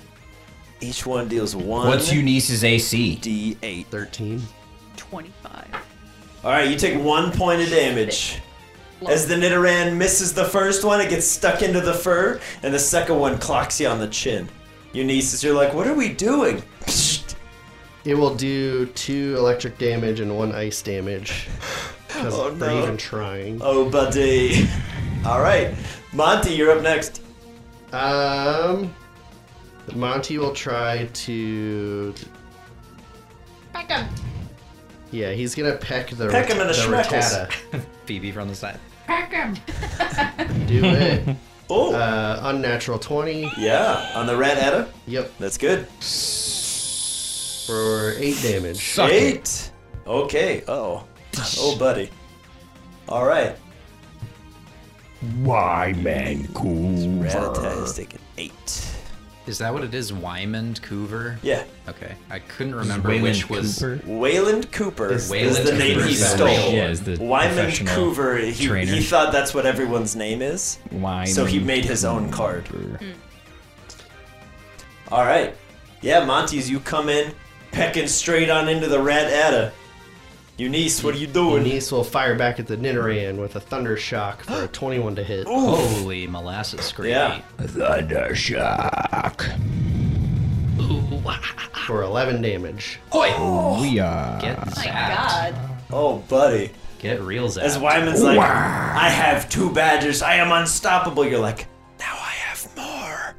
Each one deals one.
What's Eunice's AC?
D8.
13.
25.
All right, you take one point of damage. As the Nidoran misses the first one, it gets stuck into the fur, and the second one clocks you on the chin. Eunice, you're like, what are we doing?
It will do two electric damage and one ice damage. 'Cause
Oh,
they're
no.
even trying.
Oh, buddy. All right, Monty, you're up next. Oh.
Um, Monty will try to.
Back up.
Yeah, he's gonna peck the
Peck him in the
the
schmeckles.
Rattata.
Phoebe from the side.
Pack him.
Do it.
Oh,
Uh, unnatural twenty.
yeah, on the red Etta.
Yep,
That's good.
for eight damage.
Eight. Okay. Oh. Oh, buddy. All right.
Why, man, cool.
Rattata is taking eight.
Is that what it is? Wyman Coover?
Yeah.
Okay. I couldn't remember
Wayland
which was.
Cooper?
Wayland Cooper is,
Wayland
the name
Cooper
he
is that
stole.
right?
Yeah, is the
Wyman
professional
Coover, he,
trainer.
he thought that's what everyone's name is,
Why?
so he made his own card. All right. Yeah, Monty's, you come in, pecking straight on into the rat Ada. Eunice, what are you doing?
Eunice will fire back at the Nidoran with a thunder shock for a twenty-one to hit.
Holy molasses gravy.
Yeah.
Thunder shock.
for 11 damage.
We are.
Get
My
zapped.
God.
Oh, buddy.
Get real zapped.
As Wyman's like, I have two badgers. I am unstoppable. You're like, now I have more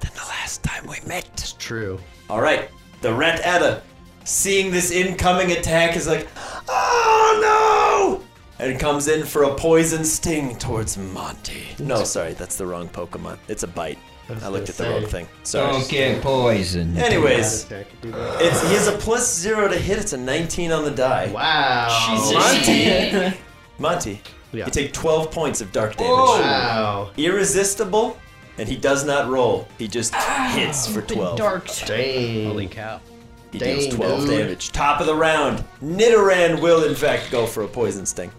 than the last time we met.
True.
All right, the rat Ada, seeing this incoming attack, is like, oh no! And comes in for a poison sting towards Monty. No, sorry, that's the wrong Pokemon. It's a bite. I looked at the
gonna
wrong
say.
thing. Sorry.
get poisoned.
Anyways,
Attack, do that.
it's, he has a plus zero to hit. It's a 19 on the die.
Wow.
Monty, Monty,
Yeah.
you take 12 points of dark damage.
Wow.
Irresistible, and he does not roll. He just hits for
The
12.
dark.
Dang.
Holy cow.
He deals
Dang,
12
dude.
damage. Top of the round. Nidoran will, in fact, go for a poison sting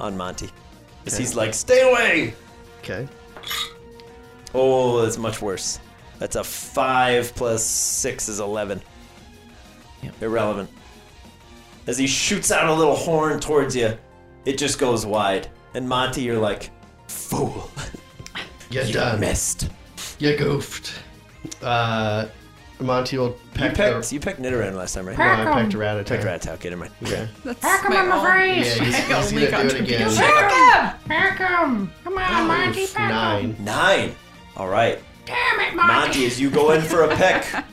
on Monty. Because he's like, stay away!
Okay.
Oh, that's much worse. That's a 5 plus 6 is 11. Irrelevant. As he shoots out a little horn towards you, it just goes wide. And Monty, you're like, fool.
You're
You
done.
missed.
You goofed. Uh, Monty will
You
peck
pecked,
the...
you pecked Nidoran last time, right?
No, I pecked a rat
Pecked
attack.
Rat Okay, never mind.
Okay.
That's my own.
Yeah, he's, he's gonna do it again.
Back up.
Oof, Nine.
Nine. All right. Damn it, Monty. Monty, as you go in for a peck.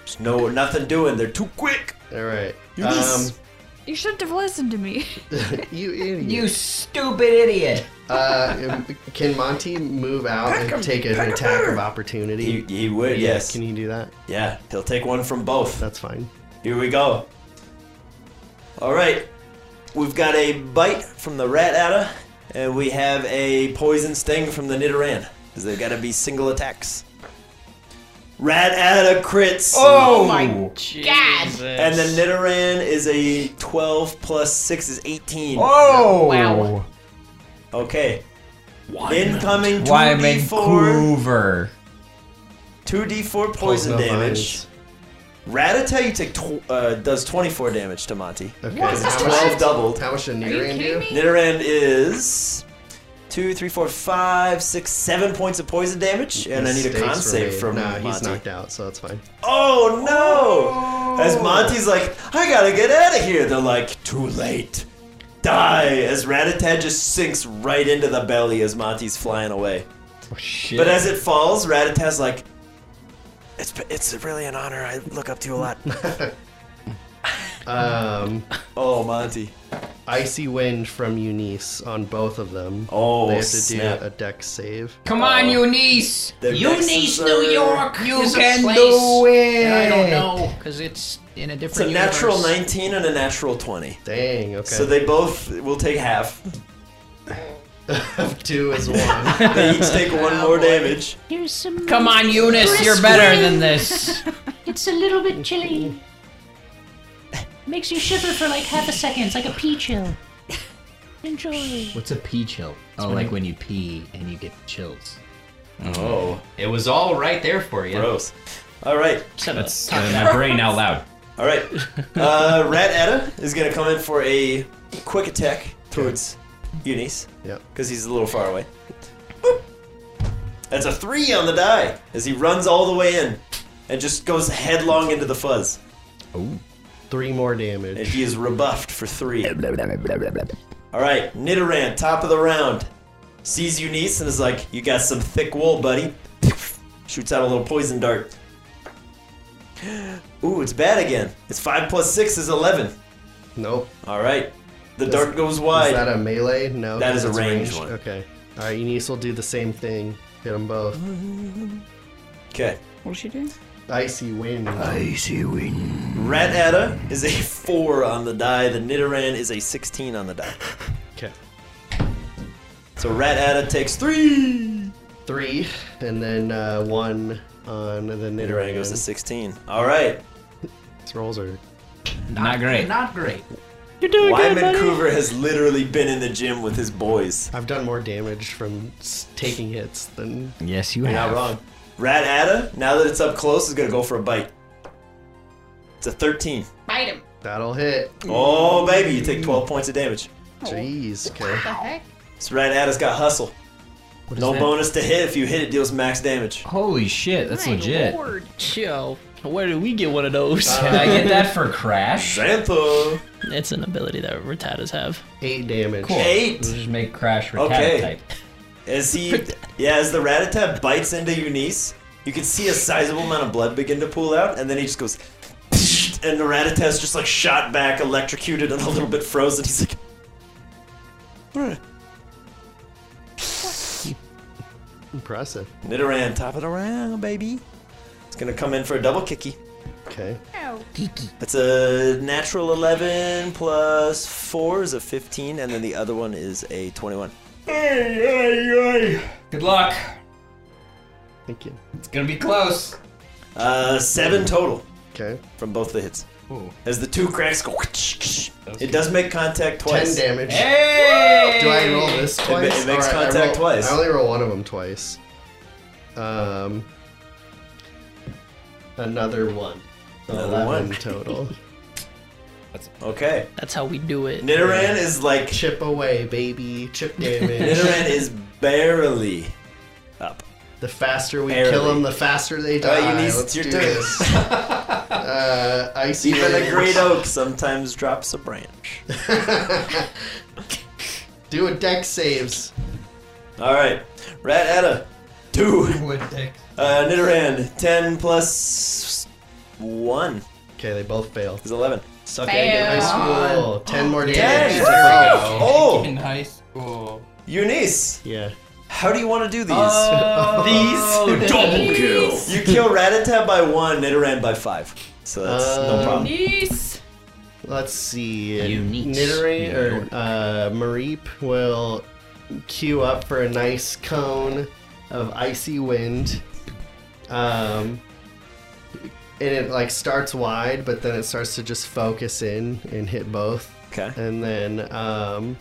There's no nothing doing. They're too quick.
All right.
You
Um,
miss.
You shouldn't have listened to me.
you idiot.
stupid idiot.
Uh, can Monty move out and take an attack of opportunity?
He, he would,
Yeah,
yes.
Can you do that?
Yeah, he'll take one from both.
That's fine.
Here we go. All right. We've got a bite from the rat adder, and we have a poison sting from the Nidoran. Because they've got to be single attacks. Rat adder crits.
Oh,
Jesus.
And the Nidoran is a 12 plus 6 is 18.
Oh!
Wow.
Okay. Incoming
Wyman
2d4,
Coover.
2d4
Pulls
poison
no
damage. Ratata you take tw- uh, does 24 damage to Monty.
mines. Okay.
What?
How much,
12 doubled.
how much did
Are you
Nidoran
kidding
do?
me?
Nidoran is two, three, four, five, six, seven points of poison damage. And I need a
Mistakes
con
were
save
made.
from
Nah,
Monty.
he's knocked out, Oh! so that's fine.
Oh no! As Monty's like, I gotta get out of here. They're like, too late. Die! As Ratata just sinks right into the belly as Monty's flying away.
Shit.
But as it falls, Ratata's like, it's, it's really an honor. I look up to you a lot.
Um,
oh, Monty.
icy wind from Eunice on both of them.
Oh,
they have to
snap.
do a deck save.
Come
Oh.
on, Eunice.
The Nexus are-
You
is a
can
place
do it.
I don't know, because it's in a
It's a
different
natural
universe.
19 and a natural 20.
Dang. Okay.
So they both will take half.
two is one.
They each take one more damage.
Come on, Eunice. You're better than this.
It's a little bit chilly. Makes you shiver for like half a second. It's like a pee chill. Enjoy.
What's a pee chill? oh,
when
like
you-
when you pee and you get chills.
Oh.
It was all right there for you.
Gross. All right.
That's uh, my brain out loud.
All right. Uh, Rat Etta is going to come in for a quick attack towards Eunice.
Yep.
Because he's a little far away. Boop. That's a three on the die as he runs all the way in and just goes headlong into the fuzz.
Oh. Three more damage.
And he is rebuffed for three. All right, Nidoran, top of the round, sees Eunice and is like, "You got some thick wool, buddy." Shoots out a little poison dart. Ooh, it's bad again. It's five plus six is eleven.
Nope.
All right, the
Does-
dart goes wide.
Is that a melee? No.
That
'cause
is a
it's
ranged one.
Okay. All right, Eunice will do the same thing. Hit them both.
Okay.
What'll she do?
Icy wind.
Icy wind. Rat Atta is a four on the die. The Nidoran is a sixteen on the die.
Okay.
So Rat Atta takes three.
Three, and then uh, one on the Nidoran.
Nidoran goes to sixteen. All right.
These rolls are
Not, great.
Not great.
You're doing
Wyman
good, buddy.
Coover has literally been in the gym with his boys.
I've done more damage from s- taking hits than.
Yes, you
You're
have.
not wrong. Rat Atta, now that it's up close, is gonna go for a bite. It's a 13.
Bite him.
That'll hit.
Oh baby, you take 12 points of damage.
Jeez,
What the heck?
This Rat Atta's got hustle.
is
No
that?
bonus to hit. If you hit, it deals max damage.
Holy shit, that's legit.
Yo, where did we get one of those?
Uh,
Did I get that for Crash?
Xantho.
It's an ability that Rattatas have.
Eight damage.
Cool.
Eight.
We'll just make Crash Rattata
Okay.
type.
As he, yeah, as the Ratata bites into Eunice, you can see a sizable amount of blood begin to pool out, and then he just goes, and the Ratata's just like shot back, electrocuted, and a little bit frozen. He's like,
Impressive.
Nidoran, top of the round, baby. It's gonna come in for a double kicky.
Okay.
That's a natural 11 plus 4 is a 15, and then the other one is a 21.
Good luck.
Thank you.
It's gonna be close.
Uh, 7 total.
Okay.
From both the hits.
Ooh.
As the two cracks go, it does make contact twice.
Ten damage.
Hey!
Do I roll this
It ma-
twice?
it makes
All right, I
contact
roll-
twice.
I only roll one of them twice. Um, another one.
Another
Eleven
one.
total.
Okay.
That's how we do it.
Nidoran is like
chip away, baby. Chip damage.
Nidoran is barely up.
The faster we
Barely.
kill them, the faster they die.
Alright, Eunice, it's
Let's
your
do
turn.
this. uh, icy
Even a
Wind.
great oak sometimes drops a branch.
Do a deck saves.
All right, Rat Etta, two. Uh, Nidoran, ten plus one
Okay, they both fail.
is eleven.
Suck
Fail.
egg in high school. Ten more damage.
Ten.
There we go.
Oh,
In high school.
Eunice,
Yeah.
how do you want to do these?
These double kill.
You kill Ratata by one, Nidoran by five. So that's no
Um,
problem.
Nice.
Let's see.
Unique.
Nidoran or uh, Mareep will queue up for a nice cone of icy wind. Um, and it like starts wide, but then it starts to just focus in and hit both.
Okay.
And then um,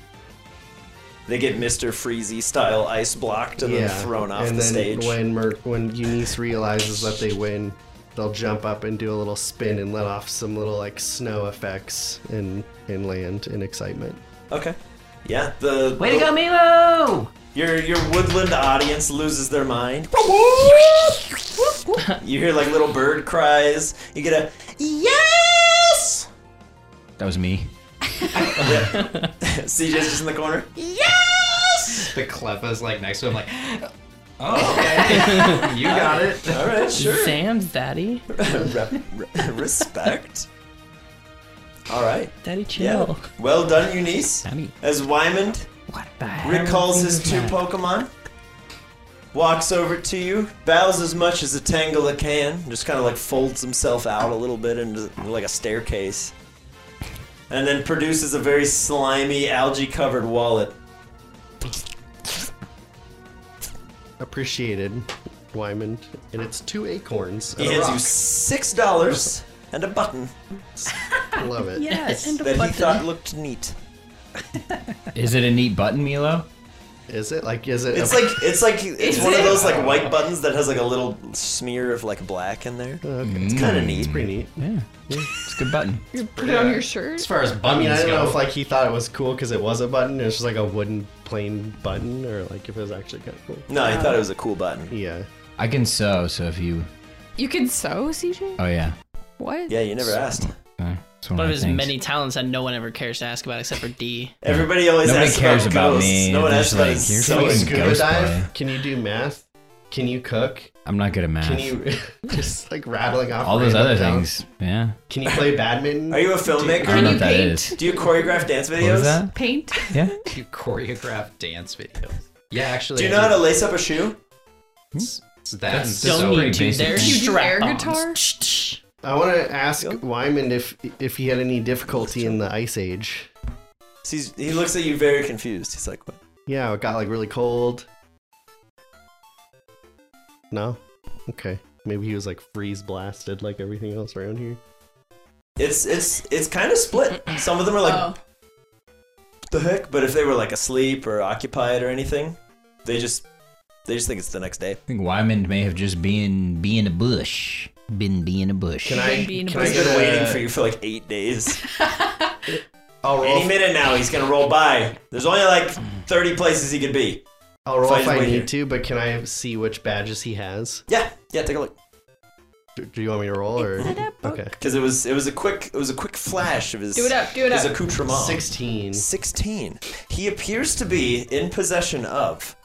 They get Mr. Freezy style ice blocked and
yeah.
then thrown off
and
the
then
stage.
When Mer- when Eunice realizes that they win, they'll jump up and do a little spin and let off some little like snow effects and and land in excitement.
Okay. Yeah, the
Way to
the-
go, Milo!
Your your woodland audience loses their mind. You hear like little bird cries. You get a yes.
That was me.
CJ's just in the corner.
The clefa's like next to him, like
You got it.
All right, sure.
Damn, daddy.
Re- re- respect. All right.
Daddy,
Yeah.
chill.
Well done, Eunice. As Wyman recalls his two Pokemon, walks over to you, bows as much as a Tangela can, just kind of like folds himself out a little bit into like a staircase, and then produces a very slimy, algae covered wallet.
Appreciated, Wyman, and it's two acorns.
He
and a
hands
rock.
you six dollars and a button.
love it.
Yes.
And a
that he
button.
thought looked neat.
Is it a neat button, Milo?
Is it like? Is it?
It's like it's like it's one of those like white buttons that has like a little smear of like black in there.
Mm.
It's kind of neat. It's
Mm. pretty neat.
Yeah, it's a good button.
Put it on your shirt.
As far as
I mean, I
buttons
don't know
go.
if like he thought it was cool because it was a button. It was just like a wooden plain button, or like if it was actually kind of cool.
No, he thought it was a cool button.
Yeah.
I can sew, so if you.
You can sew, CJ?
Oh, yeah.
What?
Yeah, you never asked.
Uh, it's one
One of
my
his
things.
many talents that no one ever cares to ask about except for D.
Everybody always
Nobody
asks
cares
about,
about
ghosts.
me.
No one
They're
asks
just
about
like,
his
"You're
sewing.
Can
fucking
you scuba
ghost
dive?
boy.
Can you do math? Can you cook?
I'm not good at math.
Can you just like rattling off
All those
random
other
counts?
things. Yeah.
Can you play badminton?
Are you a filmmaker?
I don't know what that is.
Do you choreograph dance videos?
was that?
Paint?
Yeah.
You choreograph dance videos. Yeah, actually.
Do you
I
know how to lace up a shoe?
It's it's that.
That's
so
so
pretty
pretty
basic.
basic.
You do air
Strap-ons.
guitar?
I want to ask Wyman if if he had any difficulty in the ice age.
He's, he looks at you very confused. He's like, what?
Yeah, it got like really cold. No. Okay. Maybe he was like freeze blasted like everything else around here.
It's it's it's kind of split. Some of them are
Oh,
like, "What the heck? But if they were like asleep or occupied or anything, they just they just think it's the next day.
I think Wyman may have just been being a bush. Been being a bush.
Can I?
Being
Can I
He's
get
been
a,
waiting for you for like eight days.
I'll
Any
roll.
minute now, he's gonna roll by. There's only like 30 places he could be.
I'll roll
so I
if
just
I
wait
need
here.
to, but can I see which badges he has?
Yeah, yeah. Take a look.
Do, do you want me to roll or? Okay.
Because it was it was a quick it was a quick flash of his
Do it up, do it
his
up.
accoutrement.
Sixteen.
16. He appears to be in possession of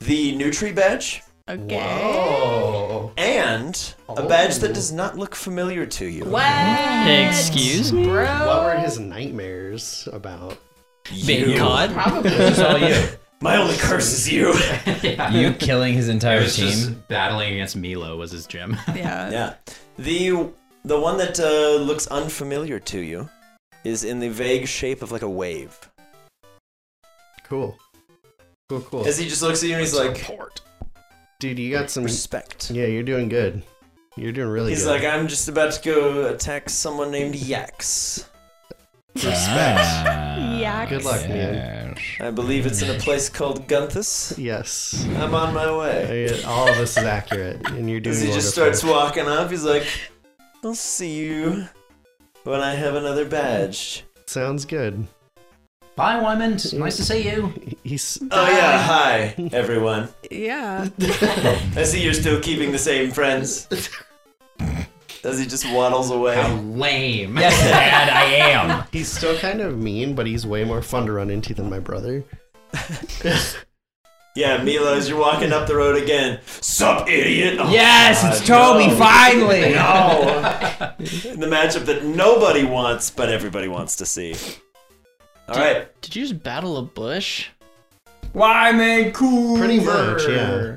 the Nutri badge
Okay.
Whoa.
and a badge that does not look familiar to you.
What?
Excuse me?
What were
Oh.
his nightmares about?
Being caught?
Probably.
My only curse is you.
You killing his
It
entire
was
team.
just battling against Milo was his gym.
yeah.
yeah. The the one that uh, looks unfamiliar to you is in the vague shape of like a wave.
Cool. Cool. Cool.
As he just looks at you and he's like,
Dude, you got some.
respect.
Yeah, you're doing good. You're doing really
He's
good.
like, I'm just about to go attack someone named Yax.
Ah,
Yikes.
Good luck, man.
yes.
I believe it's in a place called Gunthus.
Yes.
I'm on my way.
I- All of this is accurate, and you're doing
As he just
wonderful.
starts walking off, he's like, I'll see you when I have another badge.
Sounds good.
Bye, Wyman. It's nice to see you.
He's
Oh, yeah, hi, everyone.
Yeah.
I see you're still keeping the same friends. As he just waddles away.
Lame.
Yes, Dad, I am.
he's still kind of mean, but he's way more fun to run into than my brother.
Yeah, Milo, as you're walking up the road again, Sup, idiot! Oh,
Yes, it's Toby,
no.
finally.
No! the matchup that nobody wants, but everybody wants to see. Alright,
Did you just battle a bush?
Wyman, cool.
Pretty much,
Yeah,
yeah.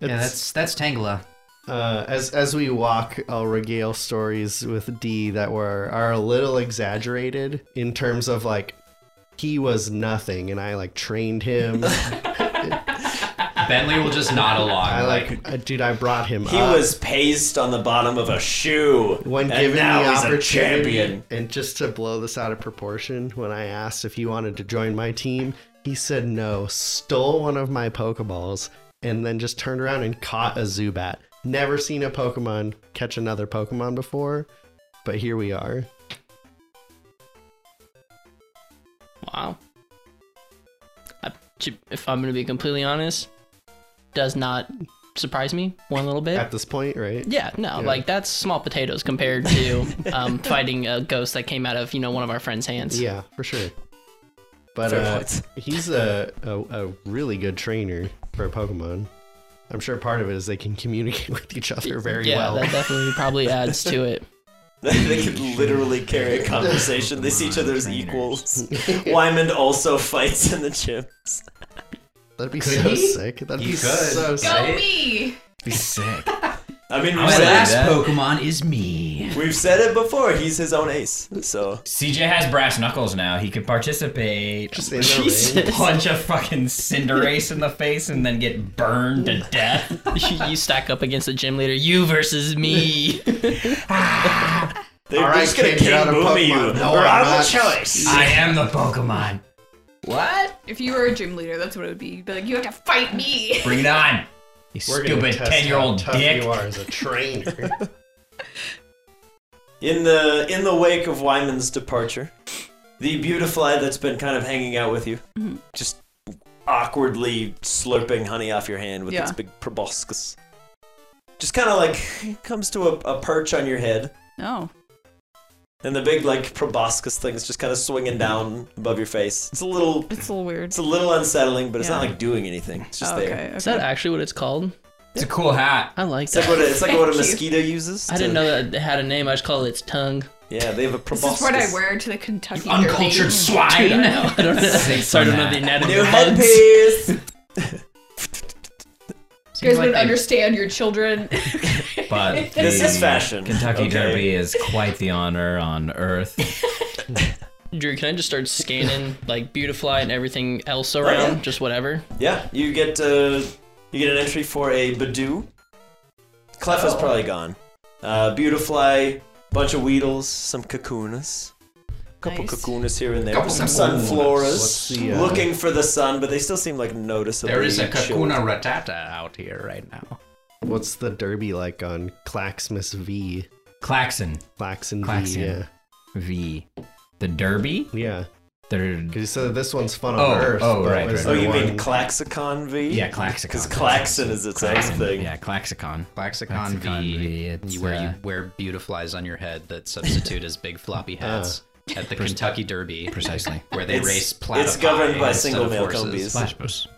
It's-
that's that's Tangela.
uh, as as we walk, I'll regale stories with D that were are a little exaggerated in terms of like he was nothing, and I like trained him.
Bentley will just nod along.
I
like,
like, uh, dude, I brought him.
he
up.
was paste on the bottom of a shoe.
Uh, when
and
given
now
the
he's
opportunity,
a champion.
and just to blow this out of proportion, when I asked if he wanted to join my team, he said no, stole one of my Pokeballs, and then just turned around and caught a Zubat. Never seen a Pokemon catch another Pokemon before, but here we are.
Wow. I, to- if I'm gonna be completely honest, does not surprise me one little bit.
At this point, right?
Yeah, no, like that's small potatoes compared to um, fighting a ghost that came out of you know one of our friends' hands.
Yeah, for sure. But
Fair
uh,
points.
he's a, a, a really good trainer for a Pokemon. I'm sure part of it is they can communicate with each other very
yeah,
well.
that definitely probably adds to it.
they could literally carry a conversation. They see each other as equals. Wyman also fights in the gyms.
That'd be so sick. That'd
He
be
could.
so sick.
Go me!
Be sick.
I mean, we've
My
said,
last
it,
Pokemon is me.
we've said it before. He's his own ace. So
CJ has brass knuckles now. He could participate.
Just in the ring.
Jesus,
Punch a fucking Cinderace in the face and then get burned to death.
you stack up against the gym leader, you versus me.
They're just gonna
kid, get out
King
of
Boomy you.
Pokemon. No,
We're out
I'm not.
of choice.
I am the Pokemon. What?
If you were a gym leader, that's what it would be. You'd be like, you have to fight me.
Bring it on. You
We're gonna
stupid
test
10 year old
how tough
dick.
You are as a trainer.
In the in the wake of Wyman's departure, the beautifly that's been kind of hanging out with you,
Mhm.
just awkwardly slurping honey off your hand with
Yeah.
its big proboscis, just kind of like comes to a, a perch on your head,
No.
and the big like proboscis thing's just kind of
Mm-hmm.
swinging down above your face. It's a little
It's a little weird.
it's a little unsettling, but it's not
Yeah.
like doing anything. It's just
Okay,
there.
Is that actually what it's called?
It's a cool hat.
I like
It's like
that.
what a, it's like what a
Thank you.
mosquito uses.
I
to-
didn't know that it had a name. I just call it its tongue.
Yeah, they have a
This
proboscis.
is what I wear to the Kentucky Derby.
Uncultured swine.
Dude, I know. I don't know.
Sick
Sorry, I
on
don't know
that.
the anatomy
New
of heads.
headpiece.
You guys
Seems like
would
they-
understand your children.
But
This
the
is fashion.
Kentucky
Okay.
Derby is quite the honor on earth.
Drew, can I just start scanning like Beautifly and everything else around?
Oh, yeah.
Just whatever.
Yeah, you get uh, you get an entry for a Badoo. Clef
Oh.
is probably gone. Uh, Beautifly, bunch of Weedles, some Cocoonas. Couple
Nice.
Cocoonas here and there.
Couple
some
Cocoonas.
Let's
Sunfloras.
see, uh,
Looking for the sun, but they still seem like noticeably
There is a
chilled.
Kakuna Ratata out here right now.
What's the derby like on Claxmas V?
Claxon.
Claxon,
Claxon.
V, yeah.
V. The Derby?
Yeah.
They're
Because you said this one's fun on
Oh,
Earth.
oh,
but
right,
was
right,
Oh,
there
you mean
one-
Claxicon V?
Yeah, Claxicon.
Because Claxon is its own
Claxon.
thing.
Yeah, Claxicon.
Claxicon
Claxicon
V.
V,
it's,
you- where
uh,
you wear beautiflies on your head that substitute as big floppy hats at the Kentucky Derby,
Precisely.
where they
Uh, It's-
race platypi
it's governed by
instead
single
of
male
horses.
combs.
Slash boost.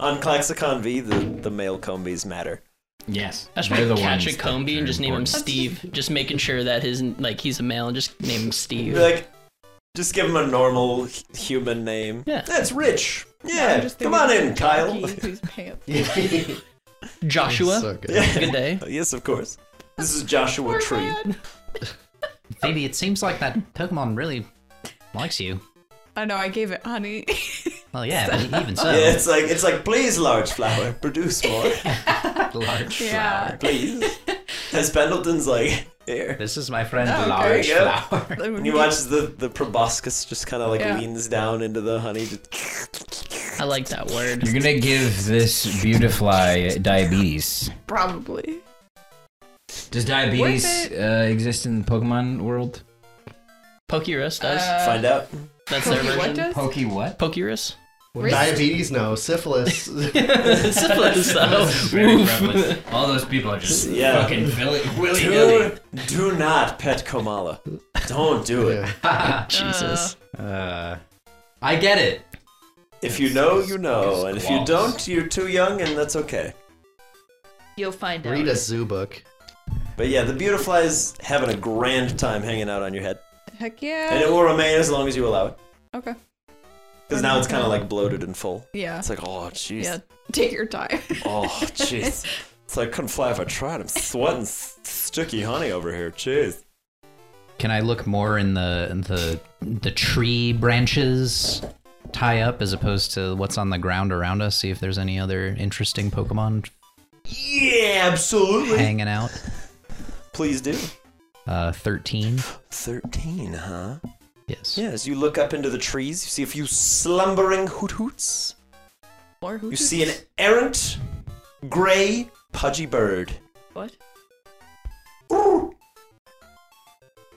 On Claxicon V, the, the male combies matter.
Yes.
I just
They're
want
the
to catch a
ones that
combi and
are
just name him
important.
Steve. Just making sure that his like he's a male and just name him Steve.
You're like, just give him a normal h- human name.
Yeah.
That's Rich.
I'm
Yeah,
just
come
thinking
on
of
in, Kyle.
Kentucky, who's pale.
Joshua.
So good.
Yeah.
Good day.
Yes, of course. This is Joshua
Poor
Tree.
man.
Phoebe, it seems like that Pokemon really likes you.
I know, I gave it honey.
Well, yeah, but even so,
Yeah, it's like it's like please, large flower, produce more,
large
Yeah.
flower.
please. As Pendleton's like here,
This is my friend,
Oh, okay,
large
yeah.
flower.
That would
and you
be-
watch the the proboscis just kind of like
Yeah.
leans down into the honey. Just,
I like that word.
You're gonna give this Beautifly diabetes.
Probably.
Does diabetes
Worth
uh, exist in the Pokemon world?
Pokyrus does.
Uh,
find out.
That's their
What
version.
does?
Poke what?
Pokyrus.
Wrist?
Diabetes? No, syphilis.
Syphilis, though.
All those people are just
Yeah.
fucking willy willy nilly.
Do, do not pet Komala. Don't do it.
Yeah.
Jesus.
Uh, I get it.
If you know, you know, and if you
Squalls.
don't, you're too young, and that's okay.
You'll find
Read a zoo book.
But yeah, the Beautifly is having a grand time hanging out on your head,
Heck
and it
yeah.
will remain as long as you allow it.
Okay.
Because now it's kind of like bloated and full.
Yeah.
It's like, oh, jeez.
Yeah. Take your time.
Oh, jeez. it's like, I couldn't fly if I tried. I'm sweating s- sticky honey over here. Jeez.
Can I look more in the in the the tree branches tie up as opposed to what's on the ground around us? See if there's any other interesting Pokemon
Yeah, absolutely.
hanging out.
Please do.
Uh, thirteen.
13, huh?
Yes.
Yeah, as you look up into the trees, you see a few slumbering hoot hoots.
Or who
You see an errant, gray, pudgy bird.
What?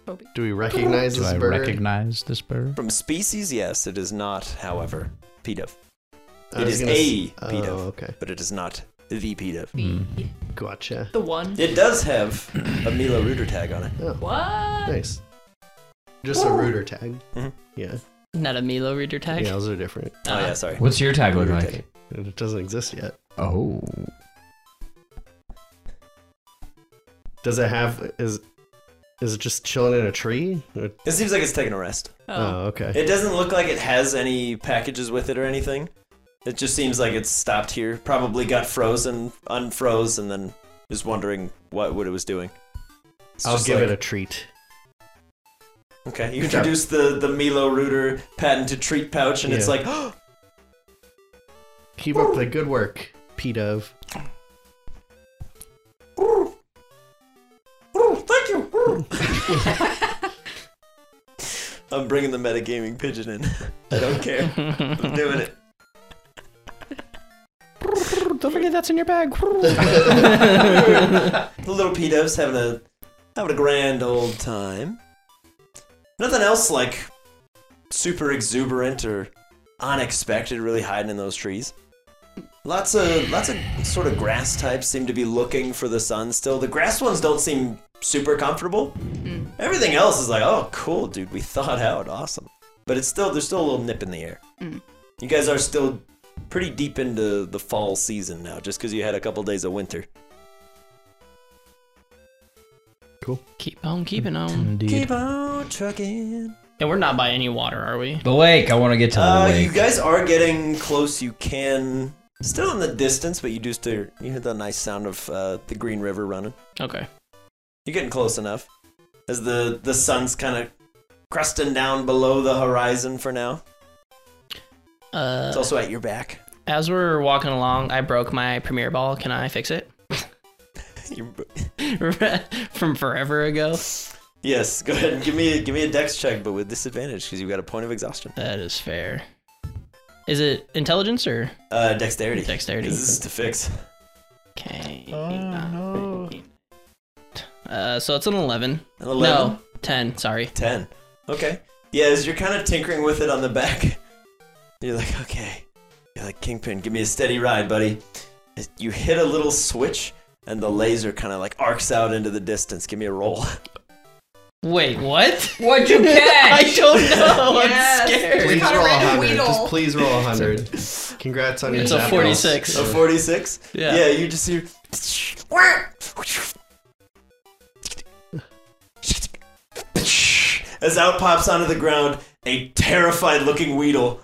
Phoebe.
Do we recognize
Do
this
I
bird?
recognize this bird?
From species, yes, it is not, however, Pedo.
I
It is
was gonna
a
s-
pedo.
Oh, okay.
but it is not the Pedo.
Gotcha.
The one.
It does have a Milo Rooter tag on it.
Oh,
What?
nice. Just a rooter tag.
Mhm.
Yeah.
Not a Milo reader tag.
Yeah, those are different.
Oh,
Ah.
Uh-huh.
yeah, sorry.
What's your tag look
Rooter
like?
tag. It doesn't exist yet.
Oh,
Does it have? Is is it just chilling in a tree? Or-
It seems like it's taking a rest.
Oh.
oh, okay.
It doesn't look like it has any packages with it or anything. It just seems like it's stopped here. Probably got frozen, unfroze, and then is wondering what what it was doing. It's
I'll
just
give
like-
it a treat.
Okay, you
Good job.
introduce the the Milo Rooter patented treat pouch, and it's
Yeah.
like, oh,
Keep up the good work, P-Dove.
thank you. I'm bringing the metagaming pigeon in. I don't care. I'm doing it.
Don't forget that's in your bag.
the little pedos having a having a grand old time. Nothing else like super exuberant or unexpected really hiding in those trees. Lots of lots of sort of grass types seem to be looking for the sun still. The grass ones don't seem super comfortable. Everything else is like, oh cool, dude, we thawed out, awesome. But it's still there's still a little nip in the air.
Mm.
You guys are still pretty deep into the fall season now, just because you had a couple days of winter.
Cool.
Keep on keeping on.
Keep on trucking.
And we're not by any water, are we?
The lake. I want to get to the
Uh,
lake.
you guys are getting close. You can still in the distance, but you do still you hear the nice sound of uh, the Green River running.
Okay.
You're getting close enough as the the sun's kind of crusting down below the horizon for now.
Uh,
It's also at your back.
As we're walking along, I broke my premiere ball. Can I fix it? From forever ago.
Yes, go ahead and give me a, give me a dex check, but with disadvantage because you've got a point of exhaustion.
That is fair. Is it intelligence or?
Uh, dexterity.
Dexterity.
'Cause This is to fix.
Okay. Uh, so it's an 11.
An 11?
No, 10. Sorry.
10. Okay. Yeah, as you're kind of tinkering with it on the back, you're like, okay. You're like, Kingpin, give me a steady ride, buddy. As You hit a little switch, and the laser kind of like arcs out into the distance. Give me a roll.
Wait, what?
What'd you catch?
I don't know.
Yes.
I'm scared.
Please roll
red
100.
weedle.
Just please roll 100. Congrats on your
It's a
tap rolls.
46.
A 46?
Yeah.
Yeah, you just hear. As out pops onto the ground, a terrified looking Weedle.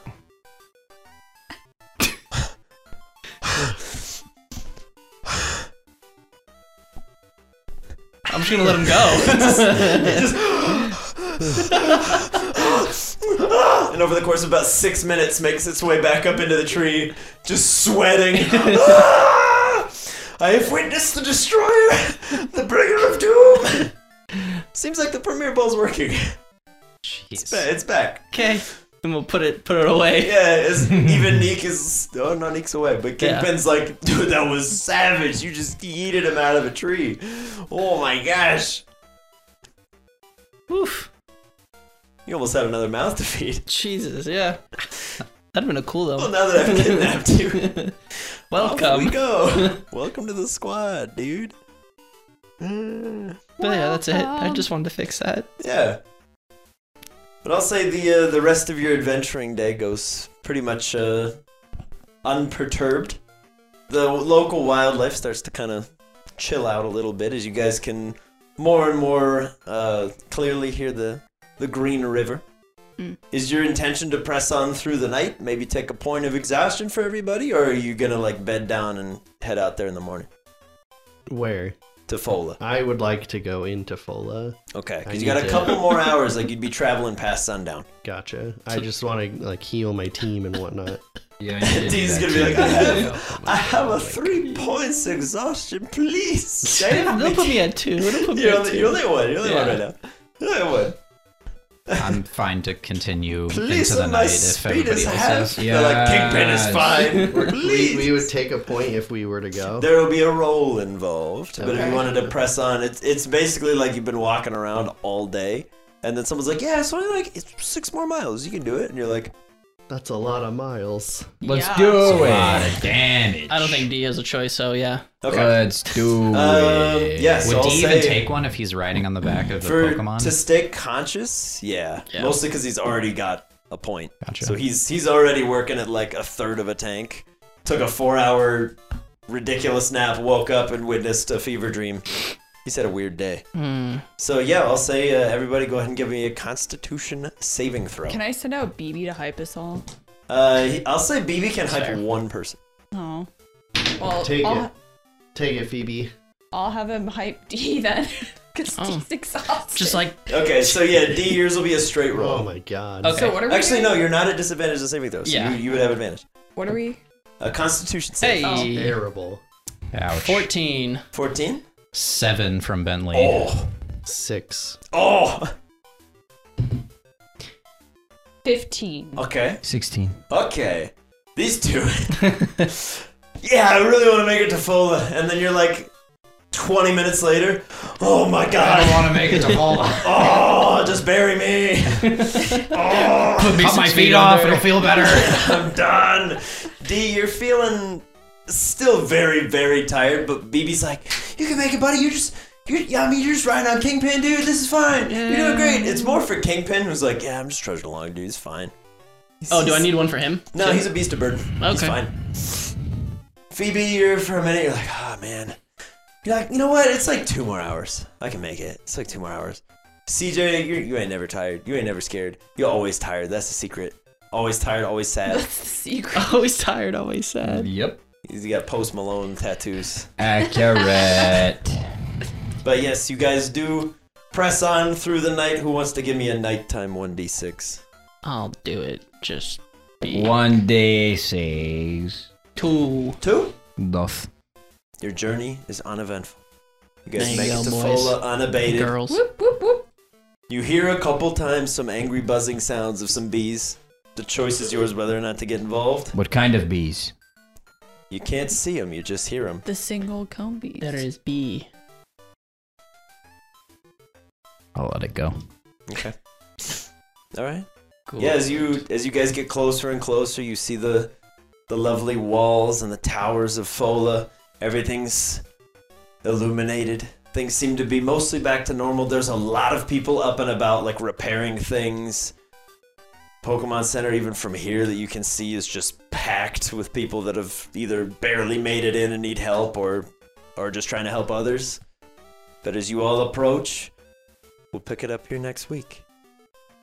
I'm just gonna let him
Just-
go.
and over the course of about six minutes, makes its way back up into the tree, just sweating. Ah! I have witnessed the destroyer, the bringer of doom. Seems like the premier ball's working. It's, ba- it's back.
okay. Then we'll put it put it away.
Yeah, it's, even Neek is. Oh, no, Neek's away. But
Yeah.
Kingpin's like, dude, that was savage. You just yeeted him out of a tree. Oh my gosh.
Oof.
You almost had another mouth to feed.
Jesus, yeah. That'd have been a cool though.
Well, now that I've kidnapped you,
Welcome.
Off we go. Welcome to the squad, dude.
But yeah, that's it. I just wanted to fix that.
Yeah. But I'll say the uh, the rest of your adventuring day goes pretty much uh, unperturbed. The local wildlife starts to kind of chill out a little bit as you guys can more and more uh, clearly hear the the Green River.
Mm.
Is your intention to press on through the night? Maybe take a point of exhaustion for everybody, or are you gonna like bed down and head out there in the morning
Where?
to Fola?
I would like to go into Fola.
Okay,
I
because you
need
got a
to-
couple more hours. Like you'd be traveling past sundown.
Gotcha. I just want to like heal my team and whatnot.
yeah,
Dean's gonna be like, I have, I have a three points exhaustion. Please save
Don't
me.
put me at two. Don't put me
You're
at
only,
two.
you're only one. You're only one
Yeah.
right now. You're only one.
I'm fine to continue
Please
into the
let my
night if
speed
everybody
is
else
half.
has.
They're like kingpin is
Yes.
fine.
we,
Please.
we would take a point if we were to go.
There will be a roll involved, but if you
Okay.
wanted to press on, it's it's basically like you've been walking around all day, and then someone's like, "Yeah, it's only like it's six more miles. You can do it," and you're like,
That's a lot of miles.
Let's
Yeah.
do
A lot
it.
of damage.
I don't think D has a choice, so yeah.
"Okay."
Let's do
Um,
it.
yes,
Would
I'll
D even
say-
take one if he's riding on the back of the
for
Pokemon?
to stay conscious yeah,
Yeah.
mostly because he's already got a point
Gotcha.
so he's he's already working at like a third of a tank took a four hour ridiculous nap woke up and witnessed a fever dream he's had a weird day
Hmm.
so yeah i'll say uh, everybody go ahead and give me a constitution saving throw
Can I send out BB to hype us all?
uh, he- i'll say bb can hype one person
Oh. Well,
Take
I'll,
it. Take it, Phoebe.
I'll have him hype D then. Because
Oh.
D's exhausted.
Just like
okay so yeah d yours will be a straight roll
Oh my god.
Okay.
So what are we
actually
doing?
no you're not at disadvantage of saving throws so
Yeah.
you, you would have advantage
What are we?
a constitution save
hey,
Terrible.
Ouch.
14.
14
Seven from Bentley.
oh
Six.
oh
15.
Okay.
16.
Okay. These two. yeah, I really want to make it to Fola. And then you're like, 20 minutes later, oh my god.
I don't wanna make it to Fola.
oh, just bury me. oh,
Put me some speed on there.
I'm done. D, you're feeling still very, very tired, but BB's like, you can make it, buddy. You just. You're, yeah, I mean, you're just riding on Kingpin, dude. This is fine. You're doing great. It's more for Kingpin, who's like, yeah, I'm just trudging along, dude. It's fine.
Oh, do I need one for him?
No,
Too?
he's a beast of burden. He's
Okay.
fine. Phoebe, you're for a minute. You're like, ah, man. You're like, you know what? It's like two more hours. I can make it. It's like two more hours. CJ, you're, you ain't never tired. You ain't never scared. You're always tired. That's the secret. Always tired, always sad.
Secret. Always tired, always sad.
Yep.
He's got Post Malone tattoos.
Accurate.
But yes, you guys do press on through the night. Who wants to give me a nighttime 1d6?
I'll do it. Just
One day says.
Two.
Two?
Dos.
Your journey is uneventful. You guys
There you
make
go,
it to
boys.
Fola unabated.
Girls.
You hear a couple times some angry buzzing sounds of some bees. The choice is yours whether or not to get involved.
What kind of bees?
You can't see them, you just hear them.
The single combi.
There is B.
I'll let it go.
Okay. All right.
Cool.
Yeah, as you as you guys get closer and closer, you see the the lovely walls and the towers of Fola. Everything's illuminated. Things seem to be mostly back to normal. There's a lot of people up and about, like repairing things. Pokemon Center, even from here that you can see, is just packed with people that have either barely made it in and need help, or or just trying to help others. But as you all approach, we'll pick it up here next week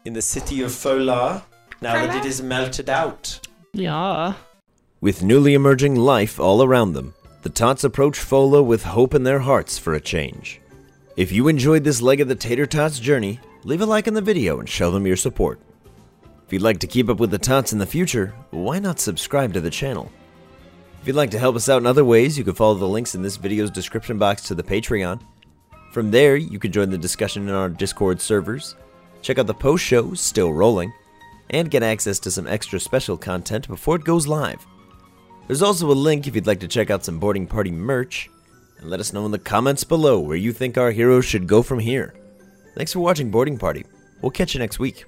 in the city of Fola. Now that it is melted out.
Yeah.
With newly emerging life all around them, the Tots approach Fola with hope in their hearts for a change. If you enjoyed this leg of the Tater Tots journey, leave a like on the video and show them your support. If you'd like to keep up with the Tots in the future, why not subscribe to the channel? If you'd like to help us out in other ways, you can follow the links in this video's description box to the Patreon. From there, you can join the discussion in our Discord servers, check out the post show, Still Rolling, and get access to some extra special content before it goes live. There's also a link if you'd like to check out some boarding party merch, and let us know in the comments below where you think our heroes should go from here. Thanks for watching Boarding Party. We'll catch you next week.